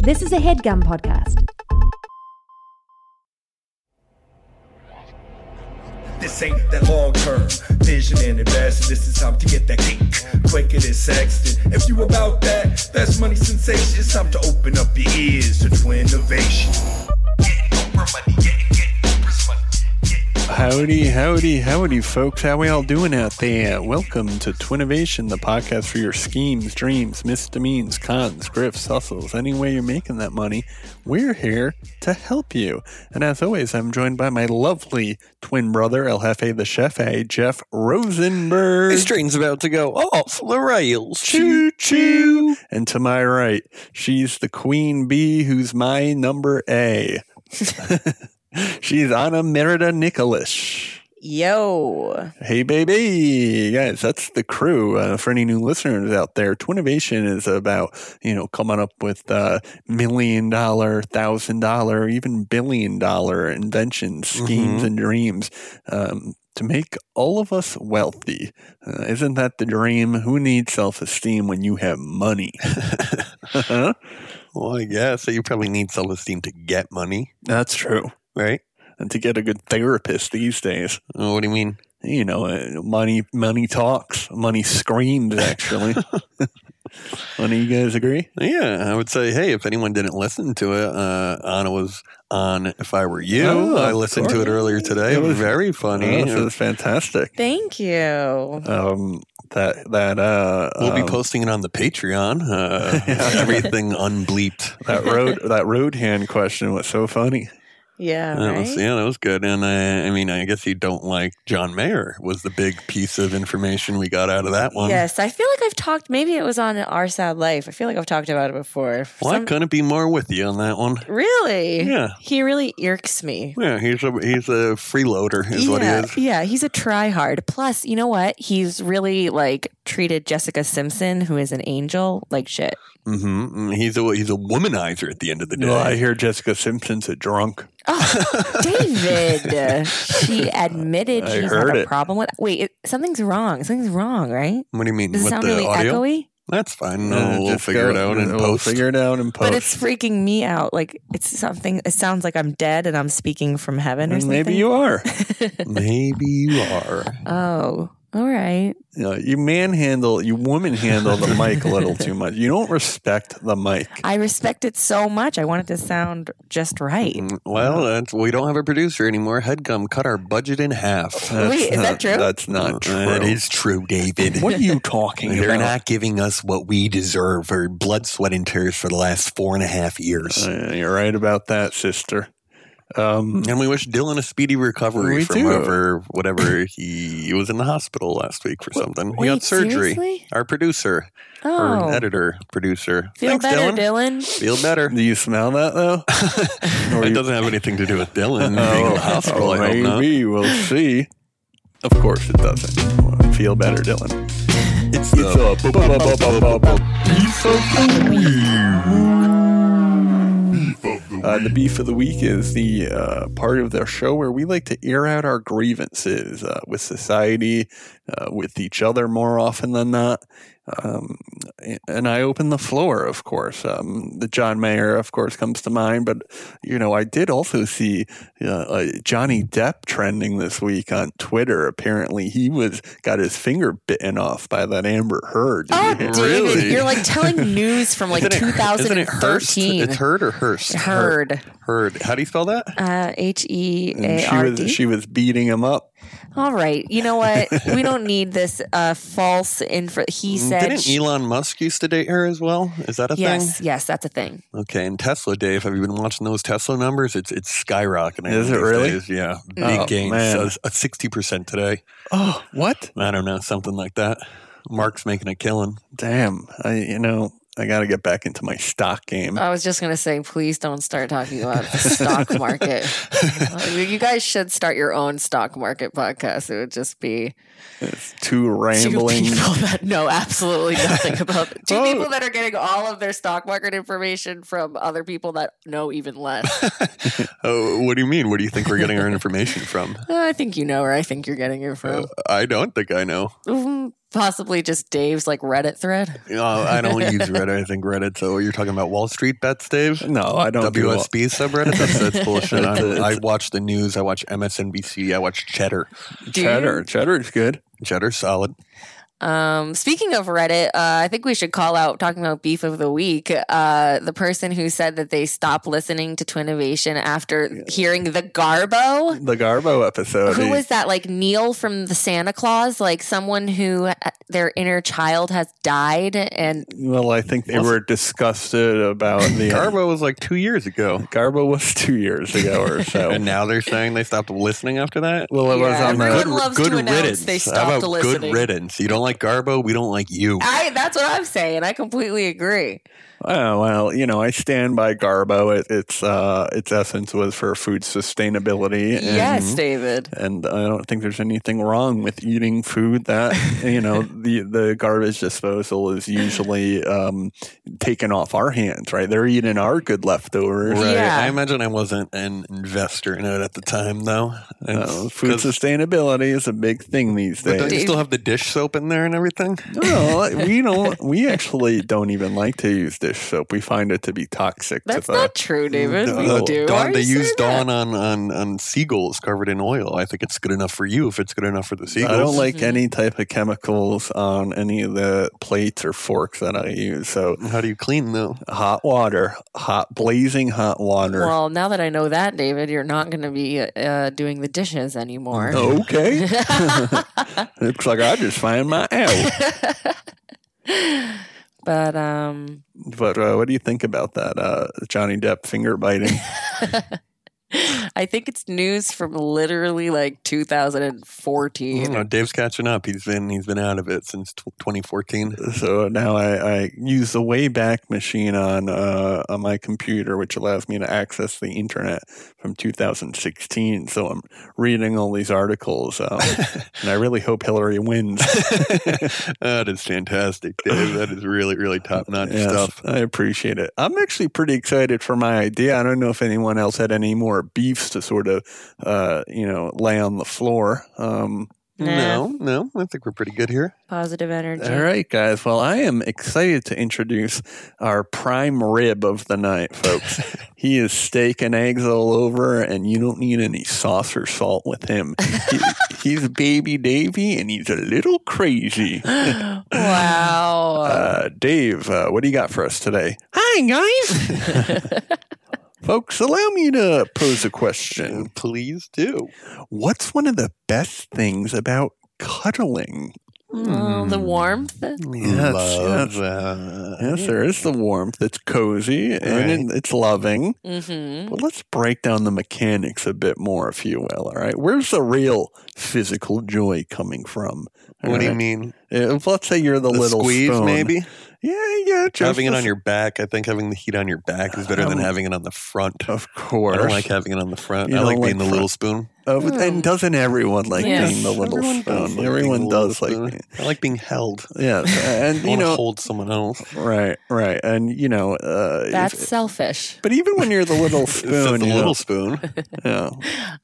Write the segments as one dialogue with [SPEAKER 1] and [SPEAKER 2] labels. [SPEAKER 1] This is a headgum podcast.
[SPEAKER 2] This ain't that long term vision and investing. This is time to get that cake quicker than Sexton. If you about that, that's money sensation. It's time to open up your ears to twin innovation. Getting Oprah money, getting, getting Oprah's money. Getting
[SPEAKER 3] Howdy, howdy, howdy, folks. How we all doing out there? Welcome to Twinnovation, the podcast for your schemes, dreams, misdemeans, cons, grifts, hustles, any way you're making that money. We're here to help you. And as always, I'm joined by my lovely twin brother, El Jefe the Chef, A, Jeff Rosenberg.
[SPEAKER 4] This train's about to go off the rails.
[SPEAKER 3] Choo choo. And to my right, she's the queen bee who's my number A. she's Anna Merida Nicholas.
[SPEAKER 5] Yo.
[SPEAKER 3] Hey, baby, guys, that's the crew. Uh, for any new listeners out there, Twinnovation is about, you know, coming up with uh, million dollar, thousand dollar, even billion dollar inventions, schemes, and dreams um, to make all of us wealthy. Uh, isn't that the dream? Who needs self esteem when you have money?
[SPEAKER 4] Well, I guess so. You probably need self esteem to get money,
[SPEAKER 3] that's true.
[SPEAKER 4] right?
[SPEAKER 3] And to get a good therapist these days,
[SPEAKER 4] Uh, What do you mean?
[SPEAKER 3] you know, uh, money, money talks, money screams. Actually, money. You guys agree?
[SPEAKER 4] Yeah, I would say, hey, if anyone didn't listen to it, uh, Anna was on If I Were You.
[SPEAKER 3] Oh,
[SPEAKER 4] I
[SPEAKER 3] of
[SPEAKER 4] listened to
[SPEAKER 3] course.
[SPEAKER 4] it earlier today.
[SPEAKER 3] It
[SPEAKER 4] It
[SPEAKER 3] was-
[SPEAKER 4] was very funny. Uh,
[SPEAKER 3] Oh, this is fantastic.
[SPEAKER 5] Thank you.
[SPEAKER 3] Um, that that uh,
[SPEAKER 4] we'll be
[SPEAKER 3] um,
[SPEAKER 4] posting it on the Patreon. Uh, everything unbleeped.
[SPEAKER 3] that road that road hand question was so funny.
[SPEAKER 5] Yeah.
[SPEAKER 4] That was,
[SPEAKER 5] right?
[SPEAKER 4] yeah, that was good. And uh, I, I mean, I guess you don't like John Mayer was the big piece of information we got out of that one.
[SPEAKER 5] Yes, I feel like I've talked. Maybe it was on Our Sad Life. I feel like I've talked about it before.
[SPEAKER 4] Well, I
[SPEAKER 5] Some-
[SPEAKER 4] couldn't be more with you on that one.
[SPEAKER 5] really?
[SPEAKER 4] Yeah.
[SPEAKER 5] He really irks me.
[SPEAKER 4] Yeah, he's a he's a freeloader, is
[SPEAKER 5] yeah,
[SPEAKER 4] what he is.
[SPEAKER 5] yeah, he's a try hard. Plus, you know what? He's really like treated Jessica Simpson, who is an angel, like shit.
[SPEAKER 4] hmm He's a he's a womanizer at the end of the day.
[SPEAKER 3] Well, I hear Jessica Simpson's a drunk.
[SPEAKER 5] Oh, David. she admitted
[SPEAKER 3] I
[SPEAKER 5] she
[SPEAKER 3] heard
[SPEAKER 5] had a
[SPEAKER 3] it.
[SPEAKER 5] problem with. Wait, it, something's wrong. Something's wrong, right?
[SPEAKER 4] what do you mean
[SPEAKER 5] Does it
[SPEAKER 4] with
[SPEAKER 5] sound
[SPEAKER 4] the
[SPEAKER 5] really
[SPEAKER 4] audio?
[SPEAKER 5] echoey?
[SPEAKER 4] That's fine.
[SPEAKER 3] Uh,
[SPEAKER 4] No, Oh, we'll
[SPEAKER 3] just
[SPEAKER 4] figure
[SPEAKER 3] go-
[SPEAKER 4] it out and
[SPEAKER 3] we'll
[SPEAKER 4] post.
[SPEAKER 3] Figure it out and post.
[SPEAKER 5] But it's freaking me out. Like it's something. It sounds like I'm dead and I'm speaking from heaven or
[SPEAKER 3] And
[SPEAKER 5] something.
[SPEAKER 3] maybe you are.
[SPEAKER 4] Maybe you are.
[SPEAKER 5] Oh, all right.
[SPEAKER 3] You, know, you manhandle, you woman handle the mic a little too much. You don't respect the mic.
[SPEAKER 5] I respect it so much. I want it to sound just right.
[SPEAKER 4] Mm, Well, that's, we don't have a producer anymore. Headgum cut our budget in half.
[SPEAKER 5] Wait, is that true?
[SPEAKER 3] That's not true.
[SPEAKER 4] That is true, David.
[SPEAKER 3] What are you talking
[SPEAKER 4] They're
[SPEAKER 3] about?
[SPEAKER 4] not giving us what we deserve for blood, sweat, and tears for the last four and a half years.
[SPEAKER 3] Uh, you're right about that, sister. Um,
[SPEAKER 4] And we wish Dylan a speedy recovery
[SPEAKER 3] We
[SPEAKER 4] from
[SPEAKER 3] do.
[SPEAKER 4] whatever, whatever he, he was in the hospital last week for something. he
[SPEAKER 5] wait,
[SPEAKER 4] got surgery.
[SPEAKER 5] seriously?
[SPEAKER 4] Our producer,
[SPEAKER 5] Oh,
[SPEAKER 4] our editor, producer.
[SPEAKER 5] feel
[SPEAKER 4] Thanks,
[SPEAKER 5] better,
[SPEAKER 4] Dylan.
[SPEAKER 5] Dylan.
[SPEAKER 4] Feel better.
[SPEAKER 3] do you smell that though? Or
[SPEAKER 4] It
[SPEAKER 3] you-
[SPEAKER 4] doesn't have anything to do with Dylan being in the hospital.
[SPEAKER 3] oh,
[SPEAKER 4] I hope not.
[SPEAKER 3] maybe we'll see. Of course, it doesn't. Well, feel better, Dylan.
[SPEAKER 4] It's the
[SPEAKER 3] Uh, the beef of the week is the uh, part of the show where we like to air out our grievances uh, with society, uh, with each other more often than not. Um, and I open the floor, of course. Um, the John Mayer, of course, comes to mind, but you know, I did also see uh, uh, Johnny Depp trending this week on Twitter. Apparently, he was got his finger bitten off by that Amber Heard. Did you
[SPEAKER 5] Oh,
[SPEAKER 3] hear?
[SPEAKER 5] David,
[SPEAKER 4] Really?
[SPEAKER 5] you're like telling news from like
[SPEAKER 4] Isn't it- isn't it Hearst?
[SPEAKER 5] 2013.
[SPEAKER 4] It's Heard or Hearst?
[SPEAKER 5] Heard.
[SPEAKER 4] Heard. How do you spell that?
[SPEAKER 5] Uh, H E
[SPEAKER 3] And
[SPEAKER 5] A
[SPEAKER 3] she
[SPEAKER 5] R
[SPEAKER 3] was
[SPEAKER 5] D.
[SPEAKER 3] she was beating him up.
[SPEAKER 5] All right. You know what? we don't need this uh, false info. He said.
[SPEAKER 4] Mm, Didn't
[SPEAKER 5] she-
[SPEAKER 4] Elon Musk used to date her as well? Is that a
[SPEAKER 5] yes,
[SPEAKER 4] thing?
[SPEAKER 5] yes, that's a thing.
[SPEAKER 4] Okay, and Tesla, Dave, have you been watching those Tesla numbers? It's it's skyrocketing.
[SPEAKER 3] Is it
[SPEAKER 4] these
[SPEAKER 3] really?
[SPEAKER 4] days. Yeah, big
[SPEAKER 3] Oh, man.
[SPEAKER 4] gains, uh, sixty percent today.
[SPEAKER 3] Oh, what?
[SPEAKER 4] I don't know, something like that. Mark's making a killing.
[SPEAKER 3] Damn! I you know I got to get back into my stock game.
[SPEAKER 5] I was just gonna say, please don't start talking about the stock market. you guys should start your own stock market podcast. It would just be
[SPEAKER 3] it's too
[SPEAKER 5] two
[SPEAKER 3] rambling.
[SPEAKER 5] people that know absolutely nothing about two
[SPEAKER 3] Oh.
[SPEAKER 5] people that are getting all of their stock market information from other people that know even less. Uh,
[SPEAKER 4] Oh, what do you mean? Where do you think we're getting our information from?
[SPEAKER 5] I think you know where I think you're getting it from.
[SPEAKER 4] I don't think I know.
[SPEAKER 5] Mm, possibly just Dave's like Reddit thread?
[SPEAKER 4] You know, I don't use Reddit. I think Reddit. So you're talking about Wall Street bets, Dave?
[SPEAKER 3] No, I don't do all-
[SPEAKER 4] WSB subreddit. That's, that's bullshit.
[SPEAKER 3] It's-
[SPEAKER 4] I'm- I
[SPEAKER 3] it's-
[SPEAKER 4] watch the news. I watch MSNBC. I watch Cheddar.
[SPEAKER 5] Do you?
[SPEAKER 3] cheddar. Cheddar's good.
[SPEAKER 4] Cheddar's solid.
[SPEAKER 5] Um, speaking of Reddit, uh, I think we should call out talking about beef of the week. Uh, the person who said that they stopped listening to Twinnovation after hearing the Garbo.
[SPEAKER 3] The Garbo episode.
[SPEAKER 5] Who was that? Like Neil from the Santa Claus, like someone who uh, their inner child has died, and
[SPEAKER 3] well, I think they were disgusted about the
[SPEAKER 4] Garbo was like two years ago,
[SPEAKER 3] Garbo was two years ago or so.
[SPEAKER 4] and now they're saying they stopped listening after that.
[SPEAKER 3] well, it was
[SPEAKER 5] Yeah,
[SPEAKER 3] on the
[SPEAKER 5] everyone loves to announce they
[SPEAKER 4] How
[SPEAKER 5] stopped
[SPEAKER 4] about
[SPEAKER 5] listening.
[SPEAKER 4] good riddance? You don't like Garbo, we don't like you.
[SPEAKER 5] I that's what I'm saying. I completely agree.
[SPEAKER 3] Oh well, you know, I stand by Garbo. It, its uh, its essence was for food sustainability. And,
[SPEAKER 5] Yes, David.
[SPEAKER 3] and I don't think there's anything wrong with eating food that you know the the garbage disposal is usually um, taken off our hands. Right, they're eating our good leftovers.
[SPEAKER 4] Right.
[SPEAKER 5] Yeah.
[SPEAKER 4] I imagine I wasn't an investor in it at the time, though. And
[SPEAKER 3] Uh, food
[SPEAKER 4] 'cause-
[SPEAKER 3] sustainability is a big thing these
[SPEAKER 4] but don't
[SPEAKER 3] days.
[SPEAKER 4] you
[SPEAKER 5] Dave-
[SPEAKER 4] still have the dish soap in there and everything?
[SPEAKER 3] No, we don't. We actually don't even like to use dish soap. We find it to be toxic
[SPEAKER 5] That's
[SPEAKER 3] to the
[SPEAKER 5] not true, David. We
[SPEAKER 4] The-
[SPEAKER 5] do. Why
[SPEAKER 4] uh, Dawn,
[SPEAKER 5] are
[SPEAKER 4] they
[SPEAKER 5] you saying
[SPEAKER 4] use
[SPEAKER 5] that?
[SPEAKER 4] Dawn on, on, on seagulls covered in oil. I think it's good enough for you if it's good enough for the seagulls.
[SPEAKER 3] I don't like
[SPEAKER 5] Mm-hmm.
[SPEAKER 3] any type of chemicals on any of the plates or forks that I use. So
[SPEAKER 4] How do you clean though?
[SPEAKER 3] hot water, hot blazing hot water.
[SPEAKER 5] Well, now that I know that, David, you're not going to be uh, doing the dishes anymore.
[SPEAKER 3] Okay. Looks like I just found my out.
[SPEAKER 5] But um,
[SPEAKER 3] But uh, what do you think about that uh, Johnny Depp finger biting?
[SPEAKER 5] I think it's news from literally like 2014.
[SPEAKER 4] You know, Dave's catching up. He's been he's been out of it since tw 2014.
[SPEAKER 3] so now I, I use the Wayback Machine on uh, on my computer, which allows me to access the internet from 2016. So I'm reading all these articles, um, and I really hope Hillary wins.
[SPEAKER 4] that is fantastic, Dave. That is really really top notch
[SPEAKER 3] Yes,
[SPEAKER 4] stuff.
[SPEAKER 3] I appreciate it. I'm actually pretty excited for my idea. I don't know if anyone else had any more beefs to sort of, uh, you know, lay on the floor. Um,
[SPEAKER 5] Nah.
[SPEAKER 4] No, no, I think we're pretty good here.
[SPEAKER 5] Positive energy.
[SPEAKER 3] all right, guys. Well, I am excited to introduce our prime rib of the night, folks. he is steak and eggs all over, and you don't need any sauce or salt with him. He, he's baby Davy, and he's a little crazy.
[SPEAKER 5] Wow.
[SPEAKER 3] Uh, Dave, uh, what do you got for us today? Hi, guys. Folks, allow me to pose a question.
[SPEAKER 4] Please do.
[SPEAKER 3] What's one of the best things about cuddling?
[SPEAKER 5] Oh,
[SPEAKER 4] hmm.
[SPEAKER 5] the warmth.
[SPEAKER 3] Yes,
[SPEAKER 4] Love,
[SPEAKER 3] yes.
[SPEAKER 4] uh,
[SPEAKER 3] Yes, there is the warmth. It's cozy and it's loving.
[SPEAKER 5] Mm-hmm.
[SPEAKER 3] But let's break down the mechanics a bit more, if you will. All right. Where's the real physical joy coming from? All
[SPEAKER 4] What do you
[SPEAKER 3] right? Uh,
[SPEAKER 4] mean?
[SPEAKER 3] If- let's say you're the,
[SPEAKER 4] The
[SPEAKER 3] little
[SPEAKER 4] squeeze,
[SPEAKER 3] spoon.
[SPEAKER 4] maybe.
[SPEAKER 3] Yeah, yeah. just
[SPEAKER 4] having it
[SPEAKER 3] the
[SPEAKER 4] on your back. I think having the heat on your back is better than
[SPEAKER 3] Um,
[SPEAKER 4] having it on the front.
[SPEAKER 3] s- Of course.
[SPEAKER 4] I don't like having it on the front.
[SPEAKER 3] You
[SPEAKER 4] I
[SPEAKER 3] don't
[SPEAKER 4] like,
[SPEAKER 3] like
[SPEAKER 4] being the
[SPEAKER 3] front.
[SPEAKER 4] little spoon.
[SPEAKER 3] Oh, but, and doesn't everyone like
[SPEAKER 5] Yes.
[SPEAKER 3] being the little spoon?
[SPEAKER 4] like
[SPEAKER 3] everyone
[SPEAKER 4] being the
[SPEAKER 3] does
[SPEAKER 4] little
[SPEAKER 3] like,
[SPEAKER 4] spoon. I like being held.
[SPEAKER 3] yes, and
[SPEAKER 4] I
[SPEAKER 3] you
[SPEAKER 4] want to
[SPEAKER 3] know,
[SPEAKER 4] hold someone else.
[SPEAKER 3] right, right, and you know, uh, if-
[SPEAKER 5] That's selfish.
[SPEAKER 3] but even when you're the little
[SPEAKER 4] It says
[SPEAKER 3] spoon,
[SPEAKER 4] the
[SPEAKER 3] you
[SPEAKER 4] little
[SPEAKER 3] know,
[SPEAKER 4] spoon,
[SPEAKER 3] yeah,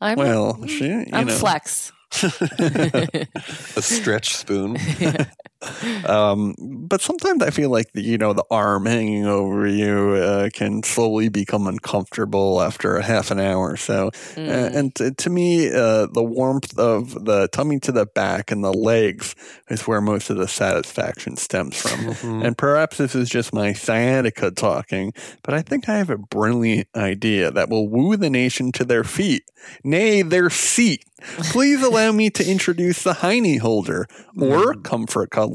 [SPEAKER 5] I'm,
[SPEAKER 3] well, she, you
[SPEAKER 5] I'm
[SPEAKER 3] know,
[SPEAKER 5] flex.
[SPEAKER 4] a stretch spoon.
[SPEAKER 3] um, but sometimes I feel like the, you know the arm hanging over you uh, can slowly become uncomfortable after a half an hour or so. Uh, and t- to me, uh, the warmth of the tummy to the back and the legs is where most of the satisfaction stems from. And perhaps this is just my sciatica talking, but I think I have a brilliant idea that will woo the nation to their feet, nay, their seat. Please allow me to introduce the hiney holder or comfort cuddler,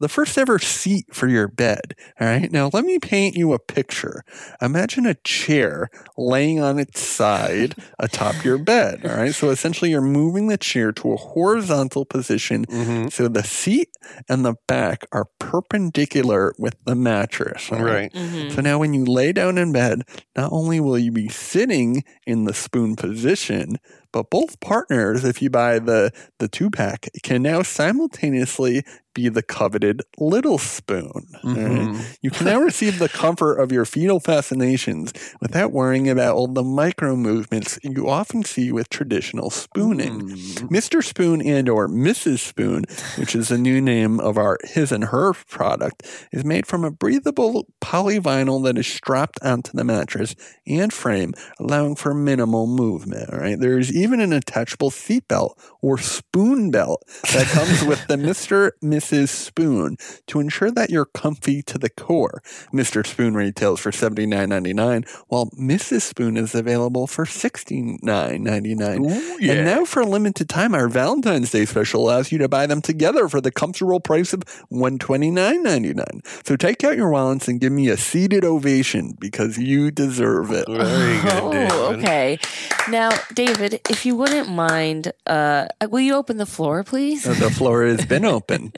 [SPEAKER 3] the first ever seat for your bed. All right, now let me paint you a picture. Imagine a chair laying on its side atop your bed. All right, so essentially you're moving the chair to a horizontal position
[SPEAKER 4] Mhm.
[SPEAKER 3] so the seat and the back are perpendicular with the mattress. all
[SPEAKER 4] Right.
[SPEAKER 5] Mhm.
[SPEAKER 3] So now when you lay down in bed, not only will you be sitting in the spoon position, But both partners, if you buy the the two pack, can now simultaneously be the coveted little spoon. All right?
[SPEAKER 4] Mm-hmm.
[SPEAKER 3] You can now receive the comfort of your fetal fascinations without worrying about all the micro movements you often see with traditional
[SPEAKER 4] Mm.
[SPEAKER 3] spooning. Mr. Spoon and or Mrs. Spoon, which is the new name of our his and her product, is made from a breathable polyvinyl that is strapped onto the mattress and frame, allowing for minimal movement. All right. There is even an attachable seat belt or spoon belt that comes with the Mr. Mrs. Spoon to ensure that you're comfy to the core. Mr. Spoon retails for $79.99, while Mrs. Spoon is available for $69.99.
[SPEAKER 4] Ooh, yeah.
[SPEAKER 3] And now for a limited time, our Valentine's Day special allows you to buy them together for the comfortable price of one twenty nine ninety nine. So take out your wallets and give me a seated ovation because you deserve it.
[SPEAKER 4] Very good,
[SPEAKER 5] Oh,
[SPEAKER 4] David.
[SPEAKER 5] okay. Now, David, if you wouldn't mind, uh, will you open the floor, please?
[SPEAKER 3] the floor has been open.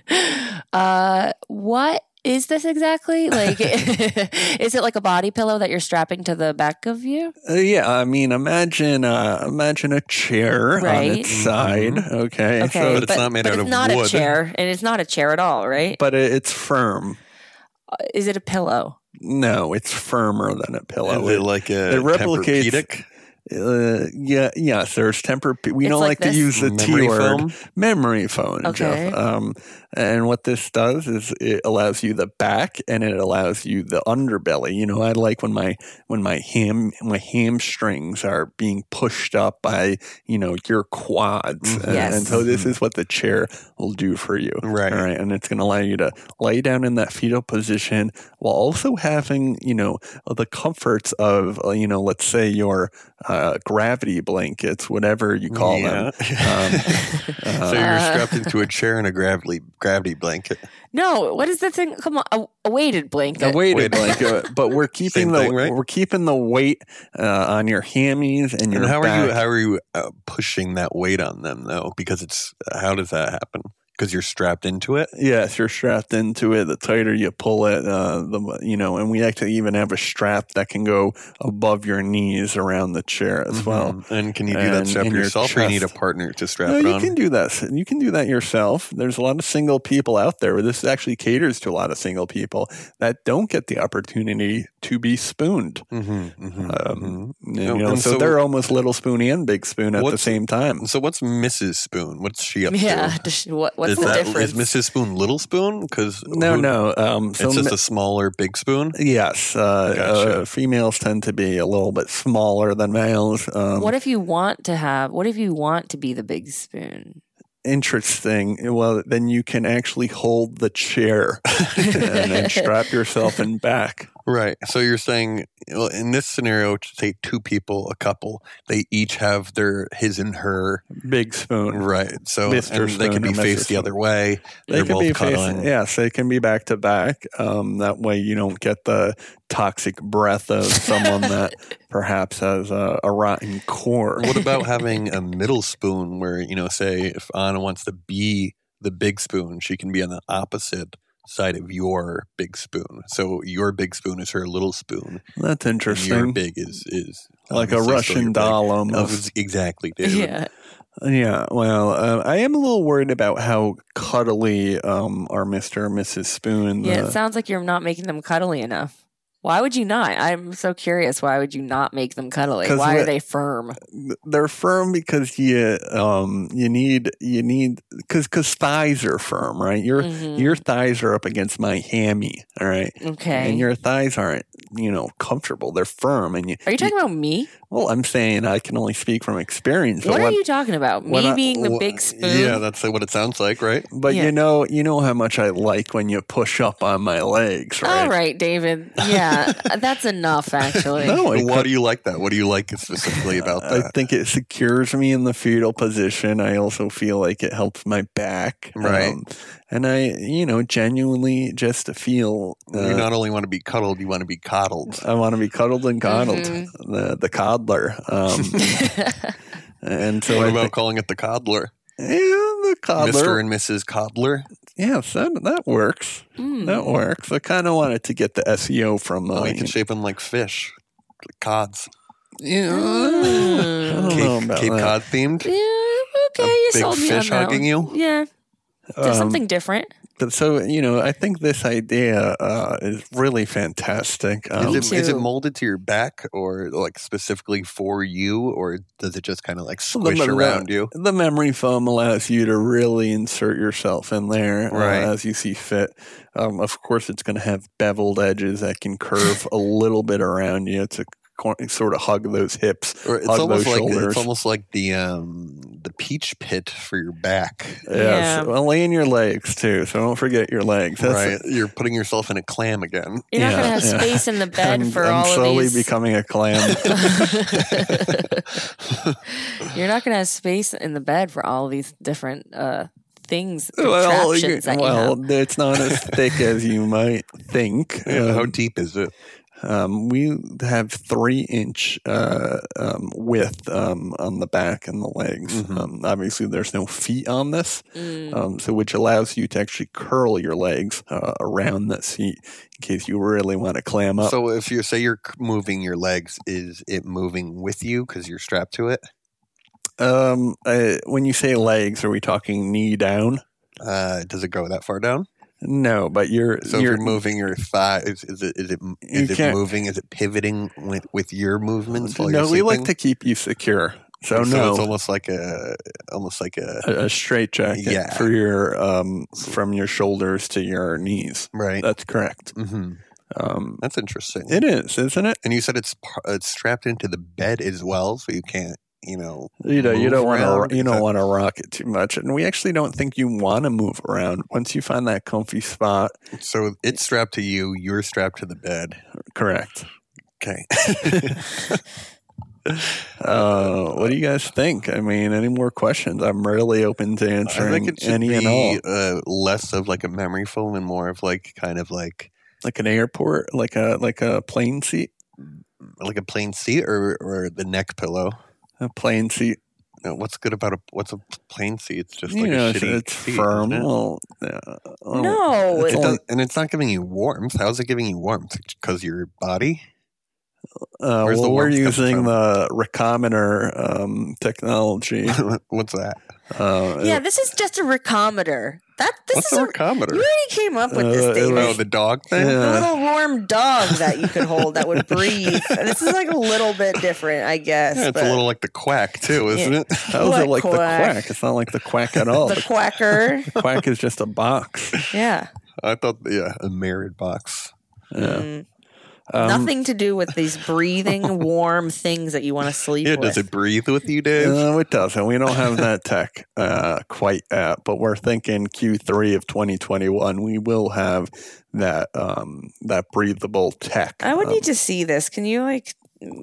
[SPEAKER 5] Uh, what is this exactly? Like, is it like a body pillow that you're strapping to the back of you?
[SPEAKER 3] Uh, yeah, I mean, imagine uh, imagine a chair on
[SPEAKER 5] Right.
[SPEAKER 3] its side. Okay,
[SPEAKER 5] Okay,
[SPEAKER 3] So,
[SPEAKER 4] but it's not made
[SPEAKER 5] but
[SPEAKER 4] out
[SPEAKER 5] it's
[SPEAKER 4] of
[SPEAKER 5] not
[SPEAKER 4] wood.
[SPEAKER 5] a chair, and it's not a chair at all, right?
[SPEAKER 3] but it, it's firm.
[SPEAKER 5] is it a pillow?
[SPEAKER 3] No, it's firmer than a pillow.
[SPEAKER 4] Is it like a
[SPEAKER 3] It replicates-
[SPEAKER 4] Tempur-Pedic?
[SPEAKER 3] uh, yeah, yes. There's temper. We
[SPEAKER 5] It's
[SPEAKER 3] don't like,
[SPEAKER 5] like
[SPEAKER 3] to
[SPEAKER 5] this?
[SPEAKER 3] use the T
[SPEAKER 4] Memory
[SPEAKER 3] word.
[SPEAKER 4] foam?
[SPEAKER 3] Memory phone,
[SPEAKER 5] Okay.
[SPEAKER 3] Jeff. Um, and what this does is it allows you the back and it allows you the underbelly. You know, I like when my when my ham my hamstrings are being pushed up by you know your quads.
[SPEAKER 4] Mhm.
[SPEAKER 3] And,
[SPEAKER 5] Yes.
[SPEAKER 3] and so this is what the chair will do for you.
[SPEAKER 4] Right.
[SPEAKER 3] All right. And it's going to allow you to lay down in that fetal position while also having you know the comforts of uh, you know let's say your uh, gravity blankets, whatever you call them. Um,
[SPEAKER 4] so
[SPEAKER 3] uh,
[SPEAKER 4] you're
[SPEAKER 5] Uh,
[SPEAKER 4] strapped into a chair and a gravity gravity blanket.
[SPEAKER 5] No, what is that thing? Come on, a, a weighted
[SPEAKER 3] a
[SPEAKER 5] blanket.
[SPEAKER 3] weighted
[SPEAKER 4] Wait.
[SPEAKER 3] blanket, uh, but we're keeping
[SPEAKER 4] Same
[SPEAKER 3] the
[SPEAKER 4] thing, right?
[SPEAKER 3] we're keeping the weight uh, on your hammies and your
[SPEAKER 4] And how
[SPEAKER 3] back.
[SPEAKER 4] are you how are you uh, pushing that weight on them though? Because it's how does that happen? Because you're strapped into it.
[SPEAKER 3] Yes, you're strapped into it. The tighter you pull it, uh, the you know, and we actually even have a strap that can go above your knees around the chair as well.
[SPEAKER 4] Mhm. and can you do that
[SPEAKER 3] And-
[SPEAKER 4] strap
[SPEAKER 3] and your
[SPEAKER 4] yourself, or you need a
[SPEAKER 3] chest.
[SPEAKER 4] partner to strap
[SPEAKER 3] No,
[SPEAKER 4] it
[SPEAKER 3] you
[SPEAKER 4] on?
[SPEAKER 3] can do that. You can do that yourself. There's a lot of single people out there. This actually caters to a lot of single people that don't get the opportunity to be spooned.
[SPEAKER 4] mm-hmm, hmm
[SPEAKER 3] Um, you know,
[SPEAKER 4] and
[SPEAKER 3] so,
[SPEAKER 4] so-
[SPEAKER 3] they're almost little spoon and big spoon at the
[SPEAKER 4] What's-
[SPEAKER 3] same time.
[SPEAKER 4] So what's Mrs. Spoon? What's she up
[SPEAKER 5] yeah.
[SPEAKER 4] to?
[SPEAKER 5] just- What, what's
[SPEAKER 4] is
[SPEAKER 5] the
[SPEAKER 4] that-
[SPEAKER 5] difference?
[SPEAKER 4] Is Mrs. Spoon Little Spoon? Because
[SPEAKER 3] No, no. Um, so
[SPEAKER 4] it's just
[SPEAKER 3] ma-
[SPEAKER 4] a smaller Big Spoon.
[SPEAKER 3] yes, uh,
[SPEAKER 4] Gotcha.
[SPEAKER 3] uh, females tend to be a little bit smaller than males. Um,
[SPEAKER 5] what if you want to have? What if you want to be the big spoon?
[SPEAKER 3] interesting. Well, then you can actually hold the chair and then strap yourself in back.
[SPEAKER 4] Right. So you're saying well, in this scenario, say two people, a couple, they each have their his and her.
[SPEAKER 3] Big spoon.
[SPEAKER 4] Right. So
[SPEAKER 3] Mr.
[SPEAKER 4] and they
[SPEAKER 3] Spoon
[SPEAKER 4] can be
[SPEAKER 3] and Mrs.
[SPEAKER 4] faced the
[SPEAKER 3] Spoon.
[SPEAKER 4] other way.
[SPEAKER 3] They
[SPEAKER 4] They're
[SPEAKER 3] can
[SPEAKER 4] both
[SPEAKER 3] be
[SPEAKER 4] cuddling.
[SPEAKER 3] facing, yes, they can be back to back. Um, that way, you don't get the toxic breath of someone that perhaps has a, a rotten core.
[SPEAKER 4] What about having a middle spoon where, you know, say if Anna wants to be the big spoon, she can be on the opposite side of your big spoon. So your big spoon is her little spoon.
[SPEAKER 3] That's
[SPEAKER 4] And your
[SPEAKER 3] interesting.
[SPEAKER 4] big is is
[SPEAKER 3] Like a
[SPEAKER 4] obviously still your
[SPEAKER 3] Russian
[SPEAKER 4] big.
[SPEAKER 3] doll
[SPEAKER 4] Of-
[SPEAKER 3] almost.
[SPEAKER 4] exactly, David.
[SPEAKER 5] Yeah.
[SPEAKER 3] Yeah, well, uh, I am a little worried about how cuddly um, our Mr. and Mrs. Spoon.
[SPEAKER 5] Yeah,
[SPEAKER 3] uh,
[SPEAKER 5] it sounds like you're not making them cuddly enough. Why would you not? I'm so curious. Why would you not make them cuddly?
[SPEAKER 3] 'Cause
[SPEAKER 5] Why
[SPEAKER 3] what-
[SPEAKER 5] are they firm?
[SPEAKER 3] they're firm because you um you need you need because because thighs are firm, right? Your
[SPEAKER 5] Mhm.
[SPEAKER 3] your thighs are up against my hammy, all right,
[SPEAKER 5] okay.
[SPEAKER 3] and your thighs aren't you know comfortable. They're firm, and you.
[SPEAKER 5] are you talking about me?
[SPEAKER 3] Well, I'm saying I can only speak from experience. but
[SPEAKER 5] what are you talking about?
[SPEAKER 3] when
[SPEAKER 5] Me
[SPEAKER 3] I-
[SPEAKER 5] being the
[SPEAKER 4] Wha-
[SPEAKER 5] big spoon?
[SPEAKER 4] Yeah, that's what it sounds like, right?
[SPEAKER 3] But
[SPEAKER 5] Yeah.
[SPEAKER 3] you know, you know how much I like when you push up on my legs, right?
[SPEAKER 5] All right, David. Yeah, that's enough, actually.
[SPEAKER 3] No, I
[SPEAKER 4] Why do you like that? What do you like specifically about
[SPEAKER 3] I
[SPEAKER 4] that?
[SPEAKER 3] think it secures me in the fetal position. I also feel like it helps my back. um,
[SPEAKER 4] Right.
[SPEAKER 3] and I, you know, genuinely just feel uh,
[SPEAKER 4] you not only want to be cuddled, you want to be coddled.
[SPEAKER 3] I want to be cuddled and coddled,
[SPEAKER 5] Mhm.
[SPEAKER 3] the, the coddler. Um, and so
[SPEAKER 4] What
[SPEAKER 3] I
[SPEAKER 4] about
[SPEAKER 3] think-
[SPEAKER 4] calling it the coddler?
[SPEAKER 3] yeah, the
[SPEAKER 4] Mr.
[SPEAKER 3] coddler.
[SPEAKER 4] and Mrs. Coddler?
[SPEAKER 3] Yes, that, that works.
[SPEAKER 5] Hmm.
[SPEAKER 3] That works. I kind of wanted to get the SEO from uh,
[SPEAKER 4] Oh, you can shape them like fish, like cods.
[SPEAKER 3] You
[SPEAKER 5] Mm.
[SPEAKER 3] know, I don't know
[SPEAKER 4] Cape,
[SPEAKER 3] about
[SPEAKER 4] Cape
[SPEAKER 3] that.
[SPEAKER 4] Cod themed.
[SPEAKER 5] Yeah, okay, you
[SPEAKER 4] big
[SPEAKER 5] sold me
[SPEAKER 4] fish
[SPEAKER 5] on that
[SPEAKER 4] hugging
[SPEAKER 5] one.
[SPEAKER 4] you?
[SPEAKER 5] Yeah, there's
[SPEAKER 3] Um,
[SPEAKER 5] something different.
[SPEAKER 3] But so you know, I think this idea uh, is really fantastic. Um,
[SPEAKER 4] Is it, is it
[SPEAKER 5] too.
[SPEAKER 4] molded to your back or like specifically for you, or does it just kind of like squish
[SPEAKER 3] mem-
[SPEAKER 4] around you?
[SPEAKER 3] The memory foam allows you to really insert yourself in there uh,
[SPEAKER 4] Right.
[SPEAKER 3] as you see fit. Um, of course, it's going to have beveled edges that can curve a little bit around you to co- sort of hug those hips.
[SPEAKER 4] Or it's
[SPEAKER 3] Hug
[SPEAKER 4] almost
[SPEAKER 3] those
[SPEAKER 4] like
[SPEAKER 3] shoulders.
[SPEAKER 4] it's almost like the um the peach pit for your back.
[SPEAKER 5] Yeah.
[SPEAKER 3] Yes. Well, and your legs too. So don't forget your legs. That's
[SPEAKER 4] right, you're putting yourself in a clam again.
[SPEAKER 5] You're
[SPEAKER 3] yeah,
[SPEAKER 5] not gonna have
[SPEAKER 3] yeah.
[SPEAKER 5] space in the bed
[SPEAKER 3] I'm,
[SPEAKER 5] for
[SPEAKER 3] I'm
[SPEAKER 5] all
[SPEAKER 3] slowly
[SPEAKER 5] of these.
[SPEAKER 3] becoming a clam.
[SPEAKER 5] You're not gonna have space in the bed for all these different uh things.
[SPEAKER 3] well, you-
[SPEAKER 5] contraptions that you have.
[SPEAKER 3] well, it's not as thick as you might think.
[SPEAKER 4] Yeah, How
[SPEAKER 3] Um,
[SPEAKER 4] deep is it?
[SPEAKER 3] Um, we have three inch uh, um, width um, on the back and the legs.
[SPEAKER 4] Mhm.
[SPEAKER 3] Um, obviously, there's no feet on this,
[SPEAKER 5] Mm.
[SPEAKER 3] um, so which allows you to actually curl your legs uh, around that seat in case you really want to clam up.
[SPEAKER 4] So if you say you're c- moving your legs, is it moving with you because you're strapped to it?
[SPEAKER 3] um, uh, when you say legs, are we talking knee down?
[SPEAKER 4] Uh, does it go that far down?
[SPEAKER 3] No, but you're
[SPEAKER 4] So
[SPEAKER 3] you're
[SPEAKER 4] if you're moving your thigh, is, is it is it
[SPEAKER 3] You
[SPEAKER 4] is it
[SPEAKER 3] can't-
[SPEAKER 4] moving? Is it pivoting with, with your movements? While
[SPEAKER 3] no.
[SPEAKER 4] you're
[SPEAKER 3] We like to
[SPEAKER 4] sleeping?
[SPEAKER 3] keep you secure, so,
[SPEAKER 4] So
[SPEAKER 3] no.
[SPEAKER 4] it's almost like a almost like a
[SPEAKER 3] a, a straight jacket
[SPEAKER 4] Yeah.
[SPEAKER 3] for your um, from your shoulders to your knees.
[SPEAKER 4] right.
[SPEAKER 3] That's correct.
[SPEAKER 4] hmm
[SPEAKER 3] Um,
[SPEAKER 4] That's interesting.
[SPEAKER 3] It is, isn't it?
[SPEAKER 4] and you said it's par- it's strapped into the bed as well, so you can't you know
[SPEAKER 3] You know, you
[SPEAKER 4] move
[SPEAKER 3] don't
[SPEAKER 4] around.
[SPEAKER 3] want to you
[SPEAKER 4] Is
[SPEAKER 3] don't
[SPEAKER 4] that-
[SPEAKER 3] want to rock it too much, and we actually don't think you want to move around. Once you find that comfy spot,
[SPEAKER 4] So it's strapped to you. You're strapped to the bed.
[SPEAKER 3] correct.
[SPEAKER 4] Okay.
[SPEAKER 3] Uh, what do you guys think? I mean, any more questions? I'm really open to
[SPEAKER 4] I think
[SPEAKER 3] answering
[SPEAKER 4] it should
[SPEAKER 3] any
[SPEAKER 4] be
[SPEAKER 3] and all.
[SPEAKER 4] Uh, less of like a memory foam and more of like kind of like
[SPEAKER 3] Like an airport, like a like a plane seat,
[SPEAKER 4] like a plain seat or or the neck pillow.
[SPEAKER 3] a plane seat.
[SPEAKER 4] No, what's good about a what's a plain seat? It's just
[SPEAKER 3] you
[SPEAKER 4] like
[SPEAKER 3] know,
[SPEAKER 4] a
[SPEAKER 3] it's,
[SPEAKER 4] shitty
[SPEAKER 3] it's
[SPEAKER 4] seat,
[SPEAKER 3] firm.
[SPEAKER 4] isn't it?
[SPEAKER 3] Well, uh, well,
[SPEAKER 5] no,
[SPEAKER 4] It
[SPEAKER 3] it's
[SPEAKER 4] does- and it's not giving you warmth. How's it giving you warmth? Because your body?
[SPEAKER 3] Uh,
[SPEAKER 4] Where's
[SPEAKER 3] well,
[SPEAKER 4] the
[SPEAKER 3] we're
[SPEAKER 4] warmth coming
[SPEAKER 3] using
[SPEAKER 4] from?
[SPEAKER 3] the recombiner um, technology.
[SPEAKER 4] What's that?
[SPEAKER 3] Uh,
[SPEAKER 5] yeah, this is just a recometer. That this
[SPEAKER 4] What's
[SPEAKER 5] is
[SPEAKER 4] a
[SPEAKER 5] a, you
[SPEAKER 4] recometer?
[SPEAKER 5] already came up with
[SPEAKER 3] Uh,
[SPEAKER 5] this, David.
[SPEAKER 4] Oh, the dog thing?
[SPEAKER 5] the
[SPEAKER 3] Yeah.
[SPEAKER 5] little warm dog that you could hold that would breathe. And this is like a little bit different, I guess.
[SPEAKER 4] Yeah, it's
[SPEAKER 5] but
[SPEAKER 4] a little like the quack too, isn't
[SPEAKER 5] Yeah.
[SPEAKER 4] it?
[SPEAKER 3] How is it like
[SPEAKER 5] Quack,
[SPEAKER 3] the
[SPEAKER 5] quack.
[SPEAKER 3] quack? It's not like the quack at all.
[SPEAKER 5] the
[SPEAKER 3] the
[SPEAKER 5] quacker.
[SPEAKER 3] quack is just a box.
[SPEAKER 5] Yeah.
[SPEAKER 4] I thought, yeah, a married box.
[SPEAKER 3] Yeah.
[SPEAKER 5] Mm.
[SPEAKER 3] Um,
[SPEAKER 5] Nothing to do with these breathing warm things that you want to sleep
[SPEAKER 4] Yeah,
[SPEAKER 5] with.
[SPEAKER 4] does it breathe with you, Dave?
[SPEAKER 3] No, it doesn't. We don't have that tech uh, quite yet, but we're thinking Q3 of 2021 we will have that um, that breathable tech.
[SPEAKER 5] I would
[SPEAKER 3] Um,
[SPEAKER 5] need to see this. Can you like?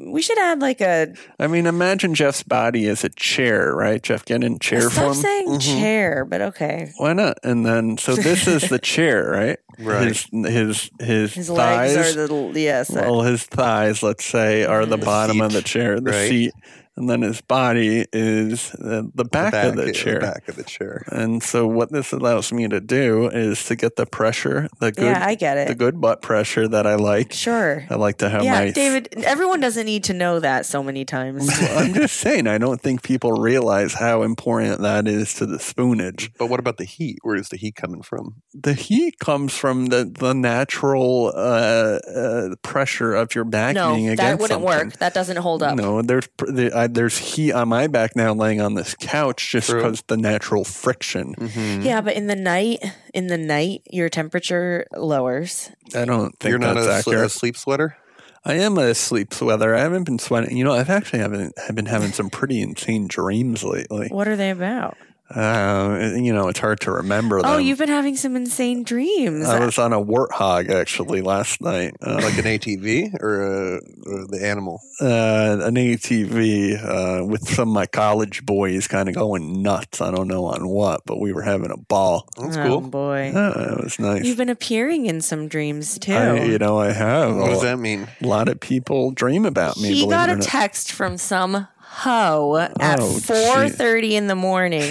[SPEAKER 5] We should add like a.
[SPEAKER 3] I mean, imagine Jeff's body as a chair, right? Jeff, get in chair
[SPEAKER 5] Stop
[SPEAKER 3] form. Mm-hmm.
[SPEAKER 5] saying
[SPEAKER 4] Mhm.
[SPEAKER 5] chair, but okay.
[SPEAKER 3] Why not? And then, so this is the chair, right?
[SPEAKER 4] Right.
[SPEAKER 3] His his his,
[SPEAKER 5] His
[SPEAKER 3] thighs.
[SPEAKER 5] legs are the yes. uh, that-
[SPEAKER 3] well, his thighs, let's say, are the
[SPEAKER 5] Mhm. The
[SPEAKER 3] bottom of
[SPEAKER 4] seat,
[SPEAKER 3] the chair, the
[SPEAKER 4] right.
[SPEAKER 3] seat, and then his body is the, the back of the chair.
[SPEAKER 4] back of the chair.
[SPEAKER 3] And so, what this allows me to do is to get the pressure, the good,
[SPEAKER 5] yeah, I get
[SPEAKER 3] the
[SPEAKER 5] it.
[SPEAKER 3] good butt pressure that I like.
[SPEAKER 5] Sure.
[SPEAKER 3] I like to have
[SPEAKER 5] yeah,
[SPEAKER 3] my.
[SPEAKER 5] David. Everyone doesn't need to know that so many times.
[SPEAKER 3] Well, I'm just saying, I don't think people realize how important that is to the spoonage.
[SPEAKER 4] But what about the heat? Where is the heat coming from?
[SPEAKER 3] The heat comes from the the natural uh, uh, pressure of your back being
[SPEAKER 5] no,
[SPEAKER 3] against
[SPEAKER 5] that wouldn't
[SPEAKER 3] something.
[SPEAKER 5] work. That doesn't hold up.
[SPEAKER 3] No, there's pr- the, I, there's heat on my back now, laying on this couch, just
[SPEAKER 4] True.
[SPEAKER 3] because the natural friction.
[SPEAKER 4] Mm-hmm.
[SPEAKER 5] Yeah, but in the night, in the night, your temperature lowers.
[SPEAKER 3] I don't think
[SPEAKER 4] You're not
[SPEAKER 3] that's
[SPEAKER 4] a, sl- a
[SPEAKER 3] accurate.
[SPEAKER 4] sleep sweater?
[SPEAKER 3] I am a sleep sweater. I haven't been sweating. You know, I've actually haven't have been having some pretty insane dreams lately.
[SPEAKER 5] What are they about?
[SPEAKER 3] Uh, you know, it's hard to remember them.
[SPEAKER 5] Oh, you've been having some insane dreams.
[SPEAKER 3] I was on a warthog actually last night, uh,
[SPEAKER 4] Like an ATV or, a, or the animal?
[SPEAKER 3] uh, an ATV uh, with some of my college boys, kind of going nuts. I don't know on what, but we were having a ball.
[SPEAKER 4] That's
[SPEAKER 5] oh
[SPEAKER 4] cool.
[SPEAKER 5] boy.
[SPEAKER 3] Uh, it was nice.
[SPEAKER 5] You've been appearing in some dreams too.
[SPEAKER 3] I, you know, I have.
[SPEAKER 4] What does
[SPEAKER 3] a
[SPEAKER 4] that mean?
[SPEAKER 3] lot of people dream about me.
[SPEAKER 5] he
[SPEAKER 3] believe
[SPEAKER 5] got
[SPEAKER 3] it
[SPEAKER 5] a
[SPEAKER 3] or not.
[SPEAKER 5] text from some hoe at
[SPEAKER 3] Oh, gee.
[SPEAKER 5] 4.30 in the morning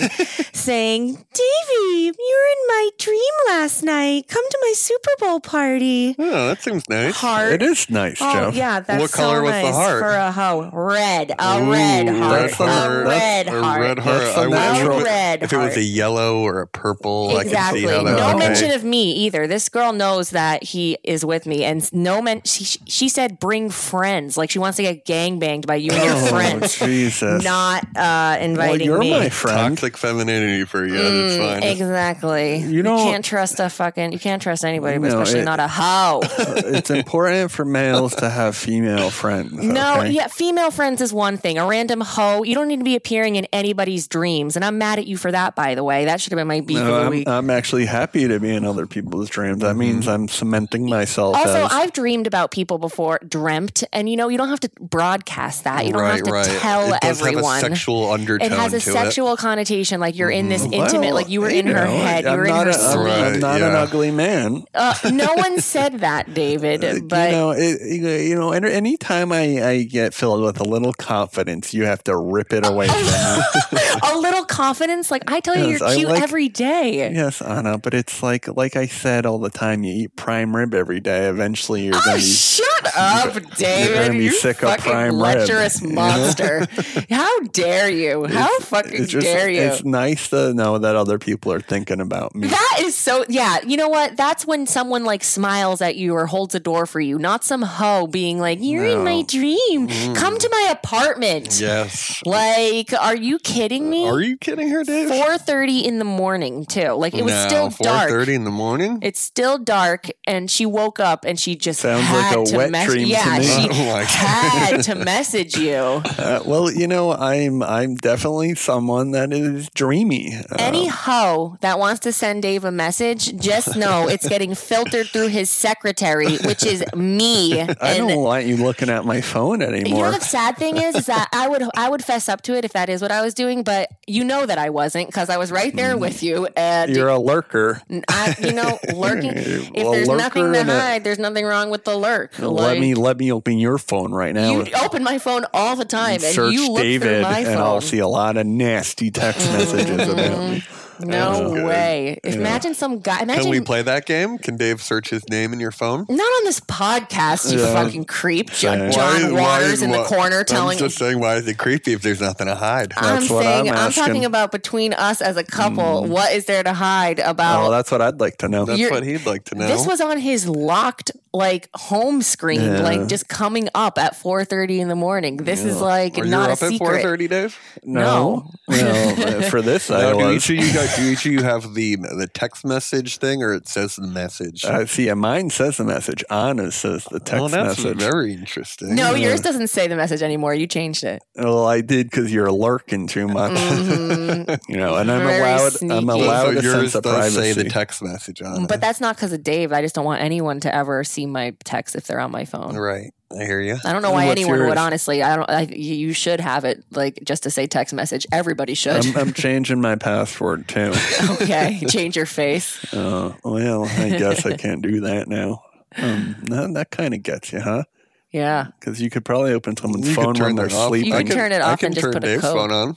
[SPEAKER 5] saying, Davey, you were in my dream last night. Come to my Super Bowl party.
[SPEAKER 4] Oh, that seems nice.
[SPEAKER 5] Heart.
[SPEAKER 3] It is nice,
[SPEAKER 5] Oh
[SPEAKER 3] Joe.
[SPEAKER 5] yeah, that's
[SPEAKER 4] What color
[SPEAKER 5] so
[SPEAKER 4] was the
[SPEAKER 5] nice
[SPEAKER 4] heart?
[SPEAKER 5] for a hoe. Red, a red
[SPEAKER 4] Ooh,
[SPEAKER 5] heart,
[SPEAKER 4] that's
[SPEAKER 5] a,
[SPEAKER 4] a-
[SPEAKER 5] red
[SPEAKER 4] a
[SPEAKER 5] heart.
[SPEAKER 4] red heart.
[SPEAKER 3] That's the
[SPEAKER 4] I would-
[SPEAKER 3] natural-
[SPEAKER 4] if it-
[SPEAKER 5] Red
[SPEAKER 4] If it was
[SPEAKER 5] heart.
[SPEAKER 4] a yellow or a purple,
[SPEAKER 5] Exactly.
[SPEAKER 4] I can see how that
[SPEAKER 5] no
[SPEAKER 4] would be.
[SPEAKER 5] mention of me either. This girl knows that he is with me, and no men. She she said bring friends. Like she wants to get gang banged by you and your
[SPEAKER 3] Oh,
[SPEAKER 5] friends,
[SPEAKER 3] Jesus.
[SPEAKER 5] not uh,
[SPEAKER 3] well,
[SPEAKER 5] inviting
[SPEAKER 3] you're
[SPEAKER 5] me.
[SPEAKER 3] my friend.
[SPEAKER 4] Toxic femininity for you.
[SPEAKER 5] Mm,
[SPEAKER 4] that's fine.
[SPEAKER 5] exactly.
[SPEAKER 3] You
[SPEAKER 5] You,
[SPEAKER 3] don't-
[SPEAKER 5] can't trust a fucking. You can't trust anybody, but
[SPEAKER 3] No,
[SPEAKER 5] especially
[SPEAKER 3] it-
[SPEAKER 5] not a hoe.
[SPEAKER 3] it's important for males to have female friends.
[SPEAKER 5] No,
[SPEAKER 3] okay?
[SPEAKER 5] yeah, female friends is one thing. A random hoe, you don't need to be appearing in anybody's dreams. And I'm mad at you for that, by the way. That should have been my beef
[SPEAKER 3] No,
[SPEAKER 5] of the
[SPEAKER 3] I'm,
[SPEAKER 5] week. Mm-hmm.
[SPEAKER 3] I'm actually happy to be in other people's dreams. That means I'm cementing myself.
[SPEAKER 5] also,
[SPEAKER 3] as,
[SPEAKER 5] I've dreamed about people before, dreamt, and you know, you don't have to broadcast that. You don't
[SPEAKER 4] right,
[SPEAKER 5] have to
[SPEAKER 4] right.
[SPEAKER 5] tell
[SPEAKER 4] it does
[SPEAKER 5] everyone.
[SPEAKER 4] Have a sexual undertone
[SPEAKER 5] it has a
[SPEAKER 4] to
[SPEAKER 5] sexual connotation, like you're in this
[SPEAKER 3] Mm-hmm. Well,
[SPEAKER 5] intimate, like you were in her
[SPEAKER 3] know,
[SPEAKER 5] head, you
[SPEAKER 3] I'm
[SPEAKER 5] were in
[SPEAKER 3] not
[SPEAKER 5] her.
[SPEAKER 3] a- I'm-
[SPEAKER 5] sleep.
[SPEAKER 3] I'm
[SPEAKER 4] Right,
[SPEAKER 3] not an
[SPEAKER 4] yeah.
[SPEAKER 3] ugly man.
[SPEAKER 5] Uh, no one said that, David. But
[SPEAKER 3] you know, it, you- you know, any- anytime I, I get filled with a little confidence, you have to rip it away from me.
[SPEAKER 5] a little confidence, like I tell you,
[SPEAKER 3] Yes,
[SPEAKER 5] you're
[SPEAKER 3] I
[SPEAKER 5] cute
[SPEAKER 3] like-
[SPEAKER 5] every day.
[SPEAKER 3] Yes, Anna, but it's like like I said all the time, you eat prime rib every day. Eventually you're
[SPEAKER 5] Oh,
[SPEAKER 3] gonna be
[SPEAKER 5] shut up,
[SPEAKER 3] gonna
[SPEAKER 5] David.
[SPEAKER 3] be
[SPEAKER 5] You
[SPEAKER 3] sick of
[SPEAKER 5] fucking
[SPEAKER 3] prime rib,
[SPEAKER 5] lecherous
[SPEAKER 3] you know?
[SPEAKER 5] monster. How dare you? How fucking
[SPEAKER 3] it's just
[SPEAKER 5] dare you?
[SPEAKER 3] it's nice to know that other people are thinking about me.
[SPEAKER 5] That is so yeah, you know what? That's when someone like smiles at you or holds a door for you, not some hoe being like, You're in my dream.
[SPEAKER 3] Mm.
[SPEAKER 5] Come to my apartment.
[SPEAKER 4] Yes.
[SPEAKER 5] Like, are you kidding me?
[SPEAKER 4] Are you kidding her, Dave?
[SPEAKER 5] Four thirty in the morning too. Like it was
[SPEAKER 4] No,
[SPEAKER 5] still dark.
[SPEAKER 4] 4:30 in the morning.
[SPEAKER 5] It's still dark, and she woke up and she just
[SPEAKER 3] Sounds
[SPEAKER 5] had
[SPEAKER 3] like a
[SPEAKER 5] to
[SPEAKER 3] wet
[SPEAKER 5] mess-
[SPEAKER 3] dream to
[SPEAKER 5] Yeah,
[SPEAKER 3] me.
[SPEAKER 5] she
[SPEAKER 4] Oh my God.
[SPEAKER 5] had to message you.
[SPEAKER 3] Uh, well, you know, I'm I'm definitely someone that is dreamy. Uh,
[SPEAKER 5] Any hoe that wants to send Dave a message, just know it's getting filtered through his secretary, which is me.
[SPEAKER 3] I don't
[SPEAKER 5] And
[SPEAKER 3] want you looking at my phone
[SPEAKER 5] you know
[SPEAKER 3] anymore.
[SPEAKER 5] the sad thing is, is that I would I would fess up to it if that is what I was doing, but you know that I wasn't because I was right there with you, and
[SPEAKER 3] You're a lurker.
[SPEAKER 5] I, you know, lurking. If
[SPEAKER 3] Well,
[SPEAKER 5] there's
[SPEAKER 3] lurker
[SPEAKER 5] nothing to
[SPEAKER 3] and a-
[SPEAKER 5] hide, there's nothing wrong with the lurk.
[SPEAKER 3] let
[SPEAKER 5] Like,
[SPEAKER 3] me let me open your phone right now.
[SPEAKER 5] You open my phone all the time, and
[SPEAKER 3] Search
[SPEAKER 5] you look through
[SPEAKER 3] David,
[SPEAKER 5] my
[SPEAKER 3] and
[SPEAKER 5] phone. Mm.
[SPEAKER 3] I'll see a lot of nasty text messages about me.
[SPEAKER 5] no
[SPEAKER 4] good.
[SPEAKER 5] way!
[SPEAKER 3] You know.
[SPEAKER 5] imagine some guy. Imagine
[SPEAKER 4] Can we play that game? Can Dave search his name in your phone?
[SPEAKER 5] Not on this podcast, you
[SPEAKER 3] Yeah.
[SPEAKER 5] fucking creep. John,
[SPEAKER 3] Why-
[SPEAKER 5] John
[SPEAKER 4] why-
[SPEAKER 5] Waters in the
[SPEAKER 4] why-
[SPEAKER 5] corner telling. Um,
[SPEAKER 4] I'm just saying, why is it creepy if there's nothing to hide?
[SPEAKER 5] I'm
[SPEAKER 3] That's what
[SPEAKER 5] saying,
[SPEAKER 3] I'm asking. Mm.
[SPEAKER 5] talking about between us as a couple. What is there to hide
[SPEAKER 3] Oh,
[SPEAKER 5] about?
[SPEAKER 3] that's what I'd like to know.
[SPEAKER 4] That's
[SPEAKER 5] you're-
[SPEAKER 4] what he'd like to know.
[SPEAKER 5] this was on his locked like home screen,
[SPEAKER 3] Yeah.
[SPEAKER 5] like just coming up at 4:30 in the morning. This is like
[SPEAKER 4] Are you
[SPEAKER 5] not a
[SPEAKER 4] up at
[SPEAKER 5] secret.
[SPEAKER 4] 4:30, Dave?
[SPEAKER 3] no, no, uh, for this I
[SPEAKER 4] No, do
[SPEAKER 3] was.
[SPEAKER 4] each of you guys, do each of you have the the text message thing, or it says the message?
[SPEAKER 3] Uh, see, uh, mine says the message. Anna's says the text
[SPEAKER 4] well, that's
[SPEAKER 3] message.
[SPEAKER 4] very interesting.
[SPEAKER 5] No, yours doesn't say the message anymore. You changed it.
[SPEAKER 3] well, I did because you're lurking too much, you know. And I'm
[SPEAKER 5] Mm-hmm. Very
[SPEAKER 3] allowed.
[SPEAKER 5] sneaky.
[SPEAKER 3] I'm
[SPEAKER 5] So
[SPEAKER 3] allowed
[SPEAKER 4] so
[SPEAKER 3] a sense
[SPEAKER 4] yours
[SPEAKER 3] of
[SPEAKER 4] does say
[SPEAKER 3] privacy.
[SPEAKER 4] the text message on
[SPEAKER 5] But
[SPEAKER 4] it.
[SPEAKER 5] that's not because of Dave. I just don't want anyone to ever see my text if they're on my phone.
[SPEAKER 4] right. I hear you.
[SPEAKER 5] I don't know why
[SPEAKER 3] What's
[SPEAKER 5] anyone would.
[SPEAKER 3] yours?
[SPEAKER 5] Honestly, I don't. I, you you should have it like just to say text message. Everybody should.
[SPEAKER 4] Um,
[SPEAKER 3] I'm, I'm changing my password too.
[SPEAKER 5] okay, change your face.
[SPEAKER 3] Uh, well, I guess I can't do that now. Um, that that kind of gets you, huh?
[SPEAKER 5] Yeah,
[SPEAKER 3] Because you could probably open someone's
[SPEAKER 4] You could
[SPEAKER 3] phone when
[SPEAKER 4] turn
[SPEAKER 3] they're
[SPEAKER 4] that off.
[SPEAKER 3] sleeping.
[SPEAKER 5] You can turn it
[SPEAKER 4] I
[SPEAKER 5] off
[SPEAKER 4] can
[SPEAKER 5] and just
[SPEAKER 4] turn
[SPEAKER 5] put a
[SPEAKER 4] Dave's
[SPEAKER 5] code.
[SPEAKER 4] phone on.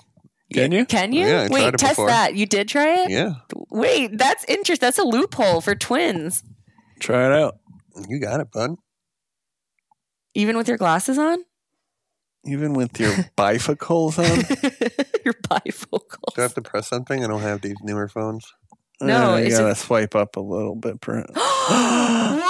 [SPEAKER 3] Can you?
[SPEAKER 5] Can you?
[SPEAKER 4] Oh, Yeah, I
[SPEAKER 5] Wait,
[SPEAKER 4] tried it
[SPEAKER 5] test
[SPEAKER 4] before.
[SPEAKER 5] that. You did try it.
[SPEAKER 4] Yeah,
[SPEAKER 5] Wait, that's interest. That's a loophole for twins,
[SPEAKER 3] Try it out.
[SPEAKER 4] you got it, bud.
[SPEAKER 5] even with your glasses on.
[SPEAKER 3] Even with your bifocals on.
[SPEAKER 5] your bifocals.
[SPEAKER 4] Do I have to press something? I don't have these newer phones.
[SPEAKER 5] No,
[SPEAKER 3] Uh, you
[SPEAKER 5] it's
[SPEAKER 3] gotta swipe up a little bit. per-
[SPEAKER 5] wow,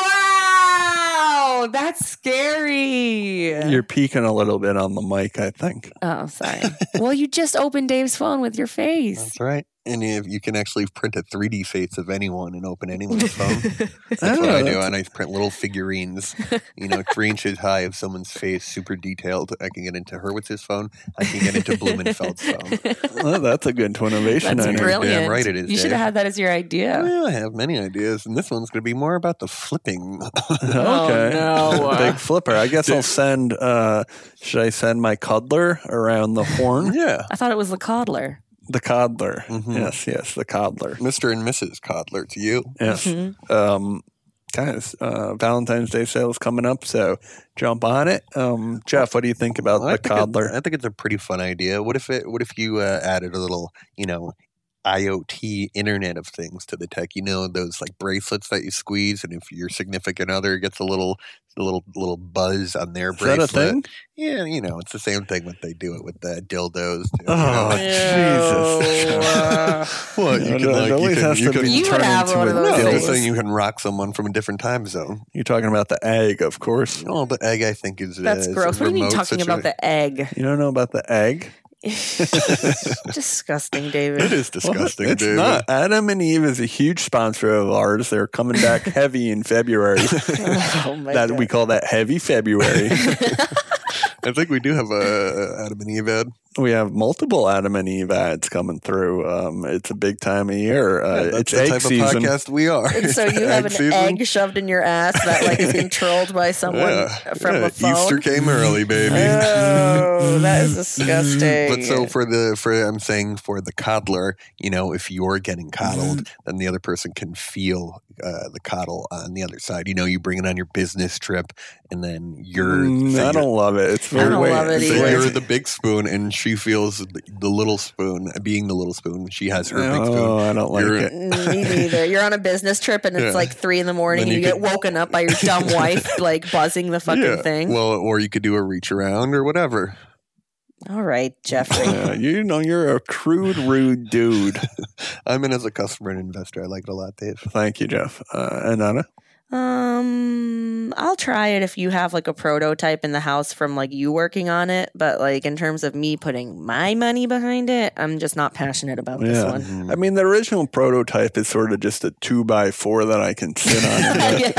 [SPEAKER 5] that's scary.
[SPEAKER 3] You're peeking a little bit on the mic, I think.
[SPEAKER 5] oh, sorry. well, you just opened Dave's phone with your face.
[SPEAKER 4] That's right. And if you can actually print a 3D face of anyone and open anyone's phone. That's what
[SPEAKER 3] Oh,
[SPEAKER 4] I do.
[SPEAKER 3] that's-
[SPEAKER 4] And I print little figurines, you know, three inches high of someone's face, super detailed. I can get into her with his phone. I can get into Blumenfeld's phone.
[SPEAKER 3] Well, that's a good twinnovation.
[SPEAKER 5] That's
[SPEAKER 3] I know.
[SPEAKER 4] you're damn
[SPEAKER 5] brilliant.
[SPEAKER 4] right it is,
[SPEAKER 5] You should have
[SPEAKER 4] Dave.
[SPEAKER 5] had that as your idea.
[SPEAKER 4] Well, I have many ideas, and this one's going to be more about the flipping.
[SPEAKER 3] okay.
[SPEAKER 5] Oh, no.
[SPEAKER 3] Big flipper. I guess I'll send. Uh, should I send my cuddler around the horn?
[SPEAKER 4] yeah.
[SPEAKER 5] I thought it was the coddler.
[SPEAKER 3] The coddler.
[SPEAKER 4] Mhm.
[SPEAKER 3] Yes, yes, the coddler.
[SPEAKER 5] Mm-hmm.
[SPEAKER 4] Mr. and Mrs. Coddler to you.
[SPEAKER 3] Yes. Um, guys, uh, Valentine's Day sales coming up, so jump on it. Um, Jeff, what do you think about
[SPEAKER 4] Well, I
[SPEAKER 3] the
[SPEAKER 4] think it-
[SPEAKER 3] coddler?
[SPEAKER 4] I think it's a pretty fun idea. What if it? What if you uh, added a little, you know, IoT Internet of Things to the tech? You know, those like bracelets that you squeeze, and if your significant other gets a little, a little, little buzz on their
[SPEAKER 3] Is that a
[SPEAKER 4] bracelet,
[SPEAKER 3] thing?
[SPEAKER 4] yeah, you know, it's the same thing when they do it with the dildos. Too, you
[SPEAKER 3] Oh,
[SPEAKER 4] know?
[SPEAKER 3] Jesus.
[SPEAKER 4] What
[SPEAKER 3] No, no,
[SPEAKER 4] you can
[SPEAKER 3] it
[SPEAKER 4] like, you
[SPEAKER 3] always
[SPEAKER 4] can,
[SPEAKER 3] has
[SPEAKER 4] you
[SPEAKER 3] to
[SPEAKER 4] can,
[SPEAKER 3] be
[SPEAKER 5] You would
[SPEAKER 3] turned
[SPEAKER 5] have
[SPEAKER 3] into
[SPEAKER 5] one of
[SPEAKER 3] a
[SPEAKER 5] those those
[SPEAKER 4] no,
[SPEAKER 3] dildo.
[SPEAKER 5] things.
[SPEAKER 4] just saying you can rock someone from a different time zone.
[SPEAKER 3] You're talking about the egg, of course.
[SPEAKER 4] Oh, the egg, I think, is
[SPEAKER 5] That's
[SPEAKER 4] uh, is a
[SPEAKER 5] gross. What do you mean
[SPEAKER 4] remote
[SPEAKER 5] talking about
[SPEAKER 4] situa-
[SPEAKER 5] the egg?
[SPEAKER 3] You don't know about the egg?
[SPEAKER 5] Disgusting,
[SPEAKER 4] It
[SPEAKER 5] David.
[SPEAKER 4] is disgusting,
[SPEAKER 3] Well, it's
[SPEAKER 4] dude.
[SPEAKER 3] not. Adam and Eve is a huge sponsor of ours. They're coming back heavy in February.
[SPEAKER 5] Oh my
[SPEAKER 3] that
[SPEAKER 5] God.
[SPEAKER 3] we call that heavy February.
[SPEAKER 4] I think we do have a Adam and Eve ad.
[SPEAKER 3] we have multiple Adam and Eve ads coming through. Um, it's a big time of year. Uh,
[SPEAKER 4] That's
[SPEAKER 3] it's
[SPEAKER 4] the
[SPEAKER 3] egg
[SPEAKER 4] type
[SPEAKER 3] season.
[SPEAKER 4] of podcast we are.
[SPEAKER 5] So you have an
[SPEAKER 4] season.
[SPEAKER 5] egg shoved in your ass that like is controlled by someone
[SPEAKER 4] Yeah,
[SPEAKER 5] from
[SPEAKER 4] yeah.
[SPEAKER 5] a phone.
[SPEAKER 4] Easter came early, baby.
[SPEAKER 5] Oh, that is disgusting.
[SPEAKER 4] But so for the for I'm saying for the coddler, you know, if you're getting coddled,
[SPEAKER 3] Mm-hmm.
[SPEAKER 4] then the other person can feel uh, the coddle on the other side. You know, you bring it on your business trip, and then you're.
[SPEAKER 3] Mm,
[SPEAKER 4] so
[SPEAKER 3] I
[SPEAKER 4] you're-
[SPEAKER 3] don't love it. It's
[SPEAKER 5] I
[SPEAKER 3] very
[SPEAKER 5] don't
[SPEAKER 3] weird.
[SPEAKER 5] love it
[SPEAKER 3] It's
[SPEAKER 4] so
[SPEAKER 5] either.
[SPEAKER 3] very-
[SPEAKER 4] you're the big spoon, and she feels the, the little spoon. Being the little spoon, she has her big spoon.
[SPEAKER 3] Oh, I don't like
[SPEAKER 4] You're-
[SPEAKER 3] it.
[SPEAKER 5] Me neither. You're on a business trip and it's
[SPEAKER 4] Yeah.
[SPEAKER 5] like three in the morning.
[SPEAKER 4] Then
[SPEAKER 5] You,
[SPEAKER 4] you
[SPEAKER 5] get
[SPEAKER 4] could-
[SPEAKER 5] woken up by your dumb wife, like buzzing the fucking
[SPEAKER 4] Yeah.
[SPEAKER 5] thing.
[SPEAKER 4] Well, or you could do a reach around or whatever.
[SPEAKER 5] All right, Jeffrey.
[SPEAKER 3] Yeah, you know, you're a crude, rude dude.
[SPEAKER 4] I'm in as a customer and investor. I like it a lot, Dave.
[SPEAKER 3] Thank you, Jeff. Uh, and Anna?
[SPEAKER 5] um, I'll try it if you have like a prototype in the house from like you working on it. But like in terms of me putting my money behind it, I'm just not passionate about this
[SPEAKER 3] Yeah.
[SPEAKER 5] one.
[SPEAKER 4] Mm.
[SPEAKER 3] I mean, the original prototype is sort of just a two by four that I can sit on.
[SPEAKER 5] yeah,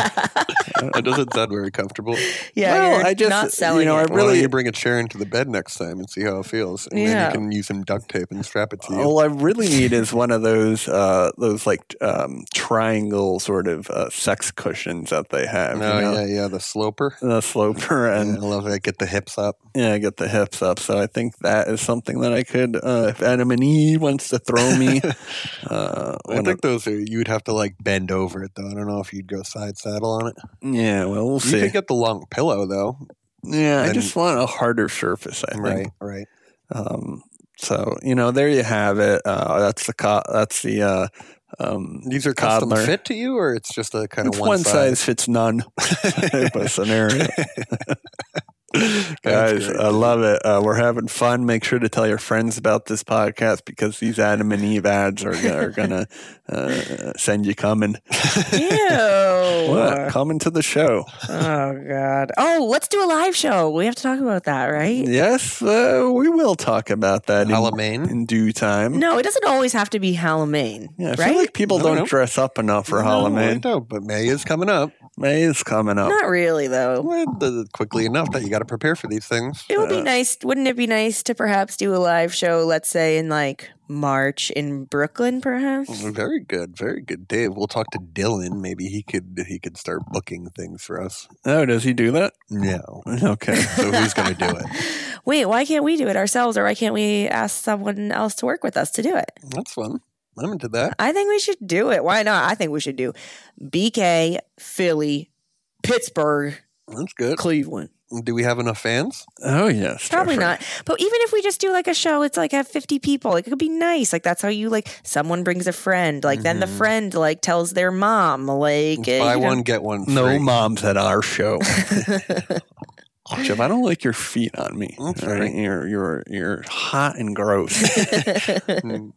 [SPEAKER 4] That doesn't sound very comfortable. Why
[SPEAKER 5] yeah.
[SPEAKER 3] Well,
[SPEAKER 5] you're
[SPEAKER 3] I just-
[SPEAKER 5] not selling
[SPEAKER 3] you know, I
[SPEAKER 5] it.
[SPEAKER 4] don't
[SPEAKER 3] Really-
[SPEAKER 4] you bring a chair into the bed next time and see how it feels? And then
[SPEAKER 5] Yeah.
[SPEAKER 4] you can use some duct tape and strap it to you.
[SPEAKER 3] All I really need is one of those, uh, those like um, triangle sort of uh, sex cushions that they have.
[SPEAKER 4] no,
[SPEAKER 3] you know?
[SPEAKER 4] Oh, yeah, yeah, the sloper.
[SPEAKER 3] The sloper
[SPEAKER 4] And
[SPEAKER 3] and
[SPEAKER 4] I love that. Get the hips up.
[SPEAKER 3] yeah, I get the hips up. So I think that is something that I could, uh, if Adam and Eve wants to throw me, uh,
[SPEAKER 4] I
[SPEAKER 3] one
[SPEAKER 4] think those are, you'd have to like bend over it though. I don't know if you'd go side saddle on it.
[SPEAKER 3] of- yeah, well, we'll
[SPEAKER 4] You
[SPEAKER 3] see.
[SPEAKER 4] could get the long pillow though.
[SPEAKER 3] yeah, I
[SPEAKER 4] then-
[SPEAKER 3] just want a harder surface. I think.
[SPEAKER 4] right.
[SPEAKER 3] Um, so you know, there you have it. Uh, that's the co- that's the uh, um,
[SPEAKER 4] These are custom
[SPEAKER 3] Cobbler.
[SPEAKER 4] fit to you, or it's just a kind
[SPEAKER 3] it's
[SPEAKER 4] of
[SPEAKER 3] one,
[SPEAKER 4] one,
[SPEAKER 3] size. fits none type of scenario. Guys,
[SPEAKER 4] great,
[SPEAKER 3] I
[SPEAKER 4] dude.
[SPEAKER 3] love it. Uh, we're having fun. Make sure to tell your friends about this podcast because these Adam and Eve ads are, are gonna uh, send you coming.
[SPEAKER 5] Ew.
[SPEAKER 3] What? Coming to the show?
[SPEAKER 5] Oh God! Oh, let's do a live show. We have to talk about that, right?
[SPEAKER 3] Yes, uh, we will talk about that in,
[SPEAKER 4] Halloween.
[SPEAKER 3] in due time.
[SPEAKER 5] No, it doesn't always have to be Halloween,
[SPEAKER 3] Yeah, I
[SPEAKER 5] right?
[SPEAKER 3] feel like people
[SPEAKER 4] No,
[SPEAKER 3] don't
[SPEAKER 4] no.
[SPEAKER 3] dress up enough for Halloween.
[SPEAKER 4] No, I don't, but May is coming up.
[SPEAKER 3] May is coming
[SPEAKER 4] Oh.
[SPEAKER 3] up.
[SPEAKER 5] Not really, though.
[SPEAKER 4] Well, the- quickly enough that you got to prepare for these things.
[SPEAKER 5] It would be nice, wouldn't it? Be nice to perhaps do a live show, let's say in like March in Brooklyn, perhaps.
[SPEAKER 4] Very good, very good, Dave. We'll talk to Dylan. Maybe he could he could start booking things for us.
[SPEAKER 3] Oh, does he do that?
[SPEAKER 4] No,
[SPEAKER 3] Okay.
[SPEAKER 4] so who's going to do it?
[SPEAKER 5] Wait, why can't we do it ourselves, or why can't we ask someone else to work with us to do it?
[SPEAKER 4] That's fun. I'm into that.
[SPEAKER 5] I think we should do it. Why not? I think we should do BK, Philly, Pittsburgh,
[SPEAKER 4] That's good.
[SPEAKER 5] Cleveland.
[SPEAKER 4] Do we have enough fans?
[SPEAKER 3] Oh yes,
[SPEAKER 5] Probably
[SPEAKER 3] Jeffrey.
[SPEAKER 5] not. But even if we just do like a show, it's like have 50 people. Like it could be nice. Like that's how you like someone brings a friend. Like then the
[SPEAKER 4] Mhm.
[SPEAKER 5] friend like tells their mom like uh,
[SPEAKER 4] Buy
[SPEAKER 5] you know-
[SPEAKER 4] one, get one.
[SPEAKER 3] No
[SPEAKER 4] free.
[SPEAKER 3] moms at our show. Jim, I don't like your feet on me.
[SPEAKER 4] That's
[SPEAKER 3] All
[SPEAKER 4] right.
[SPEAKER 3] You're you're you're hot and gross.
[SPEAKER 4] Mm,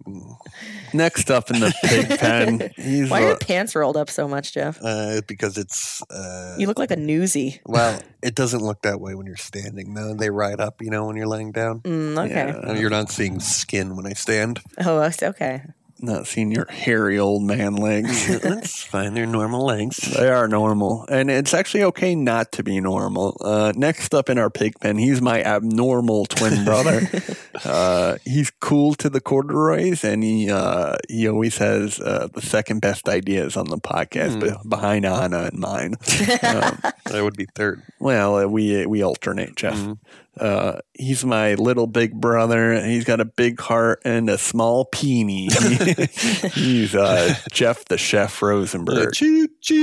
[SPEAKER 3] Next up in the pig pen, he's
[SPEAKER 5] Why are
[SPEAKER 3] a-
[SPEAKER 5] your pants rolled up so much, Jeff?
[SPEAKER 4] uh, because it's uh,
[SPEAKER 5] You look like a newsie.
[SPEAKER 4] well, it doesn't look that way when you're standing. Though they ride up, you know, when you're laying down.
[SPEAKER 5] Mm, okay.
[SPEAKER 3] yeah,
[SPEAKER 4] Uh, You're not seeing skin when I stand.
[SPEAKER 5] Oh, that's okay.
[SPEAKER 3] not seeing your hairy old man legs.
[SPEAKER 4] That's fine. They're normal lengths.
[SPEAKER 3] They are normal, and it's actually okay not to be normal. Uh, next up in our pig pen, he's my abnormal twin brother. uh, he's cool to the corduroys, and he uh, he always has uh, the second best ideas on the podcast,
[SPEAKER 4] Hmm.
[SPEAKER 3] but behind Anna and mine. um,
[SPEAKER 4] That would be third.
[SPEAKER 3] well, uh, we we alternate, Jeff.
[SPEAKER 4] Mhm.
[SPEAKER 3] Uh, he's my little big brother. He's got a big heart and a small peenie. he's uh, Jeff the Chef Rosenberg.
[SPEAKER 4] choo choo.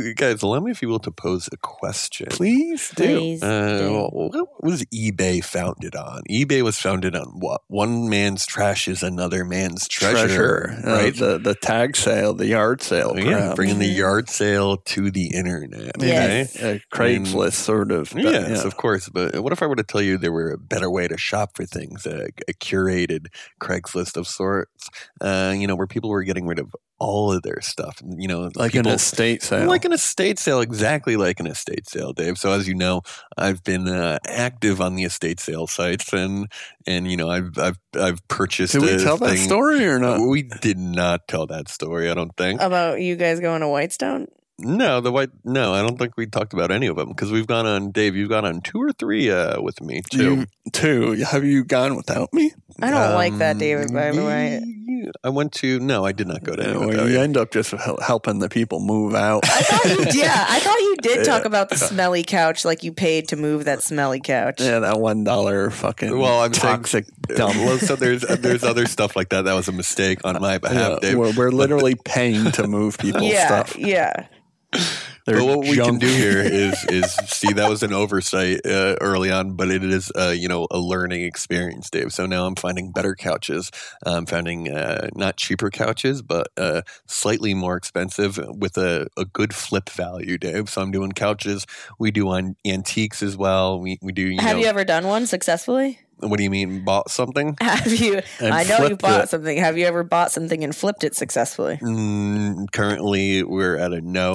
[SPEAKER 4] you guys allow me, if you will, to pose a question?
[SPEAKER 3] Please do.
[SPEAKER 5] Please.
[SPEAKER 4] Uh,
[SPEAKER 5] do.
[SPEAKER 4] well, what was eBay founded on? eBay was founded on what? One man's trash is another man's treasure, Oh,
[SPEAKER 3] Uh,
[SPEAKER 4] right?
[SPEAKER 3] the the tag sale, the yard sale,
[SPEAKER 4] Oh, yeah,
[SPEAKER 3] perhaps.
[SPEAKER 4] bringing the yard sale to the internet.
[SPEAKER 5] Mm-hmm. Yes.
[SPEAKER 3] a Craigslist sort of. but,
[SPEAKER 4] yes, of course. But uh, what if I were to tell you there were a better way to shop for things, a, a curated Craigslist of sorts, uh, you know, where people were getting rid of all of their stuff, you know,
[SPEAKER 3] like
[SPEAKER 4] people,
[SPEAKER 3] an estate sale.
[SPEAKER 4] Like an estate sale, exactly like an estate sale, Dave. So as you know, I've been uh, active on the estate sale sites, and and you know, I've I've I've purchased.
[SPEAKER 3] Did
[SPEAKER 4] a
[SPEAKER 3] we tell that
[SPEAKER 4] thing-
[SPEAKER 3] story or not?
[SPEAKER 4] We did not tell that story. I don't think.
[SPEAKER 5] About you guys going to Whitestone?
[SPEAKER 4] no, the white. No, I don't think we talked about any of them because we've gone on. Dave, you've gone on two or three uh, with me
[SPEAKER 3] Do
[SPEAKER 4] too.
[SPEAKER 3] you- two. Have you gone without me?
[SPEAKER 5] I don't like that, David, by the
[SPEAKER 4] Um,
[SPEAKER 5] way.
[SPEAKER 4] you- I went to. No, I did not go to. any
[SPEAKER 3] No,
[SPEAKER 4] without
[SPEAKER 3] you
[SPEAKER 4] you.
[SPEAKER 3] end up just hel- helping the people move out.
[SPEAKER 5] I thought you did. Yeah, I thought you did talk
[SPEAKER 3] Yeah.
[SPEAKER 5] about the smelly couch, like you paid to move that smelly couch.
[SPEAKER 3] yeah, that one dollar fucking
[SPEAKER 4] Well, I'm saying-
[SPEAKER 3] toxic dump.
[SPEAKER 4] Well, so there's uh, there's other stuff like that. That was a mistake on my behalf,
[SPEAKER 3] Yeah,
[SPEAKER 4] Dave.
[SPEAKER 3] we're, we're literally paying to move people's
[SPEAKER 5] yeah,
[SPEAKER 3] stuff.
[SPEAKER 5] yeah.
[SPEAKER 3] Their
[SPEAKER 4] but what we can
[SPEAKER 3] junk.
[SPEAKER 4] do here is is see that was an oversight uh, early on, but it is uh, you know a learning experience, Dave. So now I'm finding better couches. I'm finding uh, not cheaper couches, but uh, slightly more expensive with a, a good flip value, Dave. So I'm doing couches. We do on antiques as well. We we do. You
[SPEAKER 5] Have
[SPEAKER 4] know,
[SPEAKER 5] you ever done one successfully?
[SPEAKER 4] what do you mean bought something?
[SPEAKER 5] Have you?
[SPEAKER 3] And
[SPEAKER 5] I know you
[SPEAKER 3] flipped
[SPEAKER 5] bought
[SPEAKER 3] it.
[SPEAKER 5] something. Have you ever bought something and flipped it successfully?
[SPEAKER 4] Mm, currently, we're at a no,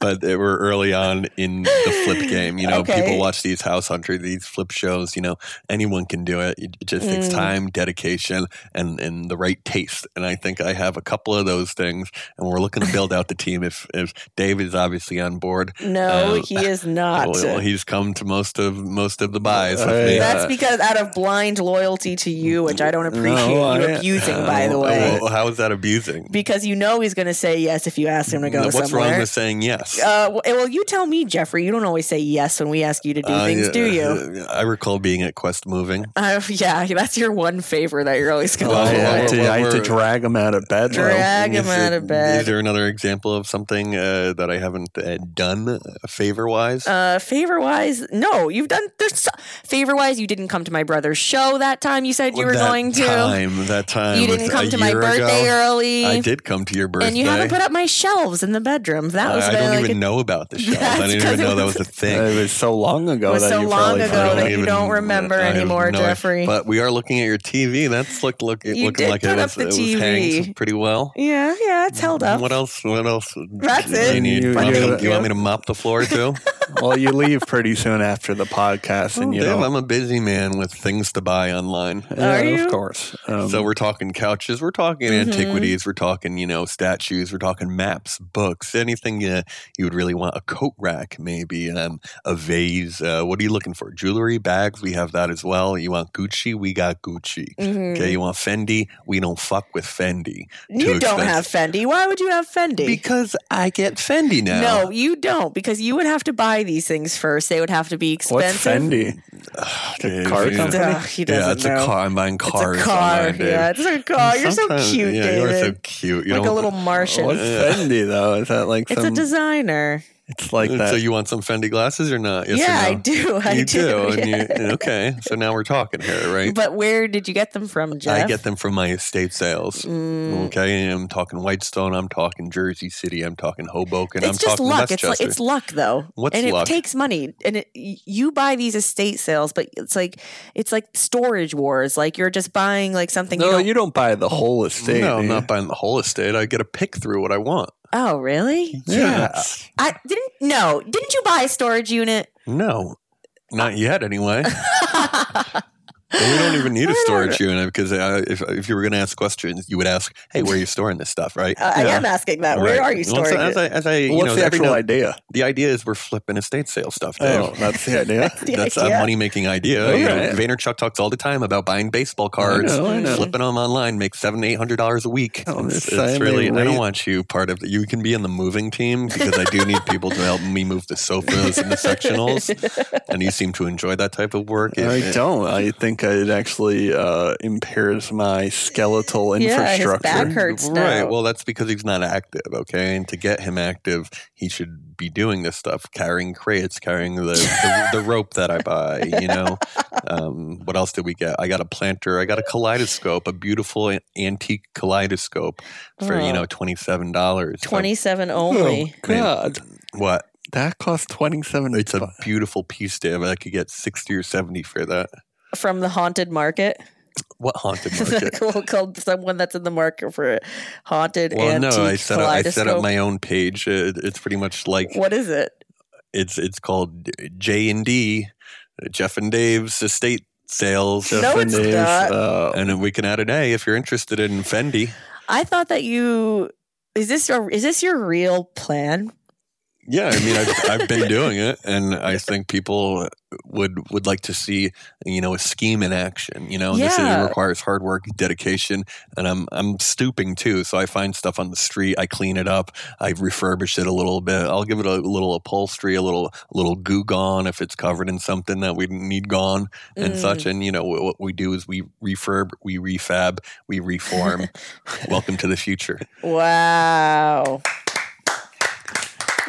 [SPEAKER 4] but they we're early on in the flip game. You know,
[SPEAKER 5] Okay.
[SPEAKER 4] people watch these House Hunter, these flip shows. You know, anyone can do it. It just takes
[SPEAKER 5] Mm.
[SPEAKER 4] time, dedication, and and the right taste. And I think I have a couple of those things. And we're looking to build out the team. If if Dave is obviously on board,
[SPEAKER 5] No,
[SPEAKER 3] Uh,
[SPEAKER 4] Um,
[SPEAKER 5] he is not.
[SPEAKER 4] well, well, he's come to most of most of the buys with
[SPEAKER 3] Uh,
[SPEAKER 4] me.
[SPEAKER 3] yeah.
[SPEAKER 5] That's because out of blind loyalty to you, which I don't appreciate
[SPEAKER 3] No,
[SPEAKER 5] you
[SPEAKER 3] I- uh,
[SPEAKER 5] abusing, by the
[SPEAKER 4] Oh,
[SPEAKER 5] way.
[SPEAKER 4] well, how is that abusing?
[SPEAKER 5] Because you know he's going to say yes if you ask him to go
[SPEAKER 4] What's
[SPEAKER 5] somewhere.
[SPEAKER 4] wrong with saying yes?
[SPEAKER 5] uh, well, well, you tell me, Jeffrey. You don't always say yes when we ask you to do
[SPEAKER 4] Uh,
[SPEAKER 5] things,
[SPEAKER 4] yeah,
[SPEAKER 5] do you?
[SPEAKER 4] uh, I recall being at Quest Moving.
[SPEAKER 5] Uh, yeah, that's your one favor that you're always going
[SPEAKER 3] Oh,
[SPEAKER 5] to
[SPEAKER 4] Well,
[SPEAKER 3] I, had
[SPEAKER 4] well,
[SPEAKER 3] to,
[SPEAKER 4] well,
[SPEAKER 3] I had to
[SPEAKER 4] we're-
[SPEAKER 3] drag them out of bed. though.
[SPEAKER 5] Drag him
[SPEAKER 4] Is
[SPEAKER 5] out
[SPEAKER 4] it-
[SPEAKER 5] of bed.
[SPEAKER 4] Is there another example of something uh, that I haven't uh, done favor wise?
[SPEAKER 5] Uh, favor wise, no, you've done there's so, favor wise. You didn't come to my brother's show that time. You said you were going to.
[SPEAKER 4] Time, that time.
[SPEAKER 5] you didn't
[SPEAKER 4] was
[SPEAKER 5] come
[SPEAKER 4] a
[SPEAKER 5] to my
[SPEAKER 4] year
[SPEAKER 5] birthday
[SPEAKER 4] ago.
[SPEAKER 5] early.
[SPEAKER 4] I did come to your birthday.
[SPEAKER 5] And you haven't put up my shelves in the bedroom. That was
[SPEAKER 4] I, I
[SPEAKER 5] about
[SPEAKER 4] don't
[SPEAKER 5] like
[SPEAKER 4] even
[SPEAKER 5] a-
[SPEAKER 4] know about the show.
[SPEAKER 5] That's
[SPEAKER 4] I didn't
[SPEAKER 5] 'cause
[SPEAKER 4] even
[SPEAKER 5] it
[SPEAKER 4] know that
[SPEAKER 5] was-
[SPEAKER 4] was a thing.
[SPEAKER 3] It was so long ago.
[SPEAKER 5] It was
[SPEAKER 3] that
[SPEAKER 5] so
[SPEAKER 3] you
[SPEAKER 5] long
[SPEAKER 3] probably
[SPEAKER 5] ago
[SPEAKER 4] I
[SPEAKER 5] that
[SPEAKER 3] forgot.
[SPEAKER 5] you don't remember
[SPEAKER 4] I have
[SPEAKER 5] anymore,
[SPEAKER 4] idea.
[SPEAKER 5] Jeffrey.
[SPEAKER 4] But we are looking at your TV. That's look, look,
[SPEAKER 5] You
[SPEAKER 4] looking
[SPEAKER 5] did
[SPEAKER 4] like
[SPEAKER 5] put
[SPEAKER 4] it,
[SPEAKER 5] up
[SPEAKER 4] was,
[SPEAKER 5] the
[SPEAKER 4] it was
[SPEAKER 5] TV.
[SPEAKER 4] hanged pretty well.
[SPEAKER 5] yeah, yeah, it's held up.
[SPEAKER 4] What else? What else?
[SPEAKER 5] That's it.
[SPEAKER 4] You need-
[SPEAKER 3] You-
[SPEAKER 4] want me to-
[SPEAKER 3] you-
[SPEAKER 4] you want me to mop the floor too?
[SPEAKER 3] well, you leave pretty soon after the podcast, and you
[SPEAKER 4] Oh, Damn,
[SPEAKER 3] don't.
[SPEAKER 4] I'm a busy man with things to buy online.
[SPEAKER 5] Are you? Mm-hmm.
[SPEAKER 3] Of course. Um,
[SPEAKER 4] so we're talking couches, we're talking antiquities, we're talking you know statues, we're talking maps, books, anything uh, you would really want. A coat rack, maybe um, a vase. Uh, what are you looking for? Jewelry, bags. We have that as well. You want Gucci? We got Gucci.
[SPEAKER 5] Mhm.
[SPEAKER 4] Okay, you want Fendi? We don't fuck with Fendi.
[SPEAKER 5] you
[SPEAKER 4] Too
[SPEAKER 5] don't
[SPEAKER 4] expensive.
[SPEAKER 5] have Fendi. Why would you have Fendi?
[SPEAKER 4] because I get Fendi now.
[SPEAKER 5] no, you don't, because you would have to buy these things first. They would have to be
[SPEAKER 3] what's
[SPEAKER 5] expensive.
[SPEAKER 3] Fendi?
[SPEAKER 4] Dave,
[SPEAKER 3] car
[SPEAKER 4] you-
[SPEAKER 3] company?
[SPEAKER 5] Ugh, he doesn't
[SPEAKER 4] yeah, it's
[SPEAKER 5] know.
[SPEAKER 4] a car. I'm buying
[SPEAKER 5] It's
[SPEAKER 4] cars.
[SPEAKER 5] a car.
[SPEAKER 4] online, Dave.
[SPEAKER 5] yeah, it's a car. Oh, You're so
[SPEAKER 4] Sometimes-
[SPEAKER 5] cute,
[SPEAKER 4] yeah,
[SPEAKER 5] David.
[SPEAKER 4] You're so cute. You
[SPEAKER 5] like a
[SPEAKER 4] don't-
[SPEAKER 5] little Martian.
[SPEAKER 3] What's
[SPEAKER 4] Yeah.
[SPEAKER 3] Fendi though? Is that like
[SPEAKER 5] it's
[SPEAKER 3] some?
[SPEAKER 5] a designer.
[SPEAKER 3] it's like
[SPEAKER 4] So
[SPEAKER 3] that.
[SPEAKER 4] you want some Fendi glasses or not? Yes or
[SPEAKER 5] yeah, I
[SPEAKER 4] no?
[SPEAKER 5] do. I
[SPEAKER 4] you
[SPEAKER 5] do.
[SPEAKER 4] and
[SPEAKER 5] yeah.
[SPEAKER 4] you- okay, so now we're talking here, right?
[SPEAKER 5] But where did you get them from, Jeff? Mm. Hmm.
[SPEAKER 4] I get them from my estate sales. Okay, and I'm talking Whitestone. I'm talking Jersey City. I'm talking Hoboken. I'm
[SPEAKER 5] It's just
[SPEAKER 4] talking
[SPEAKER 5] luck. It's
[SPEAKER 4] Westchester.
[SPEAKER 5] like, it's luck, though.
[SPEAKER 4] What's
[SPEAKER 5] and
[SPEAKER 4] luck?
[SPEAKER 5] it takes money, and it, y- you buy these estate sales, but it's like it's like storage wars. Like you're just buying like something. you
[SPEAKER 3] No,
[SPEAKER 5] don't-
[SPEAKER 3] you don't buy the whole estate.
[SPEAKER 4] no,
[SPEAKER 3] do
[SPEAKER 4] I'm
[SPEAKER 3] you?
[SPEAKER 4] not buying the whole estate. I get a pick through what I want.
[SPEAKER 5] oh, really? I didn't. No, didn't you buy a storage unit?
[SPEAKER 4] No, not yet. Anyway. And we don't even need a storage unit because uh, if, if you were going to ask questions, you would ask, "Hey, where are you storing this stuff?" Right?
[SPEAKER 5] Uh, I am asking that. Where
[SPEAKER 4] Right.
[SPEAKER 5] are you
[SPEAKER 4] Well,
[SPEAKER 5] storing
[SPEAKER 4] so as
[SPEAKER 5] it?
[SPEAKER 4] I, as I, you
[SPEAKER 3] What's
[SPEAKER 4] know,
[SPEAKER 3] the
[SPEAKER 4] every
[SPEAKER 3] actual
[SPEAKER 4] now-
[SPEAKER 3] idea?
[SPEAKER 4] The idea is we're flipping estate sale stuff, Dave.
[SPEAKER 3] Oh, that's the idea.
[SPEAKER 5] The
[SPEAKER 4] That's a
[SPEAKER 5] idea.
[SPEAKER 4] money making idea. You know,
[SPEAKER 3] Alright.
[SPEAKER 4] Vaynerchuk talks all the time about buying baseball cards,
[SPEAKER 3] know, I know.
[SPEAKER 4] flipping them online, makes seven eight hundred dollars a week.
[SPEAKER 3] I'm
[SPEAKER 4] it's,
[SPEAKER 3] just
[SPEAKER 4] it's
[SPEAKER 3] saying,
[SPEAKER 4] really.
[SPEAKER 3] they
[SPEAKER 4] I don't
[SPEAKER 3] wait.
[SPEAKER 4] want you part of. The, you can be in the moving team because I do need people to help me move the sofas and the sectionals. And you seem to enjoy that type of work. If-
[SPEAKER 3] I don't. I think think it actually uh, impairs my skeletal
[SPEAKER 5] Yeah, his
[SPEAKER 3] infrastructure.
[SPEAKER 5] back hurts now.
[SPEAKER 4] Right. Well, that's because he's not active. Okay, and to get him active, he should be doing this stuff, carrying crates, carrying the the, the rope that I buy. You know, um, what else did we get? I got a planter. I got a kaleidoscope, a beautiful an- antique kaleidoscope for you
[SPEAKER 5] Oh.
[SPEAKER 4] know twenty seven dollars.
[SPEAKER 5] twenty-seven
[SPEAKER 3] oh
[SPEAKER 5] only.
[SPEAKER 3] God,
[SPEAKER 4] What?
[SPEAKER 3] that costs twenty seven.
[SPEAKER 4] It's a beautiful piece, Dave. I could get sixty or seventy for that.
[SPEAKER 5] from the haunted market.
[SPEAKER 4] What haunted market?
[SPEAKER 5] Well, called someone that's in the market for a haunted
[SPEAKER 4] Well,
[SPEAKER 5] antique
[SPEAKER 4] no, I set up I set up
[SPEAKER 5] kaleidoscope.
[SPEAKER 4] my own page. Uh, It's pretty much like
[SPEAKER 5] What is it?
[SPEAKER 4] it's it's called J and D, Jeff and Dave's estate sales,
[SPEAKER 5] No, it's not.
[SPEAKER 3] Uh,
[SPEAKER 4] and we can add an A if you're interested in Fendi.
[SPEAKER 5] I thought that you is this your is this your real plan?
[SPEAKER 4] Yeah, I mean, I've, I've been doing it, and I think people would would like to see you know a scheme in action. You know, and this
[SPEAKER 5] Yeah.
[SPEAKER 4] is, requires hard work, dedication, and I'm I'm stooping too. So I find stuff on the street, I clean it up, I refurbish it a little bit. I'll give it a little upholstery, a little a little goo gone if it's covered in something that we need gone and
[SPEAKER 5] Mm.
[SPEAKER 4] such. And you know what, what we do is we refurb, we refab, we reform. Welcome to the future.
[SPEAKER 5] Wow.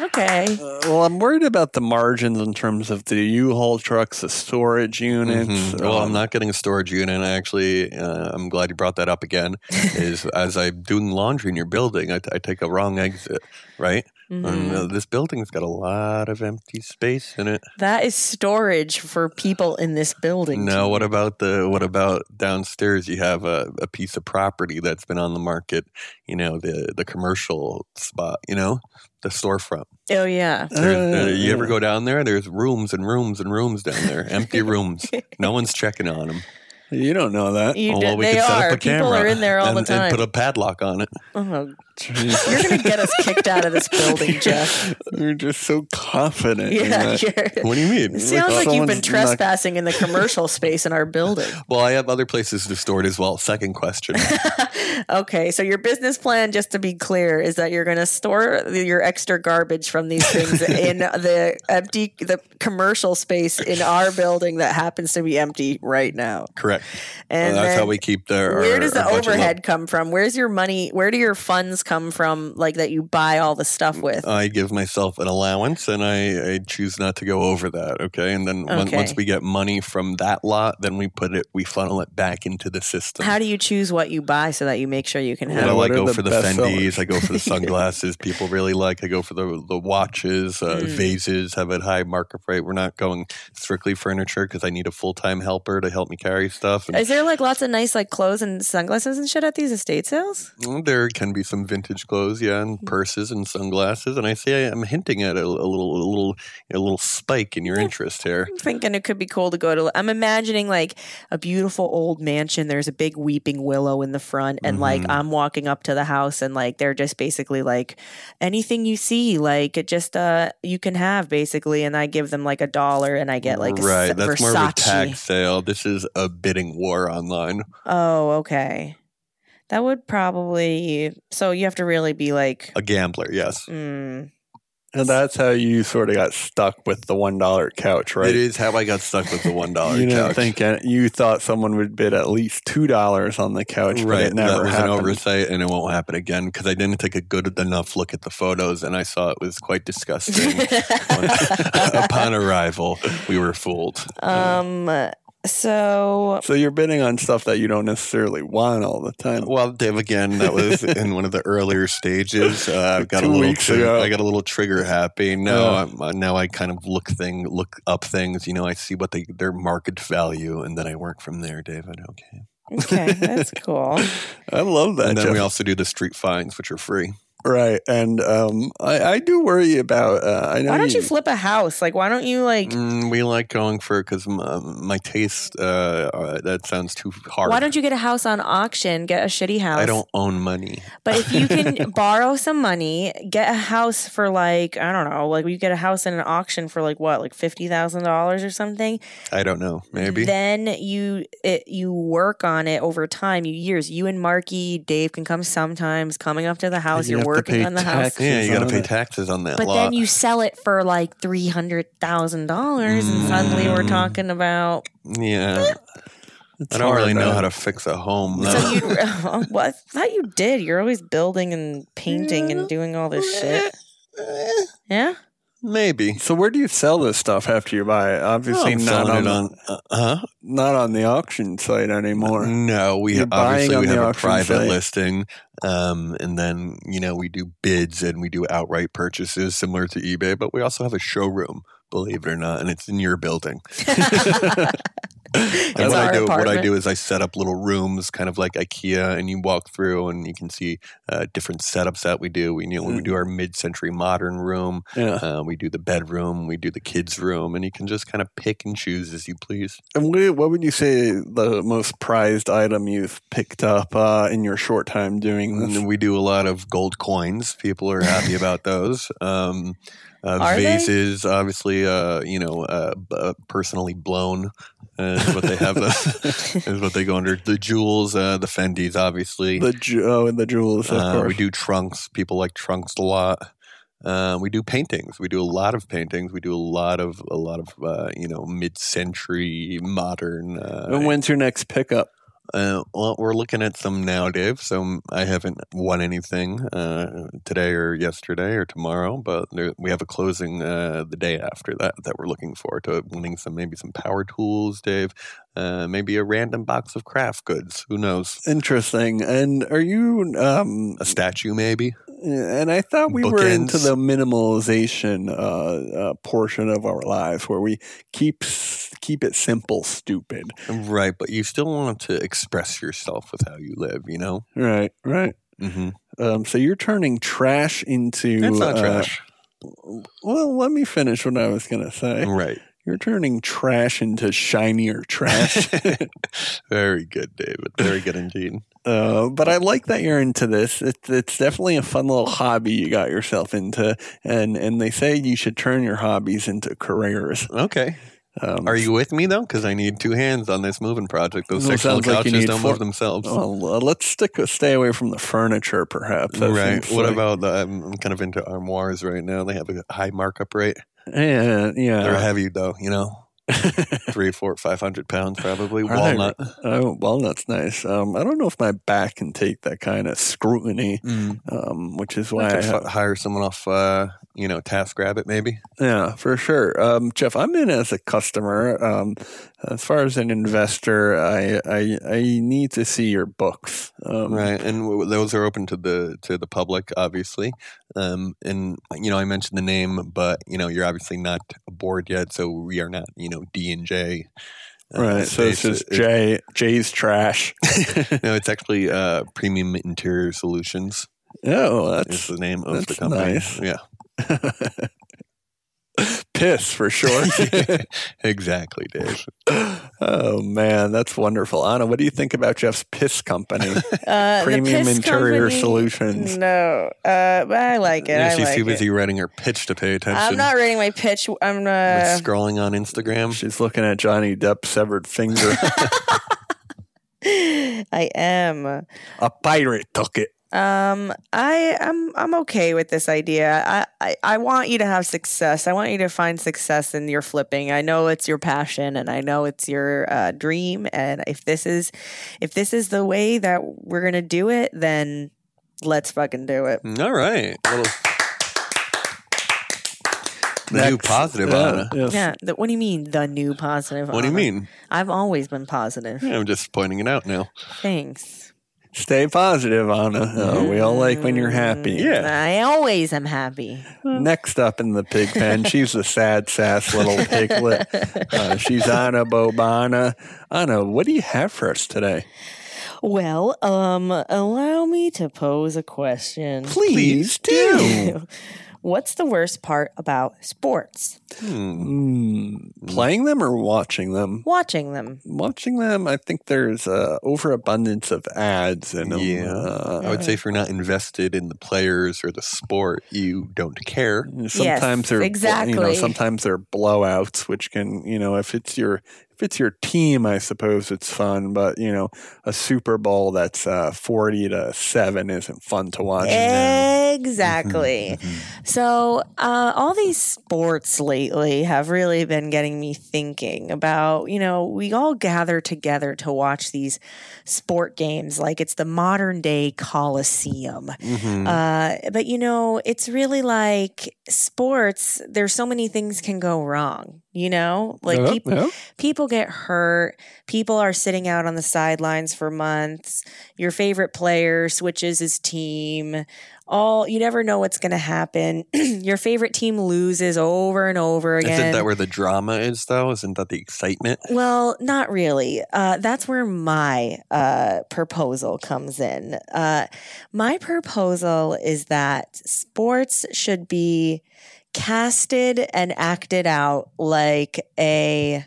[SPEAKER 5] Okay.
[SPEAKER 3] uh, well, I'm worried about the margins in terms of the U-Haul trucks, the storage units.
[SPEAKER 4] Mhm. Well, I'm
[SPEAKER 3] um,
[SPEAKER 4] not getting a storage unit. And actually, uh, I'm glad you brought that up again. is as I'm doing laundry in your building, I, I take a wrong exit, right? And,
[SPEAKER 5] Mhm.
[SPEAKER 3] Mm-hmm.
[SPEAKER 4] uh, this building's got a lot of empty space in it.
[SPEAKER 5] That is storage for people in this building.
[SPEAKER 4] Now, what about the what about downstairs? You have a, a piece of property that's been on the market. You know the the commercial spot. You know the storefront.
[SPEAKER 5] Oh yeah.
[SPEAKER 4] There's,
[SPEAKER 3] Uh,
[SPEAKER 4] uh, you ever
[SPEAKER 3] yeah.
[SPEAKER 4] go down there? There's rooms and rooms and rooms down there, empty rooms. No one's checking on them.
[SPEAKER 3] You don't know that.
[SPEAKER 5] You
[SPEAKER 4] Oh, well,
[SPEAKER 5] d-
[SPEAKER 4] we
[SPEAKER 5] they
[SPEAKER 4] could set
[SPEAKER 5] are.
[SPEAKER 4] up a camera.
[SPEAKER 5] People are in there all
[SPEAKER 4] and,
[SPEAKER 5] the time.
[SPEAKER 4] And put a padlock on it.
[SPEAKER 5] Oh,
[SPEAKER 3] Jeez.
[SPEAKER 5] you're gonna get us kicked out of this building, Jeff.
[SPEAKER 3] You're just so confident. in
[SPEAKER 5] Yeah.
[SPEAKER 3] that.
[SPEAKER 5] you're-
[SPEAKER 4] What do you mean?
[SPEAKER 5] It sounds like you've
[SPEAKER 3] someone's
[SPEAKER 5] been
[SPEAKER 3] knocked-
[SPEAKER 5] trespassing in the commercial space in our building.
[SPEAKER 4] well, I have other places to store it as well. Second question.
[SPEAKER 5] okay, so your business plan, just to be clear, is that you're going to store your extra garbage from these things in the empty, the commercial space in our building that happens to be empty right now.
[SPEAKER 4] Correct. Uh,
[SPEAKER 5] And
[SPEAKER 4] that's how
[SPEAKER 5] then
[SPEAKER 4] we keep their.
[SPEAKER 5] Where
[SPEAKER 4] our-
[SPEAKER 5] does the
[SPEAKER 4] our budget low.
[SPEAKER 5] overhead come from? Where's your money? Where do your funds come from? Like that you buy all the stuff with?
[SPEAKER 4] I give myself an allowance and I, I choose not to go over that. Okay. And then on-
[SPEAKER 5] Okay.
[SPEAKER 4] once we get money from that lot, then we put it, we funnel it back into the system.
[SPEAKER 5] how do you choose what you buy so that you make sure you can
[SPEAKER 4] you
[SPEAKER 5] have?
[SPEAKER 3] Yeah,
[SPEAKER 4] know, I
[SPEAKER 3] what are
[SPEAKER 4] go
[SPEAKER 3] the
[SPEAKER 4] for the
[SPEAKER 3] best
[SPEAKER 4] Fendi's.
[SPEAKER 3] sellers?
[SPEAKER 4] I go for the sunglasses people really like. I go for the the watches, uh,
[SPEAKER 3] Hmm.
[SPEAKER 5] Mm.
[SPEAKER 4] vases have a high market rate. We're not going strictly furniture because I need a full time helper to help me carry stuff. And
[SPEAKER 5] Is there like lots of nice like clothes and sunglasses and shit at these estate sales?
[SPEAKER 4] Well, mm, There can be some vintage clothes, yeah,
[SPEAKER 3] Hmm.
[SPEAKER 4] and purses and sunglasses. And I say I'm hinting at a, a little, a little, a little spike in your interest here.
[SPEAKER 5] I'm thinking it could be cool to go to. I'm imagining like a beautiful old mansion. There's a big weeping willow in the front, and like
[SPEAKER 4] Mhm.
[SPEAKER 5] I'm walking up to the house, and like they're just basically like anything you see, like it just uh you can have basically. And I give them like a dollar, and I get like a
[SPEAKER 4] right,
[SPEAKER 5] Sa-
[SPEAKER 4] that's more of a
[SPEAKER 5] Versace.
[SPEAKER 4] tag sale. This is a bidding war online.
[SPEAKER 5] oh, okay. That would probably. So you have to really be like.
[SPEAKER 4] A gambler, yes.
[SPEAKER 5] Mm,
[SPEAKER 3] And that's how you sort of got stuck with the one dollar couch, right?
[SPEAKER 4] It is how I got stuck with the one dollar.
[SPEAKER 3] you didn't
[SPEAKER 4] couch.
[SPEAKER 3] think it- you thought someone would bid at least two dollars on the couch, but
[SPEAKER 4] Right,
[SPEAKER 3] it never
[SPEAKER 4] that was
[SPEAKER 3] happened.
[SPEAKER 4] an oversight, and it won't happen again because I didn't take a good enough look at the photos, and I saw it was quite disgusting. Upon arrival, we were fooled.
[SPEAKER 5] um. So
[SPEAKER 3] so you're bidding on stuff that you don't necessarily want all the time.
[SPEAKER 4] Well, Dave, again, that was in one of the earlier stages. Uh, I've got a
[SPEAKER 3] Two
[SPEAKER 4] little,
[SPEAKER 3] weeks
[SPEAKER 4] trigger,
[SPEAKER 3] ago.
[SPEAKER 4] I got a little trigger happy. Now,
[SPEAKER 3] Yeah.
[SPEAKER 4] I'm, uh, now I kind of look thing, look up things. You know, I see what they their market value, and then I work from there, David. Okay.
[SPEAKER 5] okay, that's cool.
[SPEAKER 3] I love that.
[SPEAKER 4] And then we
[SPEAKER 3] Jeff.
[SPEAKER 4] also do the street finds, which are free.
[SPEAKER 3] right, and um, I, I do worry about. Uh, I know
[SPEAKER 5] Why don't you flip a house? Like, why don't you like?
[SPEAKER 4] Mm, we like going for because my, my taste. Uh, uh, that sounds too hard.
[SPEAKER 5] Why don't you get a house on auction? Get a shitty house.
[SPEAKER 4] I don't own money.
[SPEAKER 5] But if you can borrow some money, get a house for like I don't know, like you get a house in an auction for like what, like fifty thousand dollars or something.
[SPEAKER 4] I don't know. Maybe.
[SPEAKER 5] Then you it, you work on it over time, you years. You and Marky, Dave can come sometimes. Coming up to the house,
[SPEAKER 3] you
[SPEAKER 5] you are
[SPEAKER 3] have to
[SPEAKER 5] working
[SPEAKER 3] pay
[SPEAKER 5] on the house.
[SPEAKER 3] tax.
[SPEAKER 4] yeah, you got to
[SPEAKER 3] on
[SPEAKER 4] pay
[SPEAKER 3] it.
[SPEAKER 4] taxes on that
[SPEAKER 5] But
[SPEAKER 4] lot.
[SPEAKER 5] then you sell it for like three hundred thousand dollars, and suddenly we're
[SPEAKER 4] Mm.
[SPEAKER 5] talking about
[SPEAKER 4] yeah.
[SPEAKER 3] It's
[SPEAKER 4] I don't
[SPEAKER 3] hard,
[SPEAKER 4] really know
[SPEAKER 3] man.
[SPEAKER 4] how to fix a home.
[SPEAKER 5] So
[SPEAKER 4] though.
[SPEAKER 5] you, well, I thought you did. You're always building and painting and doing all this shit.
[SPEAKER 4] Eh,
[SPEAKER 5] Yeah.
[SPEAKER 4] Maybe.
[SPEAKER 3] So where do you sell this stuff after you buy it? Obviously
[SPEAKER 4] I'm
[SPEAKER 3] not
[SPEAKER 4] selling
[SPEAKER 3] on,
[SPEAKER 4] it on uh, huh?
[SPEAKER 3] not on the auction site anymore.
[SPEAKER 4] No, we
[SPEAKER 3] You're buying
[SPEAKER 4] obviously
[SPEAKER 3] on
[SPEAKER 4] we
[SPEAKER 3] the
[SPEAKER 4] have a
[SPEAKER 3] auction
[SPEAKER 4] private
[SPEAKER 3] site.
[SPEAKER 4] listing, um, and then you know we do bids and we do outright purchases similar to eBay, but we also have a showroom, believe it or not, and it's in your building. And
[SPEAKER 5] It's
[SPEAKER 4] what
[SPEAKER 5] our
[SPEAKER 4] I do, what I
[SPEAKER 5] apartment.
[SPEAKER 4] do is I set up little rooms, kind of like IKEA, and you walk through and you can see uh, different setups that we do. We you know we
[SPEAKER 3] Mhm.
[SPEAKER 4] do our mid-century modern room,
[SPEAKER 3] Yeah.
[SPEAKER 4] uh, we do the bedroom, we do the kids' room, and you can just kind of pick and choose as you please.
[SPEAKER 3] And what, what would you say the most prized item you've picked up uh, in your short time doing this?
[SPEAKER 4] And we do a lot of gold coins. People are happy about those. Um, uh,
[SPEAKER 5] Are they?
[SPEAKER 4] vases, obviously, uh, you know, uh, b- uh, personally blown uh, is what they have. those- is what they go under. The jewels, uh, the Fendi's, obviously.
[SPEAKER 3] The ju- oh, and the jewels, of
[SPEAKER 4] Uh,
[SPEAKER 3] course.
[SPEAKER 4] we do trunks. People like trunks a lot. Uh, we do paintings. We do a lot of paintings. We do a lot of a lot of uh, you know mid-century modern. Uh,
[SPEAKER 3] and when's your next pickup?
[SPEAKER 4] uh, well, we're looking at some now, Dave. So um, I haven't won anything uh, today or yesterday or tomorrow, but there, we have a closing uh, the day after that that we're looking forward to winning some maybe some power tools, Dave. Uh, maybe a random box of craft goods. Who knows?
[SPEAKER 3] Interesting. And are you? Um,
[SPEAKER 4] A statue, maybe.
[SPEAKER 3] and I thought we were into
[SPEAKER 4] Bookends.
[SPEAKER 3] the minimalization uh, uh, portion of our lives where we keep s- keep it simple, stupid.
[SPEAKER 4] Right, but you still want to express yourself with how you live. You know.
[SPEAKER 3] Right. Right.
[SPEAKER 4] Mm-hmm.
[SPEAKER 3] Um, so you're turning trash into.
[SPEAKER 4] That's not
[SPEAKER 3] uh,
[SPEAKER 4] trash.
[SPEAKER 3] Well, let me finish what I was going to say.
[SPEAKER 4] Right.
[SPEAKER 3] You're turning trash into shinier trash.
[SPEAKER 4] Very good, David. Very good indeed.
[SPEAKER 3] Uh, but I like that you're into this. It's it's definitely a fun little hobby you got yourself into, and and they say you should turn your hobbies into careers.
[SPEAKER 4] Okay.
[SPEAKER 3] Um,
[SPEAKER 4] Are you with me though? Because I need two hands on this moving project. Those
[SPEAKER 3] Well,
[SPEAKER 4] sectional
[SPEAKER 3] sounds like you
[SPEAKER 4] couches
[SPEAKER 3] need
[SPEAKER 4] don't
[SPEAKER 3] four-
[SPEAKER 4] move themselves.
[SPEAKER 3] Well, uh, let's stick with, stay away from the furniture, perhaps. That
[SPEAKER 4] right.
[SPEAKER 3] seems
[SPEAKER 4] What
[SPEAKER 3] like-
[SPEAKER 4] about the? I'm I'm kind of into armoires right now. They have a high markup rate.
[SPEAKER 3] Yeah,
[SPEAKER 4] They're
[SPEAKER 3] yeah.
[SPEAKER 4] heavy though. You know, three, four, five hundred pounds probably.
[SPEAKER 3] Are they-
[SPEAKER 4] Walnut.
[SPEAKER 3] Oh, walnut's nice. Um, I don't know if my back can take that kind of scrutiny, um, which is why
[SPEAKER 4] I
[SPEAKER 3] I,
[SPEAKER 4] could
[SPEAKER 3] have
[SPEAKER 4] fi- hire someone off, uh, you know, Task Rabbit maybe.
[SPEAKER 3] Yeah, for sure. Um, Jeff, I'm in as a customer. Um, as far as an investor, I I, I need to see your books. Um,
[SPEAKER 4] right and w- those are open to the to the public obviously um and you know i mentioned the name but you know you're obviously not aboard yet so we are not you know d and j uh,
[SPEAKER 3] Right. So it's
[SPEAKER 4] space.
[SPEAKER 3] just
[SPEAKER 4] It-
[SPEAKER 3] Jay Jay's trash.
[SPEAKER 4] no it's actually uh premium interior solutions
[SPEAKER 3] oh,
[SPEAKER 4] is
[SPEAKER 3] that's
[SPEAKER 4] the name of the
[SPEAKER 3] that's
[SPEAKER 4] company
[SPEAKER 3] nice.
[SPEAKER 4] yeah
[SPEAKER 3] piss for sure.
[SPEAKER 4] exactly dave
[SPEAKER 3] oh man, that's wonderful. Anna, what do you think about Jeff's piss company?
[SPEAKER 5] Uh, the
[SPEAKER 3] Premium
[SPEAKER 5] piss
[SPEAKER 3] Interior
[SPEAKER 5] company-
[SPEAKER 3] Solutions.
[SPEAKER 5] No, uh, but I like it.
[SPEAKER 4] yeah,
[SPEAKER 5] I
[SPEAKER 4] she's
[SPEAKER 5] like
[SPEAKER 4] too
[SPEAKER 5] it.
[SPEAKER 4] busy writing her pitch to pay attention
[SPEAKER 5] I'm not reading my pitch. I'm
[SPEAKER 4] With
[SPEAKER 5] uh,
[SPEAKER 4] scrolling on instagram
[SPEAKER 3] She's looking at Johnny Depp's severed finger.
[SPEAKER 5] I am.
[SPEAKER 3] A pirate took it.
[SPEAKER 5] Um, I I'm I'm okay with this idea. I, I I want you to have success. I want you to find success in your flipping. I know it's your passion, and I know it's your uh, dream. And if this is, if this is the way that we're gonna do it, then let's fucking do it.
[SPEAKER 4] all right little the new
[SPEAKER 3] Next.
[SPEAKER 4] positive
[SPEAKER 3] Yeah,
[SPEAKER 4] Anna.
[SPEAKER 3] yes.
[SPEAKER 5] Yeah. The, what do you mean the new positive?
[SPEAKER 4] what do
[SPEAKER 3] Uh-huh.
[SPEAKER 4] you
[SPEAKER 5] Anna?
[SPEAKER 4] mean
[SPEAKER 5] I've always been positive.
[SPEAKER 4] Yeah, I'm just pointing it out now.
[SPEAKER 5] Thanks.
[SPEAKER 3] Stay positive, Anna. Oh, we all like when you're happy.
[SPEAKER 4] Mm,
[SPEAKER 5] I always am happy.
[SPEAKER 3] Next up in the pig pen, she's a sad sass little piglet. Uh, she's Anna Bobana. Anna, what do you have for us today?
[SPEAKER 5] Well, um, allow me to pose a question.
[SPEAKER 3] Please do.
[SPEAKER 5] What's the worst part about sports?
[SPEAKER 4] Hmm.
[SPEAKER 3] Mm, playing them or watching them?
[SPEAKER 5] Watching them.
[SPEAKER 3] Watching them, I think there's uh, overabundance of ads in them.
[SPEAKER 4] Yeah.
[SPEAKER 3] Uh,
[SPEAKER 4] I would say if you're not invested in the players or the sport, you don't care.
[SPEAKER 3] Sometimes they're you know,
[SPEAKER 5] exactly.
[SPEAKER 3] sometimes they're blowouts, which can you know if it's your if if it's your team, I suppose it's fun, but you know, a Super Bowl that's uh, 40 to 7 isn't fun to watch.
[SPEAKER 5] Exactly. So, uh, all these sports lately have really been getting me thinking about, you know, we all gather together to watch these sport games like it's the modern day Coliseum.
[SPEAKER 4] Mhm.
[SPEAKER 5] Uh, but, you know, it's really like sports, there's so many things can go wrong, you know? Like
[SPEAKER 4] Yeah,
[SPEAKER 5] peop-
[SPEAKER 4] Oh, yeah.
[SPEAKER 5] people get hurt, people are sitting out on the sidelines for months. Your favorite player switches his team. All you never know what's going to happen. Your favorite team loses over and over again.
[SPEAKER 4] Isn't that where the drama is, though? Isn't that the excitement?
[SPEAKER 5] Well, not really. Uh, that's where my uh, proposal comes in. Uh, my proposal is that sports should be casted and acted out like a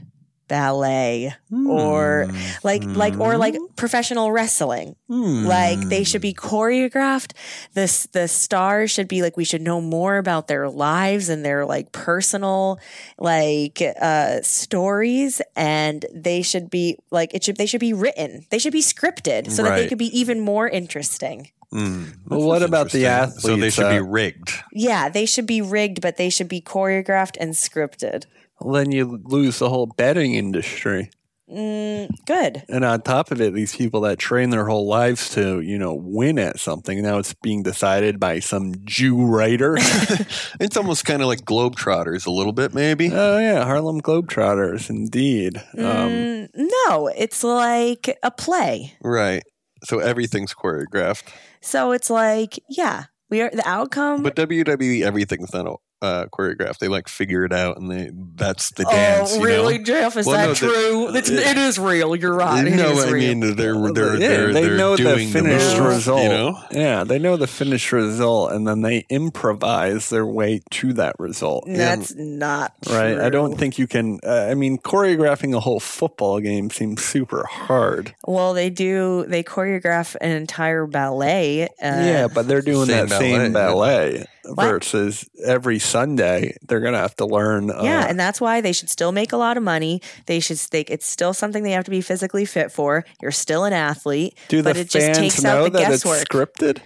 [SPEAKER 5] ballet
[SPEAKER 3] Hmm.
[SPEAKER 5] Or, like like or like professional wrestling
[SPEAKER 4] Hmm.
[SPEAKER 5] like they should be choreographed this the stars should be like we should know more about their lives and their like personal like uh stories and they should be like it should they should be written they should be scripted so that they
[SPEAKER 4] Right.
[SPEAKER 5] could be even more interesting
[SPEAKER 4] Hmm.
[SPEAKER 3] Well,
[SPEAKER 4] This
[SPEAKER 3] what
[SPEAKER 4] is
[SPEAKER 3] about the
[SPEAKER 4] interesting. So they
[SPEAKER 3] athletes,
[SPEAKER 4] should be
[SPEAKER 3] uh,
[SPEAKER 4] rigged.
[SPEAKER 5] yeah they should be rigged but they should be choreographed and scripted
[SPEAKER 3] Well, then you lose the whole betting industry.
[SPEAKER 5] mm, good
[SPEAKER 3] And on top of it, these people that train their whole lives to, you know, win at something, now it's being decided by some Jew writer.
[SPEAKER 4] It's almost kind of like Globetrotters a little bit, maybe.
[SPEAKER 3] oh, yeah, Harlem Globetrotters, indeed. Um,
[SPEAKER 5] Mm, no it's like a play
[SPEAKER 4] Right. So everything's choreographed.
[SPEAKER 5] So it's like, yeah, we are the
[SPEAKER 3] Um,
[SPEAKER 5] outcome.
[SPEAKER 4] But WWE, everything's not uh, choreographed. They like figure it out and they that's
[SPEAKER 3] Oh,
[SPEAKER 4] the dance. you know?
[SPEAKER 5] Oh, Jeff? Is
[SPEAKER 4] Well, no, the-
[SPEAKER 3] uh,
[SPEAKER 4] it-
[SPEAKER 5] is real. You're It
[SPEAKER 4] no,
[SPEAKER 5] is
[SPEAKER 4] I
[SPEAKER 5] real.
[SPEAKER 4] mean they're they're
[SPEAKER 3] Yeah,
[SPEAKER 4] they're,
[SPEAKER 3] they
[SPEAKER 4] they're
[SPEAKER 3] know the
[SPEAKER 4] doing
[SPEAKER 3] finished
[SPEAKER 4] move,
[SPEAKER 3] result.
[SPEAKER 4] You know,
[SPEAKER 3] yeah, they know the finished result and then they improvise their way to that result.
[SPEAKER 5] that's not
[SPEAKER 3] Right. I don't
[SPEAKER 5] true.
[SPEAKER 3] think you can. Uh, I mean, choreographing a whole football game seems super hard.
[SPEAKER 5] Well, they do. They choreograph an entire ballet. Uh,
[SPEAKER 3] yeah, but they're doing
[SPEAKER 4] Same
[SPEAKER 3] that same ballet
[SPEAKER 5] What?
[SPEAKER 3] versus every Sunday they're gonna have to learn. Uh,
[SPEAKER 5] Yeah, and that's why they should still make a lot of money. They should think it's still something they have to be physically fit for. You're still an athlete,
[SPEAKER 3] do the
[SPEAKER 5] but it just
[SPEAKER 3] fans
[SPEAKER 5] takes
[SPEAKER 3] know
[SPEAKER 5] out the
[SPEAKER 3] that it's
[SPEAKER 5] guesswork.
[SPEAKER 3] scripted?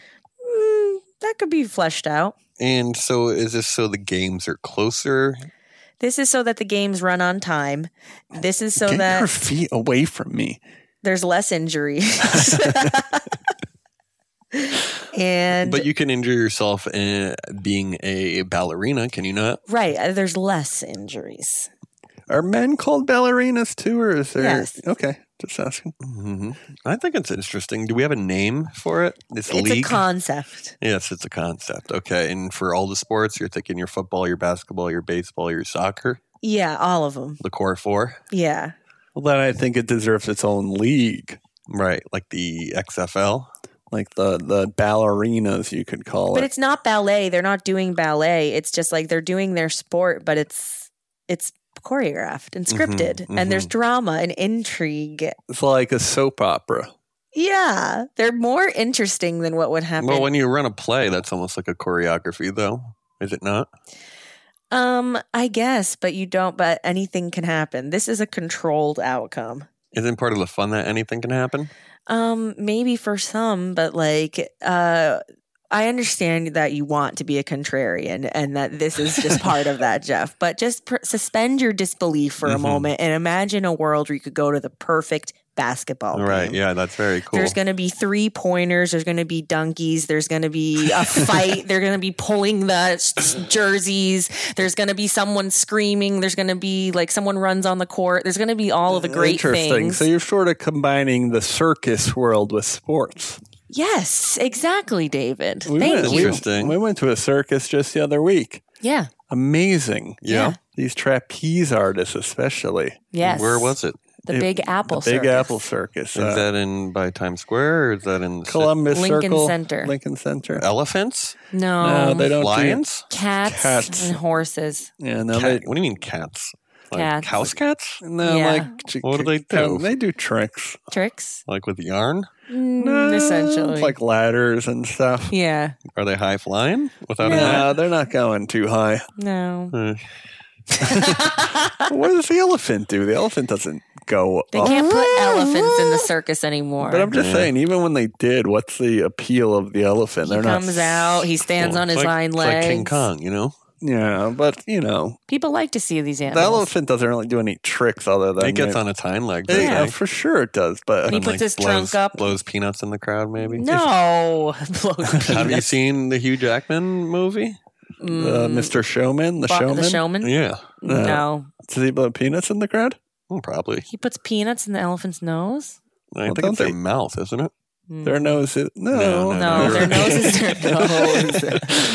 [SPEAKER 5] Mm, that could be fleshed out.
[SPEAKER 4] and so is this so the games are closer?
[SPEAKER 5] This is so that the games run on time. This is so
[SPEAKER 3] Get
[SPEAKER 5] that
[SPEAKER 3] your feet away from me.
[SPEAKER 5] there's less injury. and
[SPEAKER 4] But you can injure yourself in being a ballerina, can you not?
[SPEAKER 5] right, uh, there's less injuries.
[SPEAKER 3] Are men called ballerinas too, or is there?
[SPEAKER 5] Yes.
[SPEAKER 3] Okay, just asking.
[SPEAKER 4] hmm I think it's interesting. Do we have a name for it? This
[SPEAKER 5] It's
[SPEAKER 4] league.
[SPEAKER 5] a concept.
[SPEAKER 4] Yes, it's a concept. Okay, and for all the sports, you're thinking your football, your basketball, your baseball, your soccer,
[SPEAKER 5] Yeah, all of them.
[SPEAKER 4] the core four,
[SPEAKER 5] Yeah.
[SPEAKER 3] Well, then I think it deserves its own league,
[SPEAKER 4] right? Like the XFL.
[SPEAKER 3] like the the ballerinas you could call
[SPEAKER 5] But
[SPEAKER 3] it.
[SPEAKER 5] it's not ballet. They're not doing ballet. It's just like they're doing their sport, but it's it's choreographed and
[SPEAKER 4] Mhm,
[SPEAKER 5] scripted and there's
[SPEAKER 4] mhm.
[SPEAKER 5] drama and intrigue.
[SPEAKER 3] it's like a soap opera.
[SPEAKER 5] Yeah, they're more interesting than what would happen.
[SPEAKER 4] Well, when you run a play, that's almost like a choreography, though, is it not?
[SPEAKER 5] um, I guess, but you don't but anything can happen. This is a controlled outcome.
[SPEAKER 4] Isn't part of the fun that anything can happen?
[SPEAKER 5] Um, maybe for some, but like, uh, I understand that you want to be a contrarian and that this is just part of that, Jeff. But just pr- suspend your disbelief for a
[SPEAKER 4] Mhm.
[SPEAKER 5] moment and imagine a world where you could go to the perfect basketball.
[SPEAKER 4] Right?
[SPEAKER 5] game.
[SPEAKER 4] Yeah, that's very cool.
[SPEAKER 5] There's going to be three pointers. There's going to be donkeys. There's going to be a fight. They're going to be pulling the s- jerseys. There's going to be someone screaming. There's going to be like someone runs on the court. There's going to be all of the great
[SPEAKER 3] Interesting.
[SPEAKER 5] things.
[SPEAKER 3] So you're sort of combining the circus world with sports.
[SPEAKER 5] Yes, exactly, David.
[SPEAKER 3] went,
[SPEAKER 5] Thank
[SPEAKER 3] we-
[SPEAKER 5] you.
[SPEAKER 4] Interesting.
[SPEAKER 3] We, went to a circus just the other week.
[SPEAKER 5] Yeah.
[SPEAKER 3] Amazing.
[SPEAKER 5] Yeah.
[SPEAKER 3] These trapeze artists, especially
[SPEAKER 5] Yes.
[SPEAKER 4] Where was it?
[SPEAKER 5] the
[SPEAKER 3] it-
[SPEAKER 5] Big Apple?
[SPEAKER 3] the Big
[SPEAKER 5] Circus.
[SPEAKER 3] Apple Circus,
[SPEAKER 4] Is
[SPEAKER 3] uh,
[SPEAKER 4] that in by Times Square or is that in the city?
[SPEAKER 3] Columbus
[SPEAKER 5] Lincoln
[SPEAKER 3] Circle,
[SPEAKER 5] Center.
[SPEAKER 3] Lincoln Center.
[SPEAKER 4] elephants,
[SPEAKER 5] No.
[SPEAKER 3] no, they don't. do-
[SPEAKER 4] lions?
[SPEAKER 5] Cats,
[SPEAKER 3] Cats.
[SPEAKER 5] and horses.
[SPEAKER 3] yeah, no,
[SPEAKER 4] Cat-
[SPEAKER 3] they.
[SPEAKER 4] what do you mean cats? Like
[SPEAKER 5] Cats.
[SPEAKER 4] house cats?
[SPEAKER 3] No,
[SPEAKER 5] Yeah.
[SPEAKER 3] like ch-
[SPEAKER 4] What do they do?
[SPEAKER 3] They do tricks,
[SPEAKER 5] Tricks.
[SPEAKER 4] Like with yarn?
[SPEAKER 5] Mm,
[SPEAKER 3] No,
[SPEAKER 5] essentially.
[SPEAKER 3] it's like ladders and stuff.
[SPEAKER 5] yeah.
[SPEAKER 4] Are they high flying without a
[SPEAKER 3] No,
[SPEAKER 4] hat?
[SPEAKER 3] they're not going too high.
[SPEAKER 5] No.
[SPEAKER 4] Uh,
[SPEAKER 3] what does the elephant do? The elephant doesn't go
[SPEAKER 5] They
[SPEAKER 3] up.
[SPEAKER 5] can't put elephants in the circus anymore.
[SPEAKER 3] Oh. But I'm just
[SPEAKER 4] Yeah.
[SPEAKER 3] saying, even when they did, what's the appeal of the elephant?
[SPEAKER 5] he
[SPEAKER 3] They're not.
[SPEAKER 5] comes out. Oh, He stands
[SPEAKER 4] Well,
[SPEAKER 5] on
[SPEAKER 4] it's
[SPEAKER 5] his
[SPEAKER 4] like-
[SPEAKER 5] hind
[SPEAKER 4] it's like
[SPEAKER 5] legs.
[SPEAKER 4] King Kong, you know?
[SPEAKER 3] Yeah, but you know,
[SPEAKER 5] People like to see these
[SPEAKER 3] the
[SPEAKER 5] animals.
[SPEAKER 3] elephant doesn't really do any tricks other than
[SPEAKER 4] it gets
[SPEAKER 3] maybe-
[SPEAKER 4] on its hind legs.
[SPEAKER 3] Yeah,
[SPEAKER 4] doesn't it?
[SPEAKER 3] for sure it does. But um,
[SPEAKER 5] He
[SPEAKER 4] And,
[SPEAKER 5] puts his trunk
[SPEAKER 4] blows-
[SPEAKER 5] up.
[SPEAKER 4] Blows peanuts in the crowd, maybe?
[SPEAKER 5] No, blows
[SPEAKER 4] Have you
[SPEAKER 5] peanuts.
[SPEAKER 4] seen the Hugh Jackman movie?
[SPEAKER 3] uh,
[SPEAKER 5] Mm,
[SPEAKER 3] Mr. Showman, the
[SPEAKER 5] Bo-
[SPEAKER 3] showman,
[SPEAKER 5] The showman?
[SPEAKER 4] Yeah.
[SPEAKER 5] No,
[SPEAKER 3] does he blow peanuts in the crowd?
[SPEAKER 4] Well, probably.
[SPEAKER 5] he puts peanuts in the elephant's nose.
[SPEAKER 4] I
[SPEAKER 3] Well,
[SPEAKER 4] think
[SPEAKER 3] don't
[SPEAKER 4] it's their
[SPEAKER 3] they-
[SPEAKER 4] mouth, isn't it?
[SPEAKER 5] Mm.
[SPEAKER 3] Their nose is no, Oh,
[SPEAKER 4] No, no,
[SPEAKER 5] no,
[SPEAKER 4] their
[SPEAKER 5] nose is their
[SPEAKER 3] nose.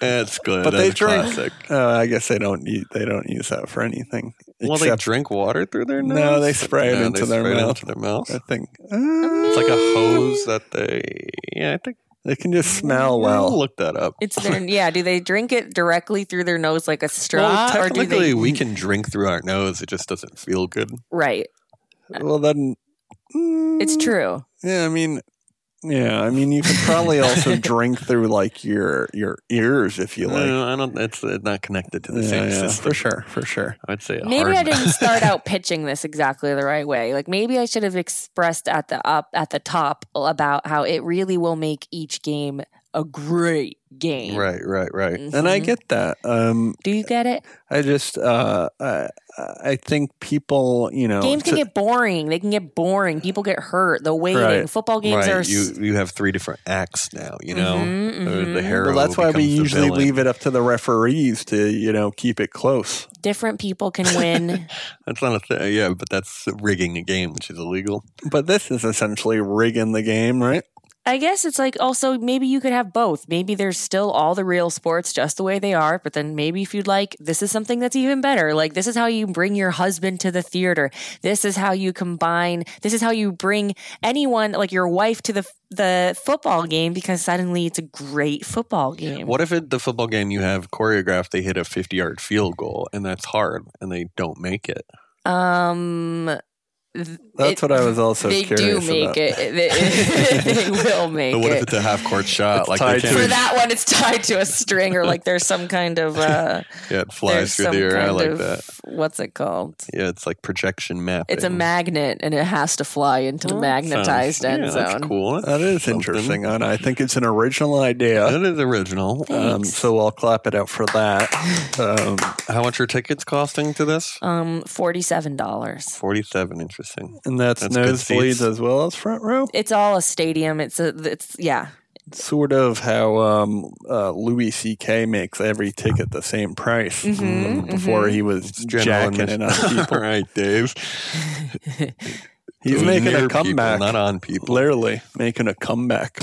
[SPEAKER 4] It's good.
[SPEAKER 3] but they
[SPEAKER 4] That's
[SPEAKER 3] drink.
[SPEAKER 4] classic.
[SPEAKER 3] Oh, I guess they don't need. They don't use that for anything.
[SPEAKER 4] Well, they
[SPEAKER 3] except
[SPEAKER 4] drink water through their
[SPEAKER 3] No,
[SPEAKER 4] nose.
[SPEAKER 3] they spray it
[SPEAKER 4] No,
[SPEAKER 3] into
[SPEAKER 4] they
[SPEAKER 3] their
[SPEAKER 4] spray it
[SPEAKER 3] mouth.
[SPEAKER 4] into their mouth.
[SPEAKER 3] I think
[SPEAKER 4] It's
[SPEAKER 3] uh,
[SPEAKER 4] like a hose that they. Yeah, I think.
[SPEAKER 3] they can just smell
[SPEAKER 4] I'll
[SPEAKER 3] well.
[SPEAKER 4] look that up.
[SPEAKER 5] It's their yeah. Do they drink it directly through their nose like a straw,
[SPEAKER 4] Well,
[SPEAKER 5] or do
[SPEAKER 4] technically,
[SPEAKER 5] they?
[SPEAKER 4] we can drink through our nose. It just doesn't feel good.
[SPEAKER 5] Right,
[SPEAKER 3] uh, Well, then
[SPEAKER 5] it's
[SPEAKER 3] mm,
[SPEAKER 5] true.
[SPEAKER 3] Yeah, I mean, yeah, I mean, you could probably also drink through like your your ears if you like.
[SPEAKER 4] No, I don't. It's it's not connected to the
[SPEAKER 3] Mm, Yeah,
[SPEAKER 4] same
[SPEAKER 3] yeah,
[SPEAKER 4] system.
[SPEAKER 3] for sure, for sure.
[SPEAKER 4] I'd say a
[SPEAKER 5] Maybe
[SPEAKER 4] hard
[SPEAKER 5] I
[SPEAKER 4] no.
[SPEAKER 5] didn't start out pitching this exactly the right way. Like maybe I should have expressed at the up at the top about how it really will make each game a great game.
[SPEAKER 4] Right, right, right.
[SPEAKER 3] And I
[SPEAKER 5] Mhm.
[SPEAKER 3] get that. Um,
[SPEAKER 5] Do you get it?
[SPEAKER 3] I just, uh, I, I think people, you know,
[SPEAKER 5] Games can
[SPEAKER 3] to-
[SPEAKER 5] get boring. They can get boring. People get hurt. The waiting.
[SPEAKER 3] Right.
[SPEAKER 5] Football games
[SPEAKER 4] right.
[SPEAKER 5] are. s-
[SPEAKER 4] you you have three different acts now. You know,
[SPEAKER 5] Mhm,
[SPEAKER 4] Uh, the
[SPEAKER 5] mhm.
[SPEAKER 4] hero.
[SPEAKER 3] well, that's why we
[SPEAKER 4] becomes the
[SPEAKER 3] usually
[SPEAKER 4] villain.
[SPEAKER 3] leave it up to the referees to, you know, keep it close.
[SPEAKER 5] different people can win.
[SPEAKER 4] That's not a thing. Yeah, but that's rigging a game, which is illegal.
[SPEAKER 3] But this is essentially rigging the game, right?
[SPEAKER 5] I guess it's like also maybe you could have both. Maybe there's still all the real sports just the way they are, but then maybe if you'd like, this is something that's even better. Like this is how you bring your husband to the theater. This is how you combine. This is how you bring anyone like your wife to the the football game because suddenly it's a great football game.
[SPEAKER 4] What if at the football game you have choreographed? They hit a fifty-yard field goal, and that's hard, and they don't make it.
[SPEAKER 5] Um th-
[SPEAKER 3] That's
[SPEAKER 5] it-
[SPEAKER 3] what I was also
[SPEAKER 5] They do
[SPEAKER 3] curious
[SPEAKER 5] make
[SPEAKER 3] about.
[SPEAKER 5] it. They, they will make
[SPEAKER 4] But what
[SPEAKER 5] it.
[SPEAKER 4] if it's a half-court shot?
[SPEAKER 3] It's
[SPEAKER 4] like
[SPEAKER 3] tied to
[SPEAKER 4] they
[SPEAKER 5] for
[SPEAKER 3] a-
[SPEAKER 4] can't,
[SPEAKER 5] that one, it's tied to a string or like there's some kind of uh,
[SPEAKER 4] yeah, it
[SPEAKER 5] there's
[SPEAKER 4] flies through
[SPEAKER 5] some
[SPEAKER 4] the air. I
[SPEAKER 5] kind
[SPEAKER 4] like
[SPEAKER 5] of-
[SPEAKER 4] that.
[SPEAKER 5] What's it called?
[SPEAKER 4] Yeah, it's like projection map.
[SPEAKER 5] It's a magnet and it has to fly into the magnetized end zone.
[SPEAKER 4] That's cool.
[SPEAKER 3] That is
[SPEAKER 4] Something.
[SPEAKER 3] interesting, and I think it's an original idea.
[SPEAKER 4] That is original.
[SPEAKER 3] Um,
[SPEAKER 5] Thanks.
[SPEAKER 3] so I'll clap it out for that. Um,
[SPEAKER 4] How much are tickets costing to this?
[SPEAKER 5] Um, forty-seven dollars.
[SPEAKER 4] Forty-seven. Interesting.
[SPEAKER 3] and that's,
[SPEAKER 4] That's good
[SPEAKER 3] nosebleeds
[SPEAKER 4] seats.
[SPEAKER 3] as well as front row.
[SPEAKER 5] It's all a stadium. It's a. It's yeah.
[SPEAKER 3] Sort of how um, uh, Louis C.K. makes every ticket the same price Um,
[SPEAKER 5] Mhm,
[SPEAKER 3] before
[SPEAKER 5] mhm.
[SPEAKER 3] he was
[SPEAKER 4] General
[SPEAKER 3] jacking it
[SPEAKER 4] admission.
[SPEAKER 3] up
[SPEAKER 4] All
[SPEAKER 3] people.
[SPEAKER 4] right, Dave.
[SPEAKER 3] He's
[SPEAKER 4] Those
[SPEAKER 3] making
[SPEAKER 4] near
[SPEAKER 3] a
[SPEAKER 4] people,
[SPEAKER 3] comeback.
[SPEAKER 4] not on people.
[SPEAKER 3] Literally making a comeback.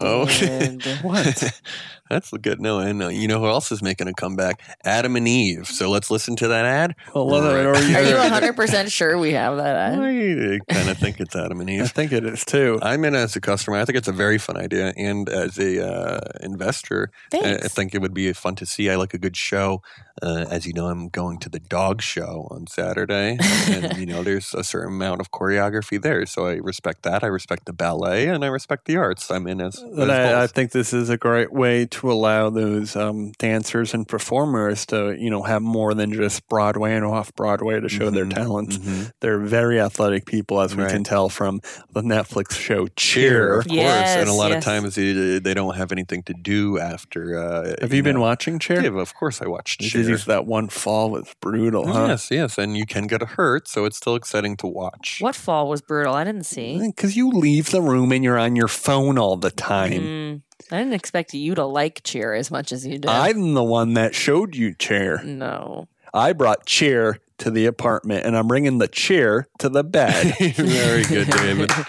[SPEAKER 4] Oh,
[SPEAKER 5] And-
[SPEAKER 4] what? That's good. No, and uh, you know who else is making a comeback? Adam and Eve. So let's listen to that ad.
[SPEAKER 3] Oh, Well, whether it
[SPEAKER 4] Right.
[SPEAKER 3] already-
[SPEAKER 5] Are you hundred percent sure we have that? ad?
[SPEAKER 4] I kind of think it's Adam and
[SPEAKER 3] I
[SPEAKER 4] Eve.
[SPEAKER 3] think it is too.
[SPEAKER 4] I'm in as a customer. I think it's a very fun idea, and as a uh, investor, I, I
[SPEAKER 5] Thanks.
[SPEAKER 4] think it would be fun to see. I like a good show. Uh, as you know, I'm going to the dog show on Saturday, and you know, there's a certain amount of choreography there, so I respect that. I respect the ballet, and I respect the arts. I'm in as, as
[SPEAKER 3] And I, I
[SPEAKER 4] both.
[SPEAKER 3] think this is a great way to allow those um, dancers and performers to, you know, have more than just Broadway and off Broadway to show their
[SPEAKER 4] Mhm,
[SPEAKER 3] talents.
[SPEAKER 4] mhm.
[SPEAKER 3] They're very athletic people, as we
[SPEAKER 4] Right.
[SPEAKER 3] can tell from the Netflix show
[SPEAKER 4] Cheer,
[SPEAKER 3] Cheer.
[SPEAKER 4] of course,
[SPEAKER 5] Yes,
[SPEAKER 4] and a lot
[SPEAKER 5] yes.
[SPEAKER 4] of times they, they don't have anything to do after. Uh,
[SPEAKER 3] Have you been
[SPEAKER 4] know.
[SPEAKER 3] watching Cheer?
[SPEAKER 4] Yeah, of course, I watched.
[SPEAKER 3] This
[SPEAKER 4] Cheer. Oh,
[SPEAKER 3] is that one fall was brutal, huh?
[SPEAKER 4] Yes, yes, and you can get hurt, so it's still exciting to watch.
[SPEAKER 5] What fall was brutal? I didn't see.
[SPEAKER 3] Because you leave the room and you're on your phone all the time.
[SPEAKER 5] Mm, I didn't expect you to like cheer as much as you did.
[SPEAKER 3] I'm the one that showed you Cheer.
[SPEAKER 5] no.
[SPEAKER 3] I brought Cheer to the apartment and I'm bringing the chair to the bed.
[SPEAKER 4] Very good, David.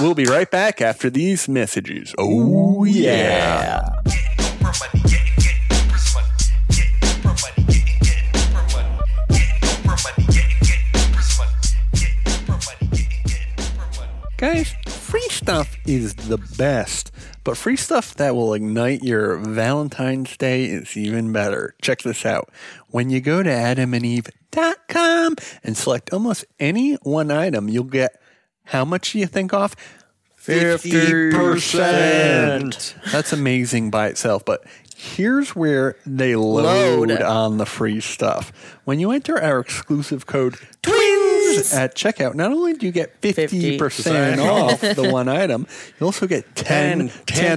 [SPEAKER 3] We'll be right back after these messages. Oh, yeah. Guys, free stuff is the best, but free stuff that will ignite your Valentine's Day is even better. Check this out. When you go to adamandeve.com and select almost any one item, you'll get how much do you think off? 50%. That's amazing by itself, but
[SPEAKER 4] Here's where they load,
[SPEAKER 5] Load.
[SPEAKER 4] on the free stuff. When you enter our exclusive code TWINS at checkout, not only do you get 50%
[SPEAKER 5] 50%
[SPEAKER 4] off the one item, you also get 10
[SPEAKER 3] 10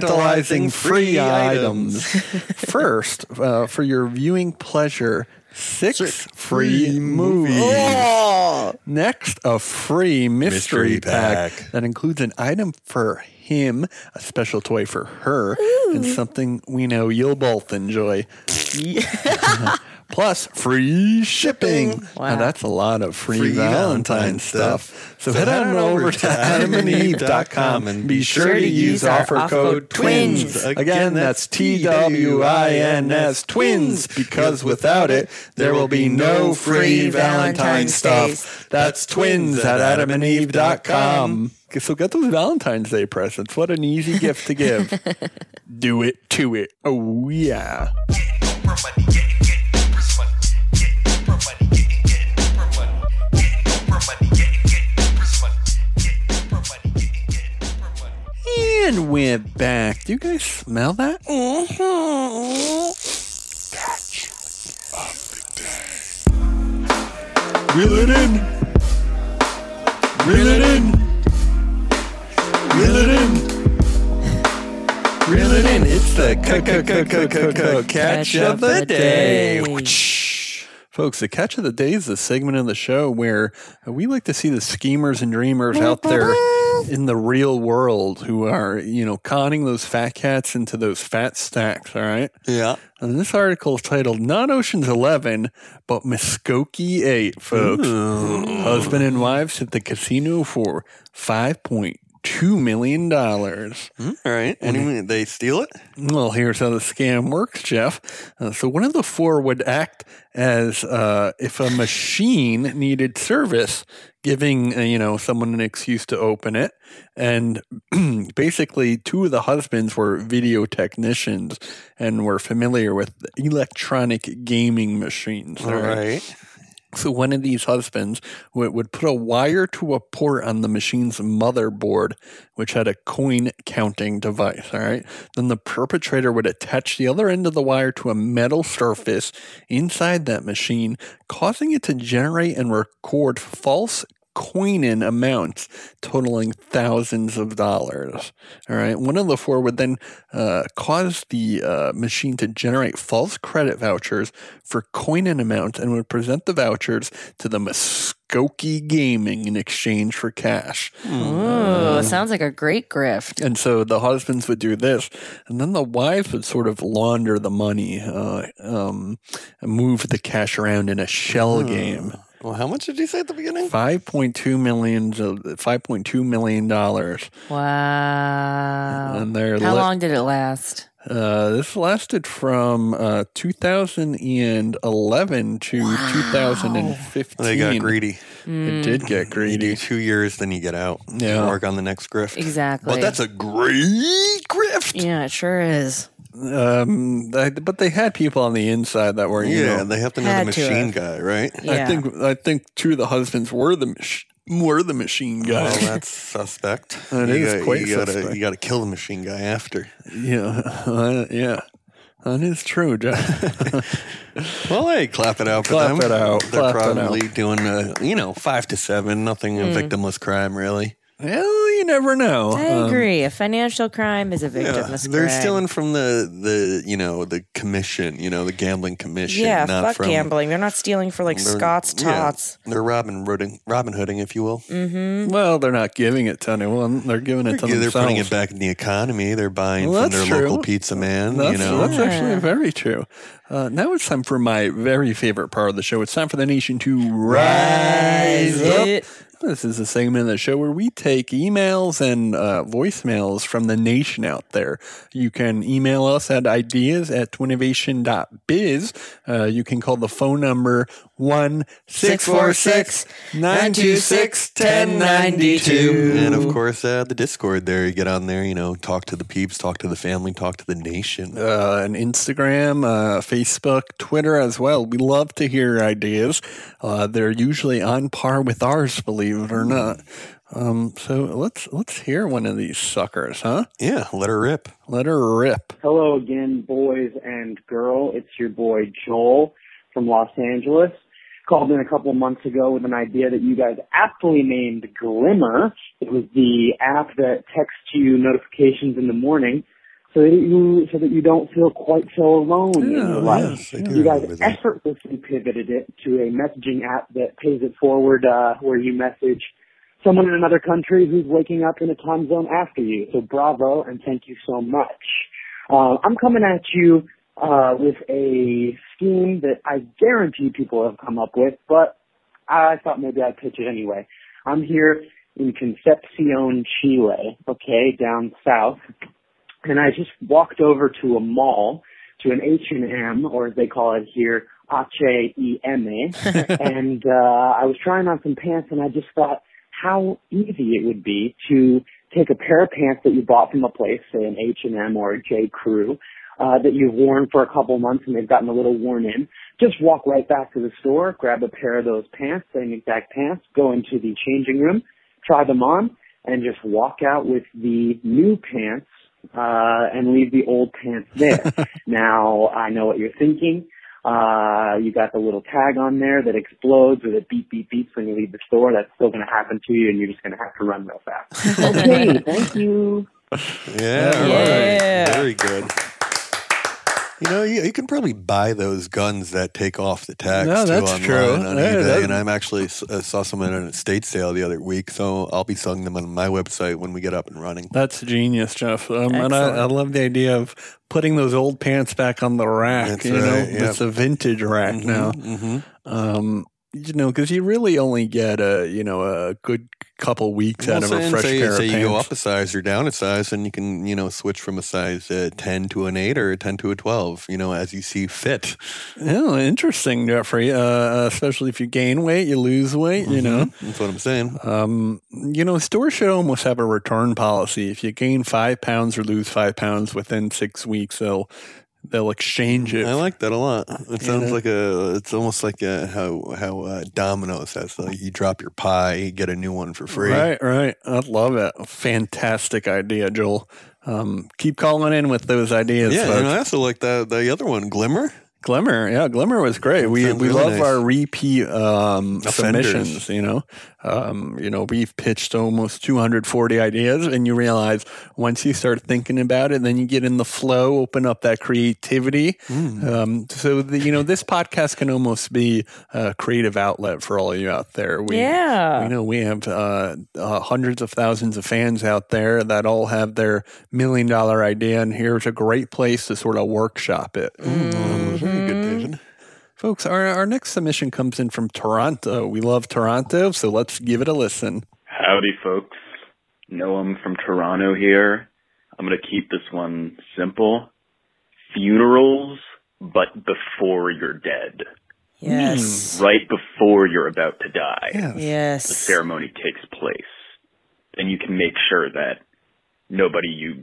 [SPEAKER 3] tantalizing
[SPEAKER 4] tantalizing free
[SPEAKER 3] free
[SPEAKER 4] items. First, uh, for your viewing pleasure, six, free, movies.
[SPEAKER 5] Oh,
[SPEAKER 4] Next, a free mystery,
[SPEAKER 3] Mystery
[SPEAKER 4] pack.
[SPEAKER 3] pack.
[SPEAKER 4] that includes an item for him, a special toy for her, and something we know you'll both enjoy. Plus, free shipping.
[SPEAKER 5] Wow.
[SPEAKER 4] Now, that's a lot of free,
[SPEAKER 3] Free
[SPEAKER 4] Valentine's
[SPEAKER 3] Valentine's
[SPEAKER 4] stuff.
[SPEAKER 3] stuff.
[SPEAKER 4] So, head on over to adamandeve.com and be sure to use offer code TWINS. Again, that's T W I N S twins because without it, there will be no free Valentine's stuff. That's twins at adamandeve.com. So get those Valentine's Day presents. What an easy gift to give. Do it to it. Oh, yeah. And we're back. Do you guys smell that? Reel it in. Reel it in. Reel it in. Reel it in. It's the catch, catch of the day. Folks, the catch of the day is the segment of the show where uh, we like to see the schemers and dreamers out there in the real world who are, you know, conning those fat cats into those fat stacks, all right?
[SPEAKER 3] Yeah.
[SPEAKER 4] And this article is titled Not Ocean's 11, but Muskogee 8, folks. Husband and wives at the casino for $5.2 million.
[SPEAKER 3] All right. Anyway, they steal it?
[SPEAKER 4] Well, here's how the scam works, Jeff. Uh, so, one of the four would act as uh, if a machine needed service, giving uh, you know someone an excuse to open it. And basically, two of the husbands were video technicians and were familiar with electronic gaming machines.
[SPEAKER 3] All right.
[SPEAKER 4] So one of these husbands would, would put a wire to a port on the machine's motherboard, which had a coin counting device. All right. Then the perpetrator would attach the other end of the wire to a metal surface inside that machine, causing it to generate and record false coin in amounts totaling thousands of dollars. All right. One of the four would then uh, cause the uh, machine to generate false credit vouchers for coin in amounts and would present the vouchers to the Muskogee Gaming in exchange for cash.
[SPEAKER 5] Ooh, sounds like a great grift.
[SPEAKER 4] And so the husbands would do this, and then the wives would sort of launder the money, uh, um, and move the cash around in a shell game.
[SPEAKER 3] Hmm. Well, how much did you say at the beginning?
[SPEAKER 4] Five point two million, five point two million dollars,
[SPEAKER 5] Wow.
[SPEAKER 4] and they're
[SPEAKER 5] How
[SPEAKER 4] li-
[SPEAKER 5] long did it last?
[SPEAKER 4] Uh, this lasted from uh, 2011 to 2015.
[SPEAKER 3] They got greedy.
[SPEAKER 4] It did
[SPEAKER 5] Mm-hmm.
[SPEAKER 4] get
[SPEAKER 3] You do
[SPEAKER 4] greedy.
[SPEAKER 3] two years, then you get out.
[SPEAKER 4] Yeah.
[SPEAKER 3] Work on the next grift.
[SPEAKER 5] Exactly.
[SPEAKER 3] But that's a great grift.
[SPEAKER 5] yeah, it sure is.
[SPEAKER 4] Um, I- but they had people on the inside that were, you
[SPEAKER 3] Yeah,
[SPEAKER 4] know,
[SPEAKER 3] they have to know
[SPEAKER 5] Had
[SPEAKER 3] the
[SPEAKER 5] to
[SPEAKER 3] machine
[SPEAKER 5] have.
[SPEAKER 3] guy, right?
[SPEAKER 5] Yeah.
[SPEAKER 4] I think I think two of the husbands were the mach- were the machine
[SPEAKER 3] Well,
[SPEAKER 4] guy.
[SPEAKER 3] that's suspect.
[SPEAKER 4] That
[SPEAKER 3] you
[SPEAKER 4] is quite
[SPEAKER 3] you gotta,
[SPEAKER 4] suspect.
[SPEAKER 3] You got to kill the machine guy after.
[SPEAKER 4] yeah, uh, yeah, that is true. Jeff.
[SPEAKER 3] Well, hey, clap it out for
[SPEAKER 4] Clap
[SPEAKER 3] them.
[SPEAKER 4] it out,
[SPEAKER 3] They're
[SPEAKER 4] clap it
[SPEAKER 3] probably doing, uh, you know, five to seven, nothing
[SPEAKER 5] Hmm.
[SPEAKER 3] a victimless crime, really.
[SPEAKER 4] well, you never know.
[SPEAKER 5] I
[SPEAKER 4] Um,
[SPEAKER 5] agree. A financial crime is a
[SPEAKER 3] Yeah,
[SPEAKER 5] victimless
[SPEAKER 3] Uh, they're
[SPEAKER 5] crime.
[SPEAKER 3] stealing from the, the, you know, the commission, you know, the gambling commission.
[SPEAKER 5] yeah,
[SPEAKER 3] not
[SPEAKER 5] fuck
[SPEAKER 3] from,
[SPEAKER 5] gambling. They're not stealing for like
[SPEAKER 3] they're-
[SPEAKER 5] Scott's
[SPEAKER 3] yeah,
[SPEAKER 5] tots.
[SPEAKER 3] they're Robin Hooding, Robin Hooding, if you will.
[SPEAKER 4] well, they're not giving it to anyone. They're giving it to
[SPEAKER 3] Yeah, they're
[SPEAKER 4] themselves.
[SPEAKER 3] putting it back in the economy. They're buying
[SPEAKER 4] Well,
[SPEAKER 3] from
[SPEAKER 4] that's
[SPEAKER 3] their
[SPEAKER 4] true.
[SPEAKER 3] local pizza man.
[SPEAKER 4] That's,
[SPEAKER 3] you know,
[SPEAKER 4] that's actually
[SPEAKER 5] Yeah.
[SPEAKER 4] very true. Uh, now it's time for my very favorite part of the show. It's time for the nation to rise up.
[SPEAKER 5] It-
[SPEAKER 4] This is the segment of the show where we take emails and uh, voicemails from the nation out there. You can email us at ideas at twinnovation.biz. Uh, you can call the phone number 1 646 926 1092.
[SPEAKER 3] And of course, uh, the Discord there. You get on there, you know, talk to the peeps, talk to the family, talk to the nation.
[SPEAKER 4] uh, and Instagram, uh, Facebook, Twitter as well. We love to hear your ideas. Uh, they're usually on par with ours, believe it or not.
[SPEAKER 3] Um, so let's let's hear one of these suckers, huh?
[SPEAKER 4] Yeah, let her rip.
[SPEAKER 3] Let her rip.
[SPEAKER 6] Hello again, boys and girl. It's your boy Joel from Los Angeles. Called in a couple months ago with an idea that you guys aptly named Glimmer. It was the app that texts you notifications in the morning so that you so that you don't feel quite so alone in
[SPEAKER 3] Yeah,
[SPEAKER 6] your life.
[SPEAKER 4] yes, I do
[SPEAKER 6] you guys
[SPEAKER 4] remember that.
[SPEAKER 6] effortlessly pivoted it to a messaging app that pays it forward uh, where you message someone in another country who's waking up in a time zone after you. So bravo and thank you so much. Uh, I'm coming at you uh, with a scheme that I guarantee people have come up with, but I thought maybe I'd pitch it anyway. I'm here in Concepcion, Chile, okay, down south, and I just walked over to a mall, to an H&M, or as they call it here, H-E-M-E, E. and uh, I was trying on some pants, and I just thought how easy it would be to take a pair of pants that you bought from a place, say an H&M or a J. Crew, uh, that you've worn for a couple months and they've gotten a little worn in, just walk right back to the store, grab a pair of those pants, same exact pants, go into the changing room, try them on, and just walk out with the new pants uh, and leave the old pants there. now I know what you're thinking. Uh, you got the little tag on there that explodes with a beep beep beeps when you leave the store. That's still going to happen to you, and you're just going to have to run real fast. okay, thank you.
[SPEAKER 4] Yeah, all right.
[SPEAKER 5] Yeah.
[SPEAKER 4] very good. You know, you, you can probably buy those guns that take off the tags
[SPEAKER 3] No,
[SPEAKER 4] too
[SPEAKER 3] that's
[SPEAKER 4] online
[SPEAKER 3] true.
[SPEAKER 4] on
[SPEAKER 3] Yeah,
[SPEAKER 4] eBay.
[SPEAKER 3] that-
[SPEAKER 4] and I'm actually s- uh, saw some at an estate sale the other week, so I'll be selling them on my website when we get up and running.
[SPEAKER 3] That's genius, Jeff. Um, and I, I
[SPEAKER 5] Excellent.
[SPEAKER 3] love the idea of putting those old pants back on the rack.
[SPEAKER 4] That's
[SPEAKER 3] you know,
[SPEAKER 4] right, yeah.
[SPEAKER 3] it's a vintage rack now.
[SPEAKER 4] hmm
[SPEAKER 3] Um, you know, because you really only get a you know a good couple weeks out of a fresh
[SPEAKER 4] say,
[SPEAKER 3] pair
[SPEAKER 4] say
[SPEAKER 3] of
[SPEAKER 4] you go
[SPEAKER 3] pants.
[SPEAKER 4] up a size or down a size, and you can you know switch from a size uh, ten to an eight or a ten to a twelve. You know, as you see fit.
[SPEAKER 3] Yeah, Oh, interesting, Jeffrey. Uh, especially if you gain weight, you lose weight. You know,
[SPEAKER 4] that's what I'm saying.
[SPEAKER 3] um,
[SPEAKER 4] Mm-hmm.
[SPEAKER 3] you know, stores should almost have a return policy. If you gain five pounds or lose five pounds within six weeks, they'll they'll exchange it.
[SPEAKER 4] I like that a lot. It sounds
[SPEAKER 3] know?
[SPEAKER 4] like a. It's almost like a, how how uh, Domino's has like you drop your pie, you get a new one for free.
[SPEAKER 3] Right, right. I love it. Fantastic idea, Joel. Um, keep calling in with those ideas.
[SPEAKER 4] Yeah,
[SPEAKER 3] folks.
[SPEAKER 4] and I also like the the other one, Glimmer.
[SPEAKER 3] Glimmer, yeah, Glimmer was great. We
[SPEAKER 4] sounds
[SPEAKER 3] we
[SPEAKER 4] really
[SPEAKER 3] love
[SPEAKER 4] nice.
[SPEAKER 3] our repeat um,
[SPEAKER 4] Offenders.
[SPEAKER 3] submissions. You know, um, you know, we've pitched almost 240 ideas, and you realize once you start thinking about it, then you get in the flow, open up that creativity.
[SPEAKER 4] Hmm.
[SPEAKER 3] Um, so the, you know, this podcast can almost be a creative outlet for all of you out there. We,
[SPEAKER 5] Yeah.
[SPEAKER 3] we know we have uh, uh, hundreds of thousands of fans out there that all have their million dollar idea, and here's a great place to sort of workshop it.
[SPEAKER 4] Very
[SPEAKER 3] Mm-hmm.
[SPEAKER 4] good, David.
[SPEAKER 3] Folks, our, our next submission comes in from Toronto. We love Toronto, so let's give it a listen.
[SPEAKER 7] Howdy, folks. Noam from Toronto here. I'm going to keep this one simple. Funerals, but before you're dead.
[SPEAKER 5] Yes.
[SPEAKER 7] Right before you're about to die, the
[SPEAKER 5] Yes.
[SPEAKER 7] ceremony takes place. Then you can make sure that nobody you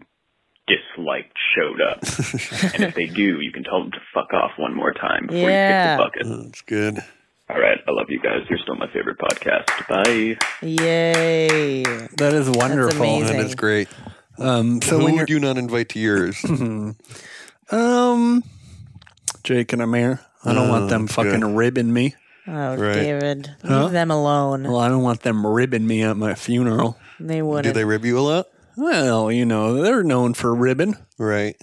[SPEAKER 7] disliked showed up. and if they do, you can tell them to fuck off one more time before
[SPEAKER 5] Yeah.
[SPEAKER 7] you kick the bucket.
[SPEAKER 4] That's good.
[SPEAKER 7] All right. I love you guys. You're still my favorite podcast. Bye.
[SPEAKER 5] Yay.
[SPEAKER 3] That is wonderful.
[SPEAKER 5] amazing.
[SPEAKER 4] That is great.
[SPEAKER 3] Um, so
[SPEAKER 4] Who
[SPEAKER 3] when
[SPEAKER 4] would you not invite to yours?
[SPEAKER 3] you're, um, Jake and Amir, I don't want them
[SPEAKER 4] Oh, that's
[SPEAKER 3] fucking
[SPEAKER 4] good.
[SPEAKER 3] ribbing me.
[SPEAKER 5] Oh,
[SPEAKER 4] Right.
[SPEAKER 5] David. Leave
[SPEAKER 3] Huh?
[SPEAKER 5] them alone.
[SPEAKER 3] Well, I don't want them ribbing me at my funeral.
[SPEAKER 5] They
[SPEAKER 4] Do
[SPEAKER 5] wouldn't.
[SPEAKER 4] they
[SPEAKER 5] They,
[SPEAKER 4] rib you a lot?
[SPEAKER 3] Well, you know, they're known for ribbing.
[SPEAKER 4] Right.